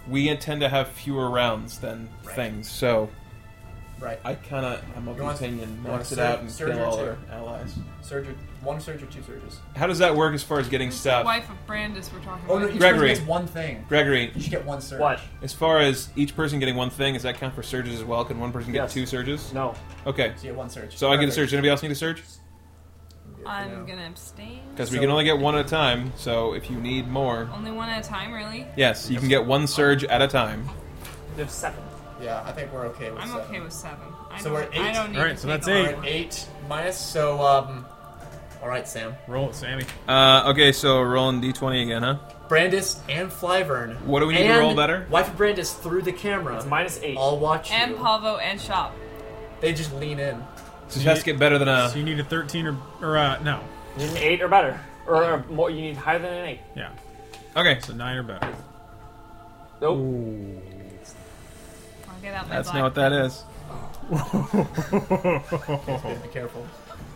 S3: we intend to have fewer rounds than
S6: Right.
S3: things, so
S6: Right.
S3: I kind of, I'm of
S6: You
S3: the
S6: want-
S3: opinion,
S6: you want
S3: knocks
S6: a
S3: it
S6: sur-
S3: out and
S6: surge
S3: kill
S6: or
S3: all
S6: two?
S3: our allies.
S6: Surge or, one surge or two surges.
S3: How does that work as far as getting stuff?
S4: Wife of Brandis, we're talking
S6: Oh no,
S4: about.
S6: each
S3: Gregory.
S6: person gets one thing.
S3: Gregory,
S6: You should get one surge.
S2: What?
S3: as far as each person getting one thing, does that count for surges as well? Can one person get
S2: Yes.
S3: two surges?
S2: No.
S3: Okay,
S6: So you get one surge.
S3: so I get a
S6: Perfect.
S3: surge. Anybody else need a surge?
S4: I'm
S6: Yeah.
S4: gonna abstain.
S3: Because we
S6: So-
S3: can only get one at a time, so if you need more.
S4: Only one at a time, really.
S3: Yes, you can get one surge at a time.
S2: There's seven.
S6: Yeah, I think we're okay with.
S4: I'm
S6: seven.
S4: okay with seven. I
S6: So
S4: don't,
S6: we're
S4: I
S6: eight?
S4: don't need.
S5: Alright,
S4: to
S5: so
S4: take
S5: that's
S4: a
S5: eight.
S4: lot.
S6: We're at eight minus. So um, all right, Sam,
S5: Roll it, Sammy.
S3: Uh, okay, so rolling d20 again, huh?
S6: Brandis and Flyvern.
S3: What do we need to
S6: and
S3: roll better?
S6: Wife of Brandis through the camera.
S2: It's minus eight.
S6: I'll watch
S4: And
S6: you.
S4: Pavo and Shop.
S6: They just lean in.
S3: So it has to get better than uh,
S5: So
S3: a.
S5: you need a 13 or, or uh, no.
S2: You need an eight or better, or, or more. You need higher than an eight.
S5: Yeah.
S3: Okay,
S5: So nine or better.
S2: Nope.
S4: I'll get out my
S3: that's
S4: black. [LAUGHS]
S3: not what that is.
S6: Be careful.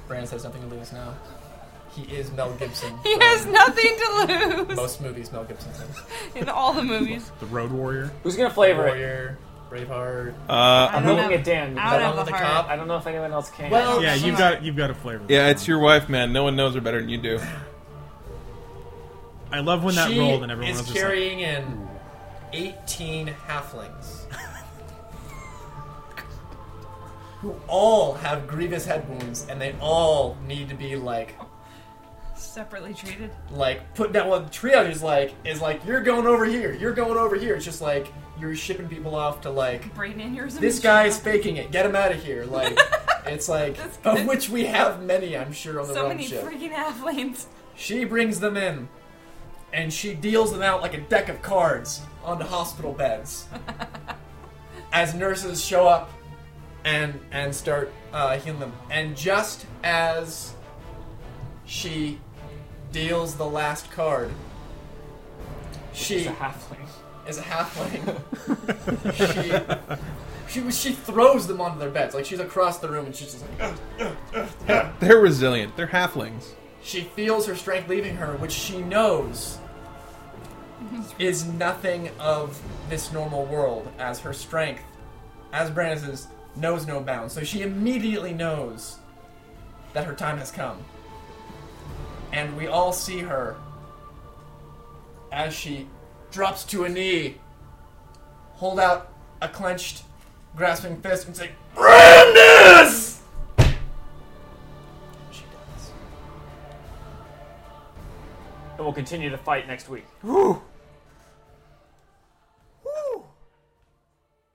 S6: Brandis has nothing to lose now. He is Mel Gibson.
S4: [LAUGHS] He
S6: from
S4: has nothing
S3: [LAUGHS]
S4: to lose
S6: most movies. Mel Gibson's in.
S4: in all the movies.
S5: The Road Warrior.
S2: Who's gonna flavor it?
S6: Warrior, Braveheart.
S3: Uh,
S4: I
S2: I'm
S4: don't
S2: looking
S4: know.
S2: at Dan. because
S4: I don't have
S6: Along
S4: the
S6: with the
S4: heart.
S2: I don't know if anyone else can.
S6: Well,
S5: Yeah, you've got you've got a flavor.
S3: yeah, it's your wife, man. No one knows her better than you do.
S5: I love when that
S6: she
S5: rolled and everyone
S6: is
S5: was just like,
S6: carrying in 18
S5: [LAUGHS]
S6: halflings. who all have grievous head wounds and they all need to be like
S4: Separately treated.
S6: like putting down one triage is like is like you're going over here you're going over here it's just like you're shipping people off to like
S4: Brain aneurysm.
S6: this guy's faking it get him out of here
S5: [LAUGHS]
S6: like it's like of which we have many i'm sure on the
S4: So
S6: road
S4: many
S6: ship
S4: freaking halflings.
S6: She brings them in, and she deals them out like a deck of cards onto
S2: [LAUGHS]
S6: hospital beds. as nurses show up and and start uh, healing them, and just as she deals the last card, she
S2: It's a halfling.
S6: is
S2: [LAUGHS]
S6: a halfling. she, she she throws them onto their beds like she's across the room, and she's just like.
S3: They're resilient. They're halflings.
S6: She feels her strength leaving her, which she knows is nothing of this normal world, as her strength, as Brandis' knows no bounds. So she immediately knows that her time has come. And we all see her as she drops to a knee, hold out a clenched, grasping fist, and say, Brandis! She dies.
S2: And we'll continue the fight next week.
S6: Whew.